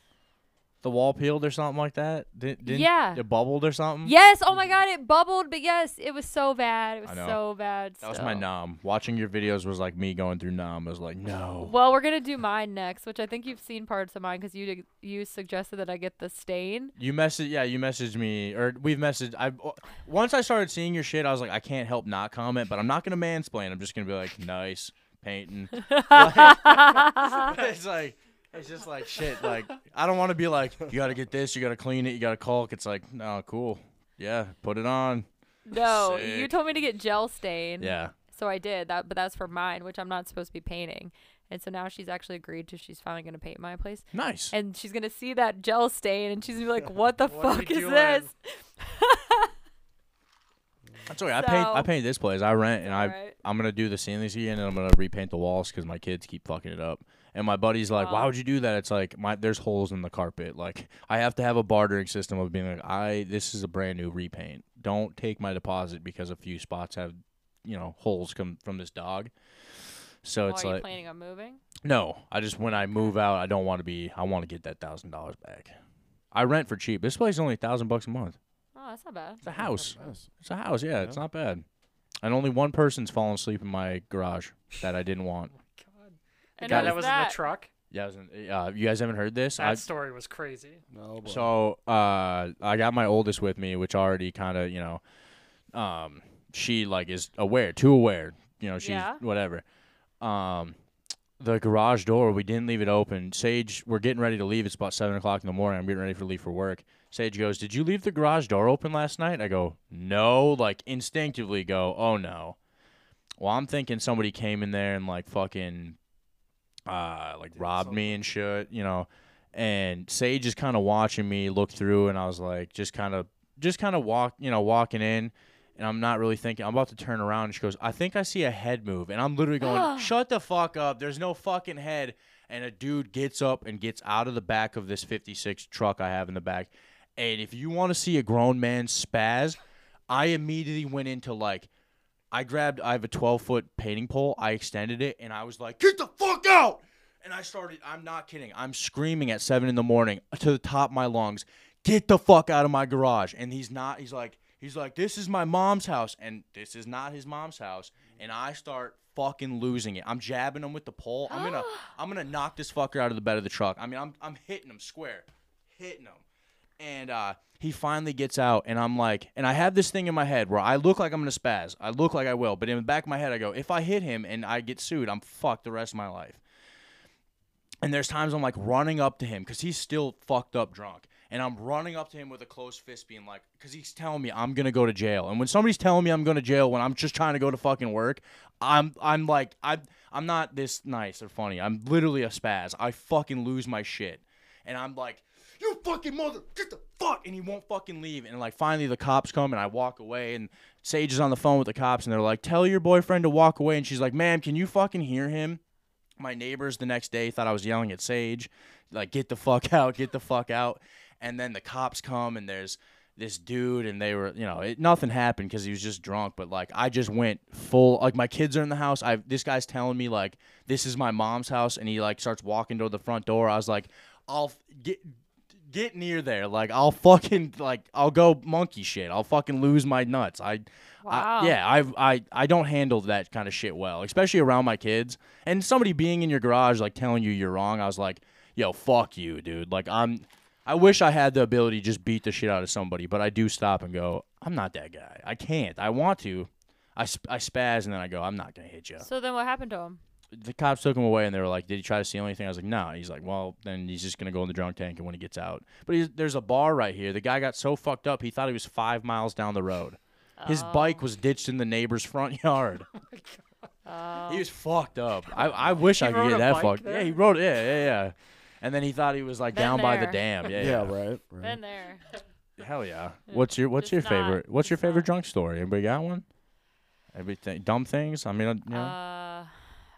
[SPEAKER 11] The wall peeled or something like that. Didn't, didn't
[SPEAKER 10] Yeah.
[SPEAKER 11] It bubbled or something.
[SPEAKER 10] yes, oh my god, it bubbled, but yes, it was so bad. It
[SPEAKER 11] I
[SPEAKER 10] was
[SPEAKER 11] know.
[SPEAKER 10] so bad.
[SPEAKER 11] That was my
[SPEAKER 10] so-
[SPEAKER 11] nom. Watching your videos was like me going through nom. I was like, no.
[SPEAKER 10] Well, we're gonna do mine next, which I think you've seen parts of mine because you dig- you suggested that I get the stain.
[SPEAKER 11] You message, yeah, you messaged me, or we've messaged. I once I started seeing your shit, I was like, I can't help not comment, but I'm not gonna mansplain. I'm just gonna be like, nice painting. Like, it's like, it's just like shit. Like I don't want to be like, you gotta get this, you gotta clean it, you gotta caulk. It's like, no, cool, yeah, put it on.
[SPEAKER 10] No, you
[SPEAKER 11] Sick.
[SPEAKER 10] told me to get gel stain.
[SPEAKER 11] Yeah.
[SPEAKER 10] So I did that, but that's for mine, which I'm not supposed to be painting. And so now she's actually agreed to. She's finally gonna paint my place.
[SPEAKER 11] Nice.
[SPEAKER 10] And she's gonna see that gel stain, and she's gonna be like, "What the
[SPEAKER 12] What are you
[SPEAKER 10] fuck is
[SPEAKER 12] doing?"
[SPEAKER 10] this?"
[SPEAKER 11] That's all right. I paint.
[SPEAKER 10] So-
[SPEAKER 11] I paint this place. I rent, and I
[SPEAKER 10] alright.
[SPEAKER 11] I'm gonna do the ceiling this year, and then I'm gonna repaint the walls because my kids keep fucking it up. And my buddy's like, "Why
[SPEAKER 10] Aw.
[SPEAKER 11] would you do that?" It's like my there's holes in the carpet. Like I have to have a bartering system of being like, "I this is a brand new repaint. Don't take my deposit because a few spots have, you know, holes come from this dog." So
[SPEAKER 10] Oh,
[SPEAKER 11] it's
[SPEAKER 10] are you
[SPEAKER 11] like,
[SPEAKER 10] planning on moving?
[SPEAKER 11] no, I just when I move out, I don't want to be. I want to get that thousand dollars back. I rent for cheap. This place is only a thousand bucks a month.
[SPEAKER 10] Oh, that's not bad.
[SPEAKER 11] It's a house. It's a house. Yeah, it's not bad. And only one person's fallen asleep in my garage that I didn't want.
[SPEAKER 12] The
[SPEAKER 10] And
[SPEAKER 12] guy
[SPEAKER 10] who's
[SPEAKER 12] that was in
[SPEAKER 10] that?
[SPEAKER 12] the truck.
[SPEAKER 11] Yeah, I was in, uh, you guys haven't heard this.
[SPEAKER 12] That
[SPEAKER 11] I-
[SPEAKER 12] story was crazy.
[SPEAKER 13] No,
[SPEAKER 11] So uh, I got my oldest with me, which already kind of you know, um, she like is aware, too aware. You know, she's
[SPEAKER 10] Yeah.
[SPEAKER 11] whatever. Um, the garage door, we didn't leave it open. Sage, we're getting ready to leave. It's about seven o'clock in the morning. I'm getting ready for leave for work. Sage goes, "Did you leave the garage door open last night?" I go, "No." Like instinctively go, "Oh no." Well, I'm thinking somebody came in there and like fucking uh like robbed me and shit, you know. And Sage is kind of watching me look through and I was like just kind of just kind of walk, you know, walking in and I'm not really thinking. I'm about to turn around and she goes, "I think I see a head move." And I'm literally going, "Shut the fuck up. There's no fucking head." And a dude gets up and gets out of the back of this 56 truck I have in the back. And if you want to see a grown man spaz, I immediately went into like I grabbed I have a 12 foot painting pole. I extended it and I was like, "Get the fuck out!" And I started. I'm not kidding. I'm screaming at seven in the morning to the top of my lungs. Get the fuck out of my garage! And he's not. He's like. He's like, "This is my mom's house," and this is not his mom's house. And I start fucking losing it. I'm jabbing him with the pole. I'm gonna. I'm gonna knock this fucker out of the bed of the truck. I mean, I'm. I'm hitting him square, hitting him. And uh, he finally gets out, and I'm like, and I have this thing in my head where I look like I'm gonna spaz. I look like I will, but in the back of my head, I go, if I hit him and I get sued, I'm fucked the rest of my life. And there's times I'm like running up to him because he's still fucked up drunk. And I'm running up to him with a closed fist, being like, because he's telling me I'm gonna go to jail. And when somebody's telling me I'm going to jail when I'm just trying to go to fucking work, I'm I'm like I I'm not this nice or funny. I'm literally a spaz. I fucking lose my shit, and I'm like, you fucking mother, get the fuck, and he won't fucking leave. And like finally the cops come and I walk away, and Sage is on the phone with the cops, and they're like, tell your boyfriend to walk away. And she's like, ma'am, can you fucking hear him? my neighbors the next day thought I was yelling at Sage, like, get the fuck out, get the fuck out. And then the cops come and there's this dude, and they were, you know, it, nothing happened because he was just drunk. But like, I just went full, like, my kids are in the house. I This guy's telling me, like, this is my mom's house. And he, like, starts walking to the front door. I was like, I'll f- get. Get near there, like I'll fucking like I'll go monkey shit. I'll fucking lose my nuts. I,
[SPEAKER 10] Wow.
[SPEAKER 11] I yeah, I've, I I don't handle that kind of shit well, especially around my kids. And somebody being in your garage like telling you you're wrong, I was like, yo, fuck you, dude. Like I'm, I wish I had the ability to just beat the shit out of somebody, but I do stop and go, I'm not that guy. I can't. I want to. I, sp- I spaz and then I go, I'm not gonna hit you.
[SPEAKER 10] So then what happened to him?
[SPEAKER 11] the cops took him away and they were like, did he try to steal anything? I was like, no. And he's like, well, then he's just gonna go in the drunk tank and when he gets out. But he's, there's a bar right here. The guy got so fucked up, he thought he was five miles down the road. His bike was ditched in the neighbor's front yard.
[SPEAKER 10] Oh
[SPEAKER 11] He was fucked up. I, I wish I could
[SPEAKER 10] rode
[SPEAKER 11] get
[SPEAKER 10] a
[SPEAKER 11] that
[SPEAKER 10] bike
[SPEAKER 11] fucked.
[SPEAKER 10] there?
[SPEAKER 11] Yeah, he rode. Yeah, yeah, yeah. And then he thought he was like
[SPEAKER 10] Been
[SPEAKER 11] down by the
[SPEAKER 10] there.
[SPEAKER 11] dam. Yeah,
[SPEAKER 13] Yeah,
[SPEAKER 11] yeah,
[SPEAKER 13] right, right.
[SPEAKER 10] Been there.
[SPEAKER 11] Hell yeah. What's your What's
[SPEAKER 10] It's
[SPEAKER 11] your
[SPEAKER 10] not-
[SPEAKER 11] favorite What's your favorite drunk story? Anybody got one? Everything dumb things. I mean, I- you know,
[SPEAKER 10] Uh,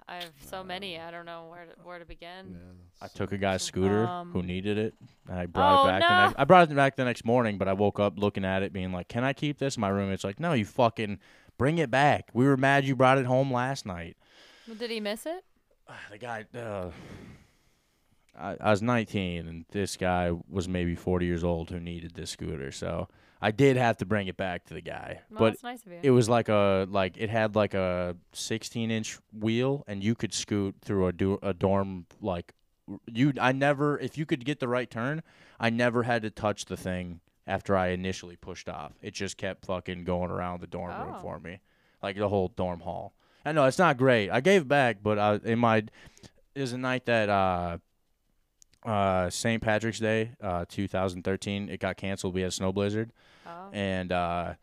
[SPEAKER 10] I have so many. I don't know where to, where to begin.
[SPEAKER 11] I took a guy's scooter who
[SPEAKER 10] um,
[SPEAKER 11] needed it. And I brought
[SPEAKER 10] Oh,
[SPEAKER 11] it back. The
[SPEAKER 10] no.
[SPEAKER 11] next, I brought it back the next morning, but I woke up looking at it, being like, "Can I keep this?" My roommate's like, "No, you fucking bring it back. We were mad you brought it home last night."
[SPEAKER 10] Well, Did he miss it?
[SPEAKER 11] The guy. Uh, I, I was 19, and this guy was maybe 40 years old who needed this scooter. So I did have to bring it back to the guy.
[SPEAKER 10] Well,
[SPEAKER 11] but
[SPEAKER 10] that's nice of you.
[SPEAKER 11] it was like a like it had like a 16 inch wheel, and you could scoot through a, do- a dorm like you. I never if you could get the right turn, I never had to touch the thing after I initially pushed off. It just kept fucking going around the dorm room
[SPEAKER 10] Oh.
[SPEAKER 11] for me, like the whole dorm hall. I know it's not great. I gave back, but I in my is a night that uh uh St. Patrick's Day, uh 2013, it got canceled. We had a snow blizzard. And uh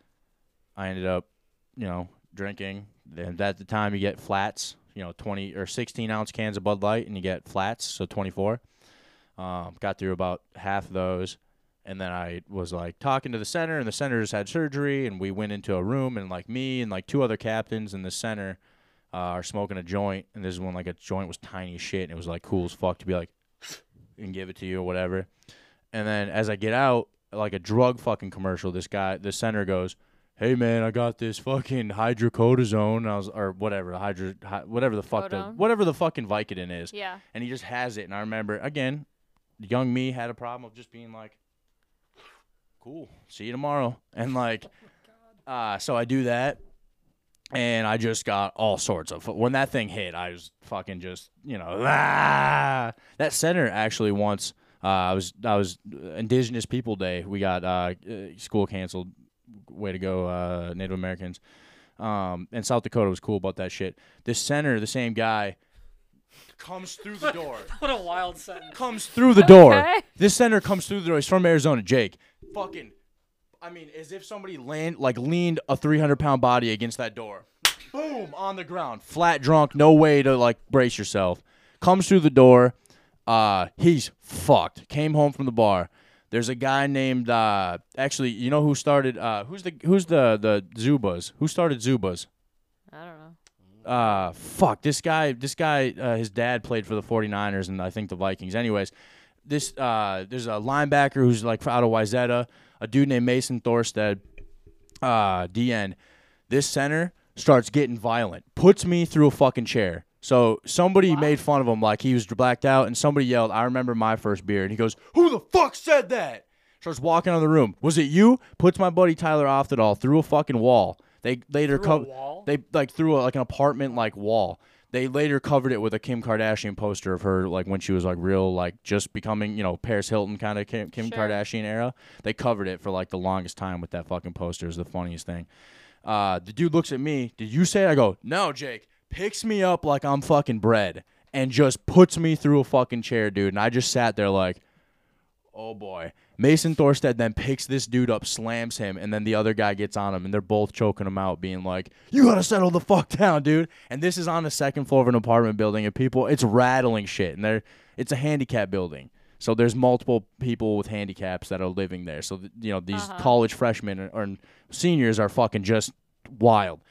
[SPEAKER 11] I ended up, you know, drinking. And at the time you get flats, you know, 20 or 16 ounce cans of Bud Light and you get flats, so 24. Um got through about half of those And then I was like talking to the center, and the center just had surgery, and we went into a room, and like me and like two other captains in the center uh, are smoking a joint, and this is when like a joint was tiny as shit, and it was like cool as fuck to be like and give it to you or whatever. And then as I get out, like a drug fucking commercial, this guy, the center goes, "Hey man, I got this fucking hydrocodazone," and I was or whatever, the hydro, hy- whatever the fuck, the,
[SPEAKER 10] Codone?
[SPEAKER 11] whatever the fucking Vicodin is.
[SPEAKER 10] Yeah.
[SPEAKER 11] And he just has it, and I remember again, young me had a problem of just being like, "Cool, see you tomorrow," and like, uh, so I do that. And I just got all sorts of. When that thing hit, I was fucking just, you know, ah. that center actually once. Uh, I was I was uh, Indigenous People Day. We got uh, uh, school canceled. Way to go, uh, Native Americans. Um, and South Dakota was cool about that shit. This center, the same guy, comes through the door.
[SPEAKER 12] what a wild sentence.
[SPEAKER 11] Comes through the door. This center comes through the door. He's from Arizona, Jake. Fucking, I mean, as if somebody land like leaned a 300 pound body against that door. Boom on the ground. Flat drunk, no way to like brace yourself. Comes through the door. Uh, he's fucked. Came home from the bar. There's a guy named uh, actually, you know who started uh, who's the who's the the Zubas? Who started Zubas?
[SPEAKER 10] I don't know.
[SPEAKER 11] uh fuck this guy this guy uh, his dad played for the 49ers and I think the Vikings anyways this uh there's a linebacker who's like out of Wyzetta a dude named Mason Thorsted uh DN this center starts getting violent puts me through a fucking chair so somebody made fun of him like he was blacked out and somebody yelled I remember my first beer and he goes who the fuck said that starts walking out of the room was it you puts my buddy Tyler Oftedal through a fucking wall they later
[SPEAKER 12] Through a
[SPEAKER 11] come
[SPEAKER 12] wall?
[SPEAKER 11] they like threw a, like an apartment like wall. They later covered it with a Kim Kardashian poster of her like when she was like real like just becoming you know Paris Hilton kind of Kim, Kim
[SPEAKER 12] Sure.
[SPEAKER 11] Kardashian era. They covered it for like the longest time with that fucking poster. Is the funniest thing. Uh, the dude looks at me. Did you say? it?" I go no, Jake. Picks me up like I'm fucking bread and just puts me through a fucking chair, dude. And I just sat there like, oh boy. Mason Thorsted then picks this dude up, slams him, and then the other guy gets on him, and they're both choking him out, being like, "You gotta settle the fuck down, dude." And this is on the second floor of an apartment building, and people, it's rattling shit, and they're, it's a handicap building, so there's multiple people with handicaps that are living there. So th- you know these
[SPEAKER 12] Uh-huh.
[SPEAKER 11] college freshmen or, or seniors are fucking just wild.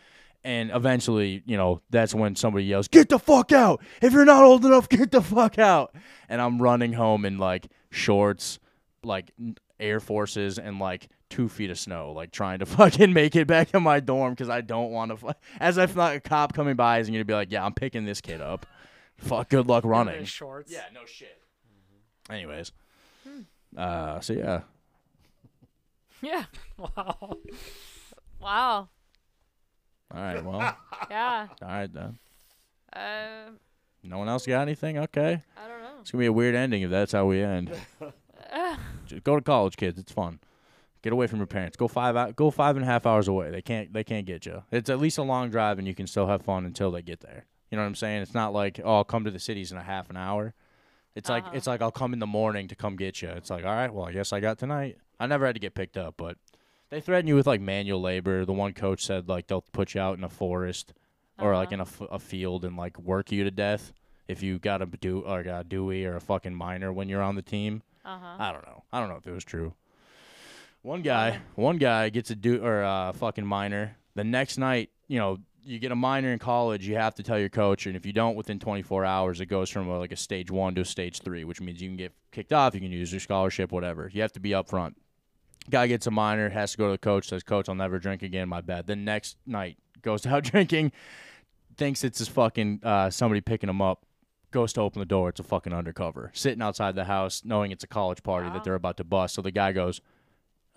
[SPEAKER 11] And eventually, you know, that's when somebody yells, "Get the fuck out! If you're not old enough, get the fuck out!" And I'm running home in like shorts, like n- Air Forces, and like two feet of snow, like trying to fucking make it back to my dorm because I don't want to. Fu- As if not a cop coming by isn't gonna be like, "Yeah, I'm picking this kid up." Fuck, good luck
[SPEAKER 12] In
[SPEAKER 11] running.
[SPEAKER 12] his shorts. Mm-hmm. Hmm.
[SPEAKER 11] Yeah, no shit. Anyways, uh, so yeah,
[SPEAKER 10] Yeah.
[SPEAKER 12] Wow.
[SPEAKER 10] Wow.
[SPEAKER 11] all right, well,
[SPEAKER 10] Yeah.
[SPEAKER 11] all right then.
[SPEAKER 10] Um.
[SPEAKER 11] No one else got anything? Okay.
[SPEAKER 10] I don't know.
[SPEAKER 11] It's gonna be a weird ending if that's how we end. Just go to college, kids. It's fun. Get away from your parents. Go five out. Go five and a half hours away. They can't. They can't get you. It's at least a long drive, and you can still have fun until they get there. You know what I'm saying? It's not like oh, I'll come to the cities in a half an hour. It's like it's like I'll come in the morning to come get you. It's like all right, well I guess I got tonight. I never had to get picked up, but they threaten you with like manual labor. The one coach said like they'll put you out in a forest or like in a, f- a field and like work you to death if you got a do like a Dewey or a fucking minor when you're on the team.
[SPEAKER 10] Uh-huh.
[SPEAKER 11] I don't know. I don't know if it was true. One guy, one guy gets a do or a fucking minor. The next night, you know, you get a minor in college, you have to tell your coach, and if you don't within 24 hours, it goes from uh, like a stage one to a stage three, which means you can get kicked off, you can use your scholarship, whatever. You have to be upfront. Guy gets a minor, has to go to the coach, says, Coach, I'll never drink again, my bad. The next night, goes out drinking, thinks it's his fucking uh, somebody picking him up, goes to open the door, it's a fucking undercover. Sitting outside the house, knowing it's a college party that they're about to bust. So the guy goes,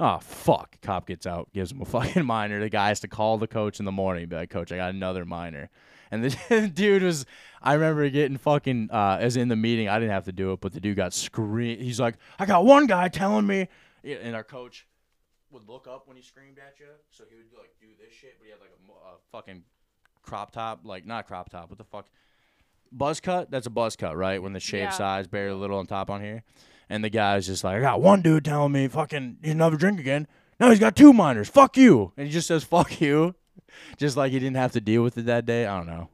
[SPEAKER 11] Oh fuck! Cop gets out, gives him a fucking minor. The guy has to call the coach in the morning, and be like, "Coach, I got another minor." And the dude was, I remember getting fucking uh, as in the meeting. I didn't have to do it, but the dude got screamed. He's like, "I got one guy telling me," Yeah, and our coach would look up when he screamed at you, so he would like do this shit, but he had like a, mo- a fucking crop top, like not crop top. What the fuck? Buzz cut. That's a buzz cut, right? When the shave
[SPEAKER 12] Yeah.
[SPEAKER 11] size barely a little on top on here, and the guy's just like, "I got one dude telling me fucking you never drink again. Now he's got two minors. Fuck you!" And he just says, "Fuck you," just like he didn't have to deal with it that day. I don't know.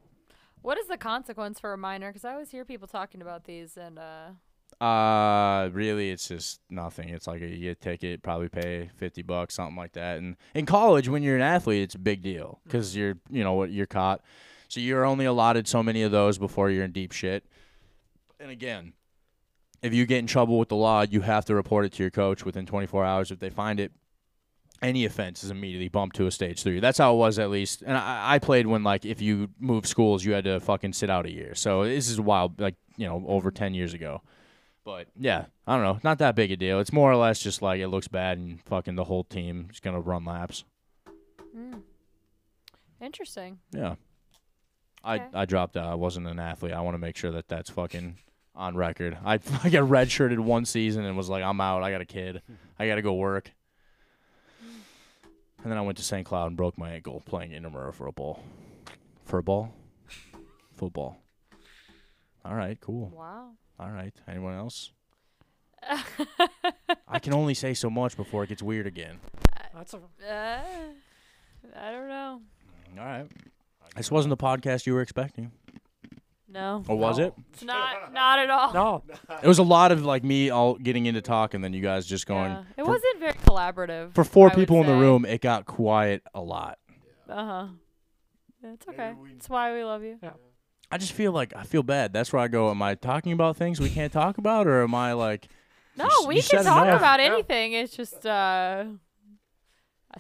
[SPEAKER 10] What is the consequence for a minor? Because I always hear people talking about these, and uh,
[SPEAKER 11] Uh, really, it's just nothing. It's like a, you get a ticket, probably pay fifty bucks, something like that. And in college, when you're an athlete, it's a big deal because you're, you know, what you're caught. So you're only allotted so many of those before you're in deep shit. And again, if you get in trouble with the law, you have to report it to your coach within 24 hours. If they find it, any offense is immediately bumped to a stage three. That's how it was, at least. And I, I played when, like, if you moved schools, you had to fucking sit out a year. So this is wild, like, you know, over 10 years ago. But yeah, I don't know. Not that big a deal. It's more or less just like it looks bad and fucking the whole team is going to run laps.
[SPEAKER 10] Hmm. Interesting.
[SPEAKER 11] Yeah. I,
[SPEAKER 10] Okay.
[SPEAKER 11] I dropped out. I wasn't an athlete. I want to make sure that that's fucking on record. I, I got redshirted one season and was like, I'm out. I got a kid. I got to go work. And then I went to St. Cloud and broke my ankle playing Intramural for a ball. For a ball? Football. All right, cool.
[SPEAKER 10] Wow.
[SPEAKER 11] All right. Anyone else? I can only say so much before it gets weird again.
[SPEAKER 12] That's a.
[SPEAKER 10] Uh, I don't know.
[SPEAKER 11] All right. This wasn't the podcast you were expecting.
[SPEAKER 10] No.
[SPEAKER 11] Or Oh, was it?
[SPEAKER 10] It's not. Not at all.
[SPEAKER 12] No.
[SPEAKER 11] It was a lot of like me all getting into talk and then you guys just going.
[SPEAKER 10] Yeah. It
[SPEAKER 11] for-
[SPEAKER 10] wasn't very collaborative.
[SPEAKER 11] For four people in the room, it got quiet a lot.
[SPEAKER 10] Uh huh. It's okay. That's why we love you.
[SPEAKER 11] I just feel like I feel bad. That's where I go. Am I talking about things we can't talk about, or am I like?
[SPEAKER 10] No,
[SPEAKER 11] s-
[SPEAKER 10] we
[SPEAKER 11] you said
[SPEAKER 10] can talk
[SPEAKER 11] enough.
[SPEAKER 10] about anything. It's just uh,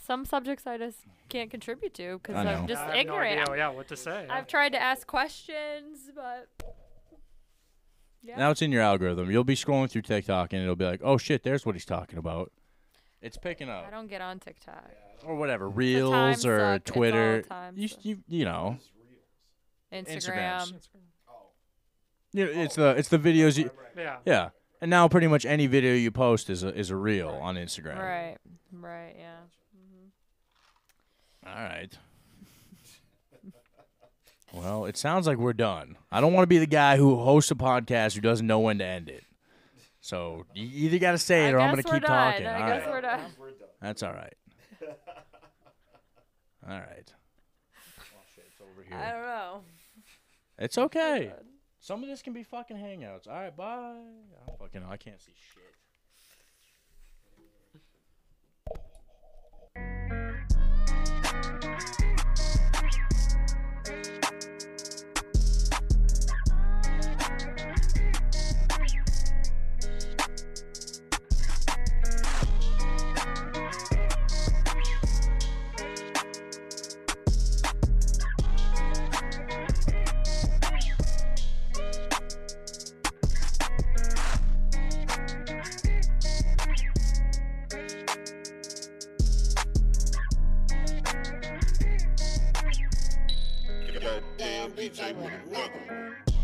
[SPEAKER 10] some subjects I just can't contribute to because
[SPEAKER 11] I
[SPEAKER 10] I'm
[SPEAKER 11] know.
[SPEAKER 10] just
[SPEAKER 12] I have no
[SPEAKER 10] ignorant.
[SPEAKER 12] idea, yeah, what to say.
[SPEAKER 10] I've tried to ask questions, but
[SPEAKER 11] Now it's in your algorithm. You'll be scrolling through TikTok and it'll be like, "Oh shit, there's what he's talking about," It's picking up.
[SPEAKER 10] I don't get on TikTok.
[SPEAKER 11] or whatever,
[SPEAKER 10] time
[SPEAKER 11] Reels or
[SPEAKER 10] suck. It's all
[SPEAKER 11] Twitter.
[SPEAKER 10] time
[SPEAKER 11] You, you you know,
[SPEAKER 10] Instagram.
[SPEAKER 11] you it's the it's the videos you.
[SPEAKER 12] Yeah.
[SPEAKER 11] Yeah. And now pretty much any video you post is a is a reel on Instagram.
[SPEAKER 10] Right. Right. Yeah. Mhm.
[SPEAKER 11] All right. Well, it sounds like we're done. I don't want to be the guy who hosts a podcast who doesn't know when to end it. So you either got to say it or I'm going
[SPEAKER 10] guess
[SPEAKER 11] to
[SPEAKER 10] we're
[SPEAKER 11] keep
[SPEAKER 10] done.
[SPEAKER 11] talking.
[SPEAKER 10] I
[SPEAKER 11] All
[SPEAKER 10] guess
[SPEAKER 11] right.
[SPEAKER 10] we're done.
[SPEAKER 11] That's all right. All right.
[SPEAKER 10] I don't know.
[SPEAKER 11] It's okay. Some of this can be fucking hangouts. All right, bye. I don't fucking know. I can't see shit.
[SPEAKER 16] Goddamn bitch, I want another.